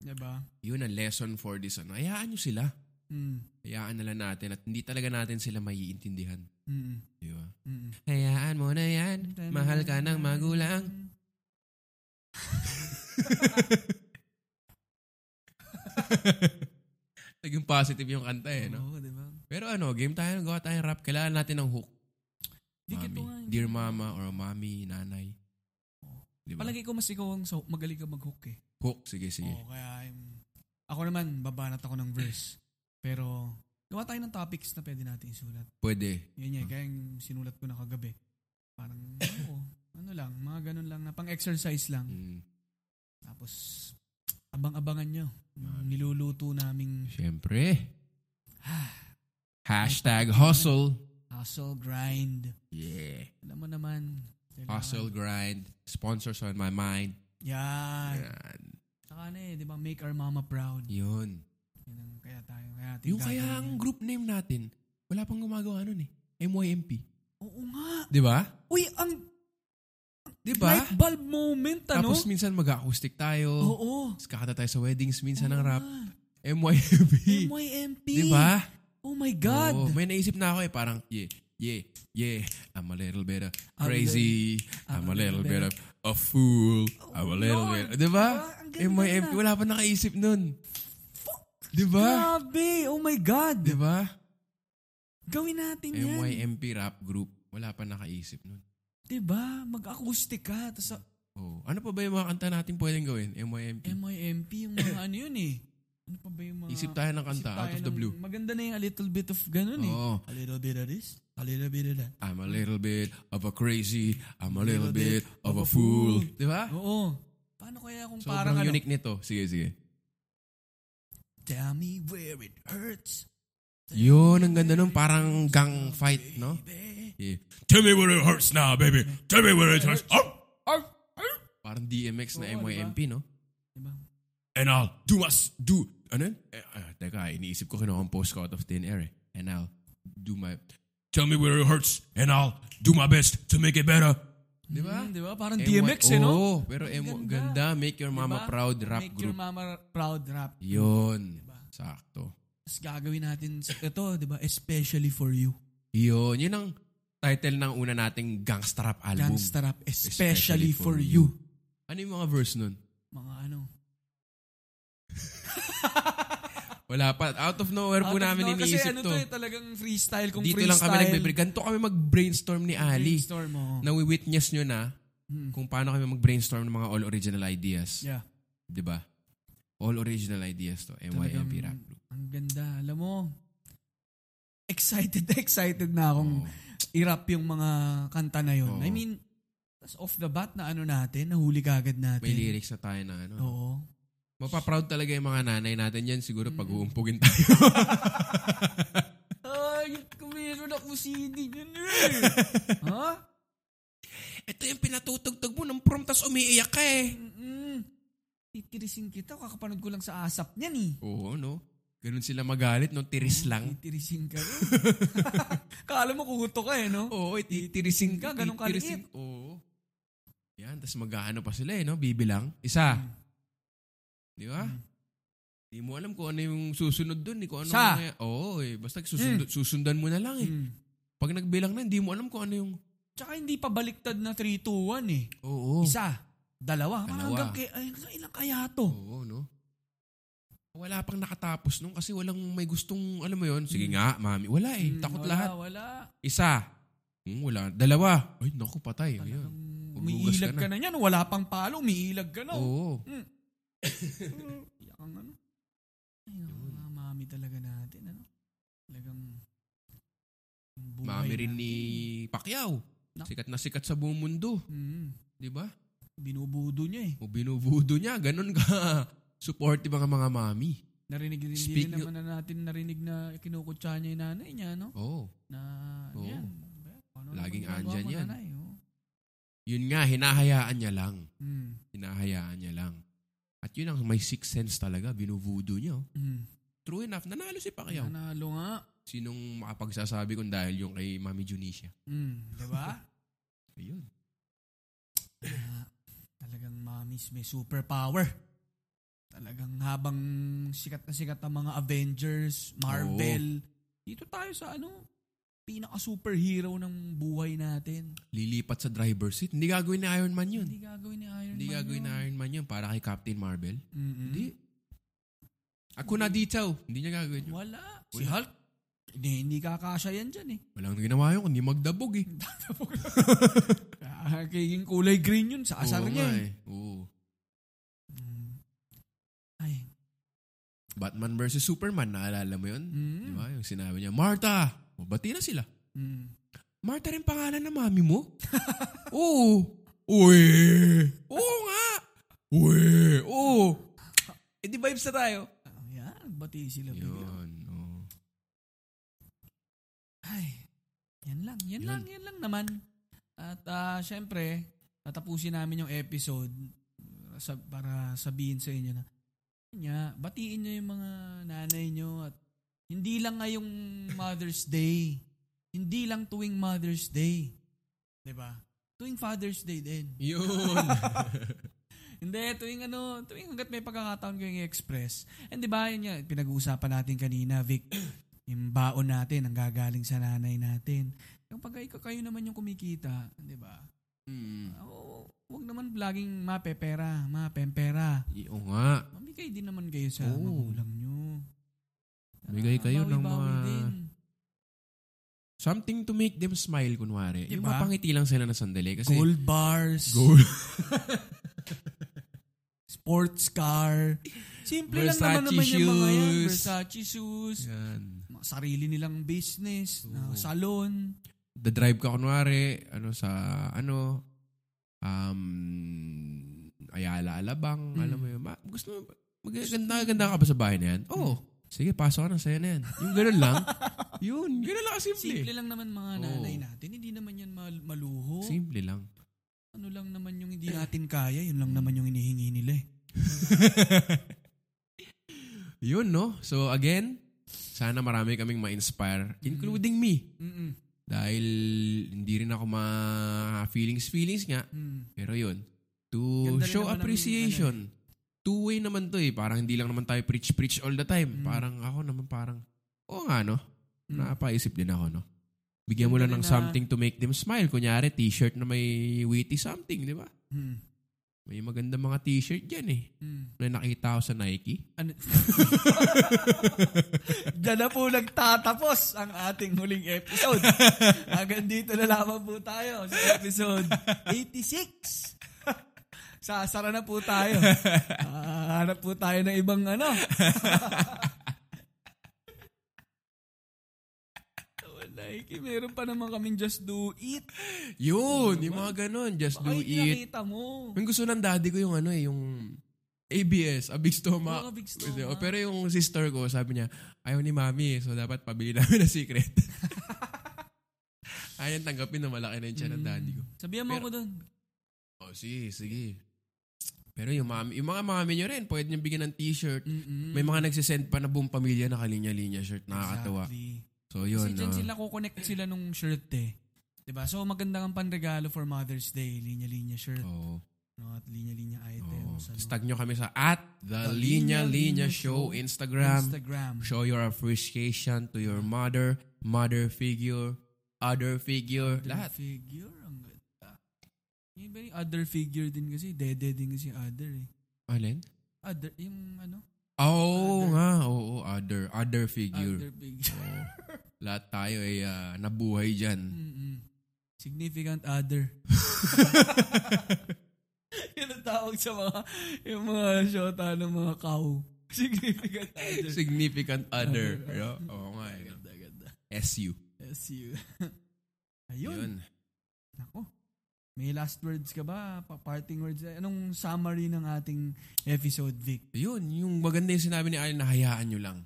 Speaker 1: 'Di ba?
Speaker 2: Yun ang lesson for this. Ano. Hayaan nyo sila.
Speaker 1: Mm.
Speaker 2: Hayaan na lang natin at hindi talaga natin sila maiintindihan.
Speaker 1: Mm.
Speaker 2: Di ba?
Speaker 1: Mm.
Speaker 2: Hayaan mo na yan. Mahal ka ng magulang. Naging positive yung kanta eh. No?
Speaker 1: Oo, 'di ba?
Speaker 2: Pero ano, game tayo. Gawa tayong rap. Kailangan natin ng hook.
Speaker 1: Di ganito
Speaker 2: Mami.
Speaker 1: nga, eh. hindi
Speaker 2: Dear mama or mommy, nanay. Di ba?
Speaker 1: Palagi ko mas ikaw ang so, magaling ka mag-hook eh.
Speaker 2: Hook. Sige, sige.
Speaker 1: Oo, kaya um, ako naman, babanat ako ng verse. Pero, gawa tayo ng topics na pwede natin isulat.
Speaker 2: Pwede.
Speaker 1: Yun yan, kaya yung sinulat ko na kagabi. Parang, oo, ano lang, mga ganun lang na pang-exercise lang.
Speaker 2: Mm,
Speaker 1: Tapos, abang-abangan nyo. Yung niluluto naming
Speaker 2: Siyempre. Hashtag hustle.
Speaker 1: hustle, grind.
Speaker 2: Yeah.
Speaker 1: Alam mo naman. kailangan-
Speaker 2: Hustle grind. Sponsors on my mind.
Speaker 1: Yan.
Speaker 2: Yan.
Speaker 1: Saka na eh, di ba, make our mama proud.
Speaker 2: Yun.
Speaker 1: Yun ang kaya tayo, kaya ating
Speaker 2: Yung kaya
Speaker 1: gagawin
Speaker 2: ang
Speaker 1: yan.
Speaker 2: group name natin, wala pang gumagawa nun eh. MYMP.
Speaker 1: Oo nga.
Speaker 2: Di ba?
Speaker 1: Uy, ang
Speaker 2: Di ba?
Speaker 1: light bulb moment, ano?
Speaker 2: Tapos minsan mag-acoustic tayo.
Speaker 1: Oo.
Speaker 2: Tapos kakanta tayo sa weddings minsan ng rap.
Speaker 1: Ah,
Speaker 2: MYMP.
Speaker 1: MYMP.
Speaker 2: Di ba?
Speaker 1: Oh my
Speaker 2: Oo,
Speaker 1: God.
Speaker 2: may naisip na ako eh, parang, yeah, yeah, yeah, I'm a little bit of
Speaker 1: I'm
Speaker 2: crazy, I'm, a little bit Oh, of a fool, I'm a little
Speaker 1: Lord.
Speaker 2: bit, di
Speaker 1: Diba?
Speaker 2: ba?
Speaker 1: Ang ganda
Speaker 2: Eh, may,
Speaker 1: na.
Speaker 2: wala pa nakaisip nun. Di ba?
Speaker 1: Grabe. Oh my God.
Speaker 2: Di ba?
Speaker 1: Gawin natin yan.
Speaker 2: MYMP rap group, wala pa nakaisip nun.
Speaker 1: Di ba? Mag-acoustic ka. Tapos sa
Speaker 2: Oh, ano pa ba yung mga kanta natin pwedeng gawin? MYMP.
Speaker 1: MIMP, yung mga ano yun eh. Ano pa ba yung mga...
Speaker 2: Isip tayo ng
Speaker 1: Isip
Speaker 2: kanta, out
Speaker 1: tayo
Speaker 2: of the
Speaker 1: ng-
Speaker 2: blue.
Speaker 1: Maganda na yung a little bit of ganun eh.
Speaker 2: Oo.
Speaker 1: A little bit of this, a little bit of that.
Speaker 2: I'm a little bit of a crazy, I'm a little bit of a fool. Oh, Di ba?
Speaker 1: Oo. Paano kaya kung parang
Speaker 2: Sobrang
Speaker 1: ano?
Speaker 2: unique nito. Sige, sige.
Speaker 1: Tell me where it hurts.
Speaker 2: Yun, ang ganda nun. Parang gang fight, no?
Speaker 1: baby.
Speaker 2: Yeah. Tell me where it hurts now, baby. Tell me where it hurts. Oh! Parang DMX na
Speaker 1: Oo,
Speaker 2: MYMP, no?
Speaker 1: Diba?
Speaker 2: And I'll do us, do, ano yun? Eh, ah, teka, iniisip ko kinocompose ko out of thin air eh. And I'll do my, tell me where it hurts and I'll do my best to make it better. Di ba?
Speaker 1: Mm, di ba? Parang DMX eh, no?
Speaker 2: Oo, pero M- ganda.
Speaker 1: ganda.
Speaker 2: Make Your Oh, Mama
Speaker 1: Diba?
Speaker 2: Proud rap
Speaker 1: Make your Diba?
Speaker 2: group.
Speaker 1: mama proud rap.
Speaker 2: Yun. Sakto.
Speaker 1: Tapos gagawin natin sa- ito, di ba? Especially for you.
Speaker 2: Yun. Yun ang title ng una nating gangsta rap album.
Speaker 1: Gangsta rap, especially,
Speaker 2: Especially
Speaker 1: for,
Speaker 2: for
Speaker 1: you.
Speaker 2: Ano yung mga verse nun?
Speaker 1: Mga ano.
Speaker 2: Wala pa. Out of nowhere po
Speaker 1: Out of
Speaker 2: namin
Speaker 1: now, Kasi
Speaker 2: iniisip
Speaker 1: ano
Speaker 2: to.
Speaker 1: to eh, talagang freestyle kung
Speaker 2: Dito
Speaker 1: freestyle.
Speaker 2: lang kami nagbe-break. Ganito kami mag-brainstorm ni Ali.
Speaker 1: Brainstorm, oo.
Speaker 2: Nawi-witness nyo na
Speaker 1: Mm.
Speaker 2: kung paano kami mag-brainstorm ng mga all original ideas.
Speaker 1: Yeah.
Speaker 2: 'Di ba? All original ideas to.
Speaker 1: Talagang
Speaker 2: MYMP rap group.
Speaker 1: Ang ganda. Alam mo, excited na excited na akong
Speaker 2: Oo.
Speaker 1: i-rap yung mga kanta na yun.
Speaker 2: Oo.
Speaker 1: I mean, tas off the bat na ano natin, nahuli ka agad natin.
Speaker 2: May lyrics na tayo na ano.
Speaker 1: Oo.
Speaker 2: Mapaproud talaga yung mga nanay natin yan.
Speaker 1: Hmm.
Speaker 2: Siguro pag uumpugin tayo.
Speaker 1: Ay, kumiron ako CD yun eh. ha?
Speaker 2: Ito yung pinatutugtog mo ng prom tas umiiyak ka eh.
Speaker 1: Mm-mm. Titirisin kita, kakapanood ko lang sa asap niyan eh.
Speaker 2: Oo, no? Ganun sila magalit, no? Tiris
Speaker 1: Hmm.
Speaker 2: lang.
Speaker 1: Titirisin ka rin. Kala mo kukuto ka eh, no?
Speaker 2: Oo, ititirisin
Speaker 1: ka, ganun
Speaker 2: ititirisin- Oo. Yan, tas mag-ano pa sila eh, no? Bibilang. Isa.
Speaker 1: Hmm.
Speaker 2: Di ba? Di mo alam kung ano yung susunod dun. Eh, kung ano
Speaker 1: Isa. Hmm.
Speaker 2: mangyay- Oo, eh. Basta susund- susundan mo na lang eh.
Speaker 1: Mm.
Speaker 2: Pag nagbilang na, di mo alam kung ano yung...
Speaker 1: Tsaka hindi pa baliktad na 3-2-1 eh.
Speaker 2: Oo.
Speaker 1: Isa, dalawa.
Speaker 2: Oh. Dalawa.
Speaker 1: Dalawa. Hanggang kay, ay, ilang kaya to?
Speaker 2: Oo, no? Wala pang nakatapos nung kasi walang may gustong, alam mo yon sige nga, mami. Wala eh.
Speaker 1: Mm,
Speaker 2: Takot
Speaker 1: Hmm. wala,
Speaker 2: lahat.
Speaker 1: Wala,
Speaker 2: Isa. Hmm, wala. Dalawa. Ay, naku, patay. Ayun. Hugugas
Speaker 1: Umiilag ka na niyan. Wala pang palo, umiilag ka na. oh.
Speaker 2: Oo.
Speaker 1: Mm. Iyak ang ano. Ay, ang mga mami talaga natin. Ano? Talagang yung buhay
Speaker 2: Mami rin
Speaker 1: natin.
Speaker 2: ni Pacquiao.
Speaker 1: Nak-
Speaker 2: Sikat na sikat sa buong mundo.
Speaker 1: Mm,
Speaker 2: Di ba?
Speaker 1: binubudo niya eh.
Speaker 2: O binubudo niya. Ganun ka. Supportive ang mga mami.
Speaker 1: Narinig din, hindi
Speaker 2: Speak-
Speaker 1: na naman na natin narinig na kinukutsa niya yung nanay niya, no?
Speaker 2: Oh.
Speaker 1: Na,
Speaker 2: Oo.
Speaker 1: yan. Ano naman
Speaker 2: Laging
Speaker 1: ginagawa
Speaker 2: andyan
Speaker 1: mo,
Speaker 2: yan.
Speaker 1: nanay, oh?
Speaker 2: Yun nga, hinahayaan niya lang.
Speaker 1: Mm.
Speaker 2: Hinahayaan niya lang. At yun ang may sixth sense talaga. Binuvudo niya. oh.
Speaker 1: Mm.
Speaker 2: True enough, nanalo si Pacquiao.
Speaker 1: Nanalo nga.
Speaker 2: Sinong makapagsasabi kung dahil yung kay Mami Junicia?
Speaker 1: Mm. Diba?
Speaker 2: Ayun.
Speaker 1: Ah, Talagang mamis may superpower. Talagang habang sikat na sikat ang mga Avengers, Marvel, dito tayo sa ano, pinaka-superhero ng buhay natin.
Speaker 2: Lilipat sa driver's seat. Hindi gagawin ni Iron Man yun.
Speaker 1: Hindi gagawin ni Iron
Speaker 2: Hindi
Speaker 1: Man
Speaker 2: gagawin ni
Speaker 1: yun.
Speaker 2: Iron Man yun para kay Captain Marvel.
Speaker 1: Mm-mm.
Speaker 2: Hindi. Ako na dito. Hindi niya gagawin yun.
Speaker 1: Wala. Si Hulk, hindi, hindi kakasya yan dyan eh.
Speaker 2: Walang ginawa yun, kundi magdabog eh.
Speaker 1: Ah, Kaya yung kulay green yun, sa asar
Speaker 2: Oo
Speaker 1: niya
Speaker 2: nga
Speaker 1: eh.
Speaker 2: eh. Oo.
Speaker 1: Mm.
Speaker 2: eh.
Speaker 1: Ay.
Speaker 2: Batman versus Superman, naalala mo yun?
Speaker 1: Mm.
Speaker 2: Di ba? Yung sinabi niya, Martha! O, Bati na sila.
Speaker 1: Mm.
Speaker 2: Martha rin pangalan ng mami mo? Oo. Uy! Oo nga! Uy! Oo! Eh, di vibes na tayo.
Speaker 1: Ah, Yan, bati sila. bigla.
Speaker 2: Yun. oo.
Speaker 1: Ay, yan lang, yan
Speaker 2: Yun.
Speaker 1: lang, yan lang naman. At ah, syempre, tatapusin namin yung episode ah, sa, para sabihin sa inyo na, yun nga, batiin nyo yung mga nanay nyo at hindi lang ngayong Mother's Day. Hindi lang tuwing Mother's Day. 'Di ba? Tuwing Father's Day din.
Speaker 2: Yun.
Speaker 1: Hindi, tuwing ano, tuwing hanggat may pagkakataon ko yung express. And di ba, yun nga, pinag-uusapan natin kanina, Vic, yung baon natin, ang gagaling sa nanay natin. Yung pag ikaw kayo naman yung kumikita, di ba?
Speaker 2: mm.
Speaker 1: Oo, wag naman laging mapepera, mapempera.
Speaker 2: Oo nga.
Speaker 1: Mamigay din naman kayo sa
Speaker 2: Oo.
Speaker 1: magulang nyo. Diba?
Speaker 2: Bigay kayo ng
Speaker 1: bawi-bawi
Speaker 2: mga-
Speaker 1: din.
Speaker 2: Something to make them smile, kunwari. Yung
Speaker 1: Diba?
Speaker 2: mapangiti lang sila na sandali. Kasi,
Speaker 1: Gold bars,
Speaker 2: Gold.
Speaker 1: sports car. Simple lang naman
Speaker 2: Versace
Speaker 1: naman yung mga yan.
Speaker 2: shoes.
Speaker 1: Versace shoes.
Speaker 2: Yan.
Speaker 1: mga sarili nilang business, na
Speaker 2: Oo.
Speaker 1: salon.
Speaker 2: Dadrive ka kunwari, ano sa, ano, um, Ayala Alabang,
Speaker 1: Mm.
Speaker 2: alam mo yun. Ma- gusto mo, maganda, ganda ka ba sa bahay na yan? Oo. Sige, pasok ka na, sa'yo na yan. Yung ganun lang. yun, ganun lang
Speaker 1: Simple
Speaker 2: simple.
Speaker 1: lang naman mga
Speaker 2: Oo.
Speaker 1: nanay natin. Hindi naman yan mal- maluho.
Speaker 2: Simple lang.
Speaker 1: Ano lang naman yung hindi natin kaya, yun lang naman yung hinihingi nila eh.
Speaker 2: Yun, no? So, again, sana marami kaming ma-inspire, including me.
Speaker 1: Mm-mm.
Speaker 2: Dahil hindi rin ako ma-feelings-feelings nga.
Speaker 1: Mm.
Speaker 2: Pero yun, to
Speaker 1: Ganda rin
Speaker 2: show
Speaker 1: naman ang, ano
Speaker 2: appreciation. Two-way naman to eh. Parang hindi lang naman tayo preach-preach all the time.
Speaker 1: Mm.
Speaker 2: Parang ako naman parang, oo nga no,
Speaker 1: Mm.
Speaker 2: napaisip din ako no. Bigyan mo
Speaker 1: Ganda
Speaker 2: lang ng
Speaker 1: rin na-
Speaker 2: something to make them smile. Kunyari, t-shirt na may witty something, di ba?
Speaker 1: Mm.
Speaker 2: May maganda mga t-shirt dyan eh.
Speaker 1: Mm.
Speaker 2: Na nakita ko sa Nike.
Speaker 1: Ano? Diyan na po nagtatapos ang ating huling episode. Hanggang dito na lamang po tayo sa episode 86. Sasara na po tayo. Ah, Hanap po tayo ng ibang ano. Like, Oh, meron pa naman kaming just do it.
Speaker 2: Yun, yung mga ganun. Just do
Speaker 1: Ay,
Speaker 2: it.
Speaker 1: nakita mo.
Speaker 2: Yung gusto ng daddy ko yung ano eh, yung ABS, a big stomach.
Speaker 1: Oo, Big
Speaker 2: Pwede,
Speaker 1: Stomach.
Speaker 2: oh, Pero yung sister ko, sabi niya, ayaw ni mami, eh, so dapat pabili namin na secret. Ayaw tanggapin na malaki na yung tiyan ng daddy ko.
Speaker 1: Sabihan mo
Speaker 2: Pero-
Speaker 1: ako doon.
Speaker 2: Oh, sige, sige. Pero yung, mami, yung mga mami niyo rin, pwede niyo bigyan ng t-shirt. May mga nagsisend pa na buong pamilya na kalinya-linya shirt. Nakakatawa.
Speaker 1: Exactly.
Speaker 2: So yun.
Speaker 1: Kasi dyan
Speaker 2: ah.
Speaker 1: sila kukonect sila nung shirt eh. 'Di ba? So maganda ang panregalo for Mother's Day, linya-linya shirt,
Speaker 2: Oo.
Speaker 1: no? At linya-linya
Speaker 2: oo.
Speaker 1: items. ano.
Speaker 2: Tag nyo kami sa at The Linya Linya Show Instagram.
Speaker 1: Instagram.
Speaker 2: Show your appreciation to your mother, mother figure, other figure,
Speaker 1: Other
Speaker 2: lahat.
Speaker 1: figure. Ang ganda. Yung ba yung other figure din kasi, dede din kasi other eh.
Speaker 2: Alin?
Speaker 1: Other, yung ano?
Speaker 2: Oo nga, oo, other, other figure.
Speaker 1: Other figure.
Speaker 2: Oo. lahat tayo ay ah, nabuhay dyan.
Speaker 1: Mm-mm. Significant other. Yun ang tawag sa mga, yung mga shota ng mga cow. Significant other.
Speaker 2: Significant other.
Speaker 1: Other.
Speaker 2: Yo, Oo nga. eh.
Speaker 1: Ganda, ganda.
Speaker 2: SU.
Speaker 1: Yes, you. Ayun.
Speaker 2: Yun.
Speaker 1: Nako. May last words ka ba? Pa- Parting words? Anong summary ng ating episode, Vic?
Speaker 2: Yun, yung maganda yung sinabi ni Alan na hayaan nyo lang.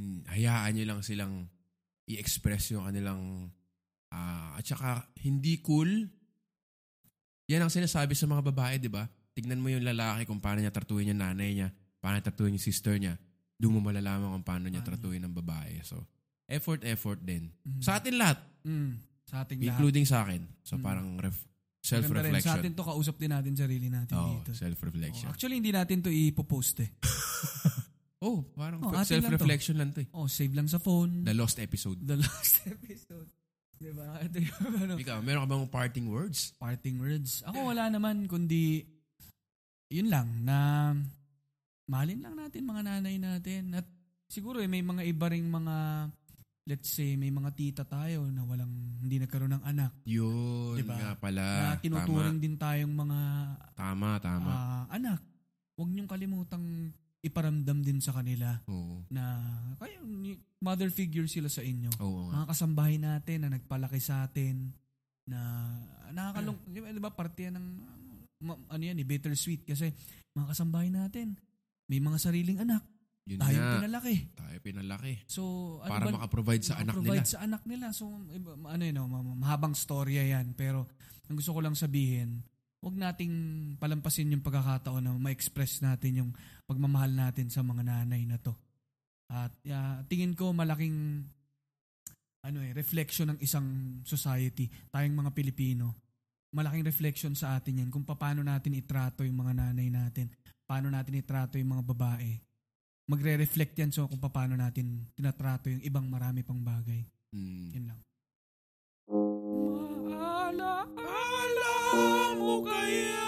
Speaker 2: Hmm, Hayaan nyo lang silang i-express yung kanilang ah, at saka hindi cool. Yan ang sinasabi sa mga babae, di ba? Tignan mo yung lalaki kung paano niya tratuhin yung nanay niya, paano niya tratuhin yung sister niya. Doon mo malalaman kung paano niya
Speaker 1: Paano?
Speaker 2: tratuhin ng babae. So, effort, effort din.
Speaker 1: Mm.
Speaker 2: Sa atin lahat,
Speaker 1: Mm, sa ating lahat.
Speaker 2: including sa akin. So,
Speaker 1: Mm.
Speaker 2: parang ref-
Speaker 1: Maganda rin. Sa
Speaker 2: self-reflection.
Speaker 1: atin to, kausap din natin sarili natin
Speaker 2: Oh,
Speaker 1: dito. Oh,
Speaker 2: self-reflection.
Speaker 1: actually, hindi natin to ipopost eh.
Speaker 2: Oh, parang
Speaker 1: Oh, atin lang to.
Speaker 2: self-reflection lang to. eh.
Speaker 1: Oh, save lang sa phone.
Speaker 2: The lost episode.
Speaker 1: The last episode. Diba? Ito yung ano,
Speaker 2: Ikaw, meron ka bang parting words?
Speaker 1: parting words. Ako wala naman, kundi yun lang na mahalin lang natin mga nanay natin. At siguro eh, may mga iba ring mga let's say may mga tita tayo na walang hindi nagkaroon ng anak
Speaker 2: Yun
Speaker 1: Diba?
Speaker 2: nga pala.
Speaker 1: na tinuturing din tayong mga
Speaker 2: Tama, tama, Ah, tama.
Speaker 1: ah, anak. Huwag niyong kalimutang iparamdam din sa kanila
Speaker 2: Oo.
Speaker 1: na kayo ni- mother figure sila sa inyo.
Speaker 2: Oo nga.
Speaker 1: mga kasambahay natin na nagpalaki sa atin na nakakalung di ba- di ba parte yan ng ma- ano yan eh, bittersweet kasi mga kasambahay natin may mga sariling anak
Speaker 2: Yun
Speaker 1: tayo
Speaker 2: nga.
Speaker 1: pinalaki
Speaker 2: tayo pinalaki.
Speaker 1: so ano
Speaker 2: Para
Speaker 1: ba-
Speaker 2: makaprovide sa anak nila.
Speaker 1: makaprovide sa anak nila so iba- ano yun oh, ma- ma- mahabang storya yan pero ang gusto ko lang sabihin wag nating palampasin yung pagkakataon na ma-express natin yung pagmamahal natin sa mga nanay na to at ah, tingin ko malaking ano eh, reflection ng isang society, tayong mga Pilipino. Malaking reflection sa atin yan kung paano natin itrato yung mga nanay natin, paano natin itrato yung mga babae. Magre-reflect yan so kung paano natin tinatrato yung ibang marami pang bagay.
Speaker 2: Mm.
Speaker 1: Yan lang.
Speaker 2: Maalaala mo kaya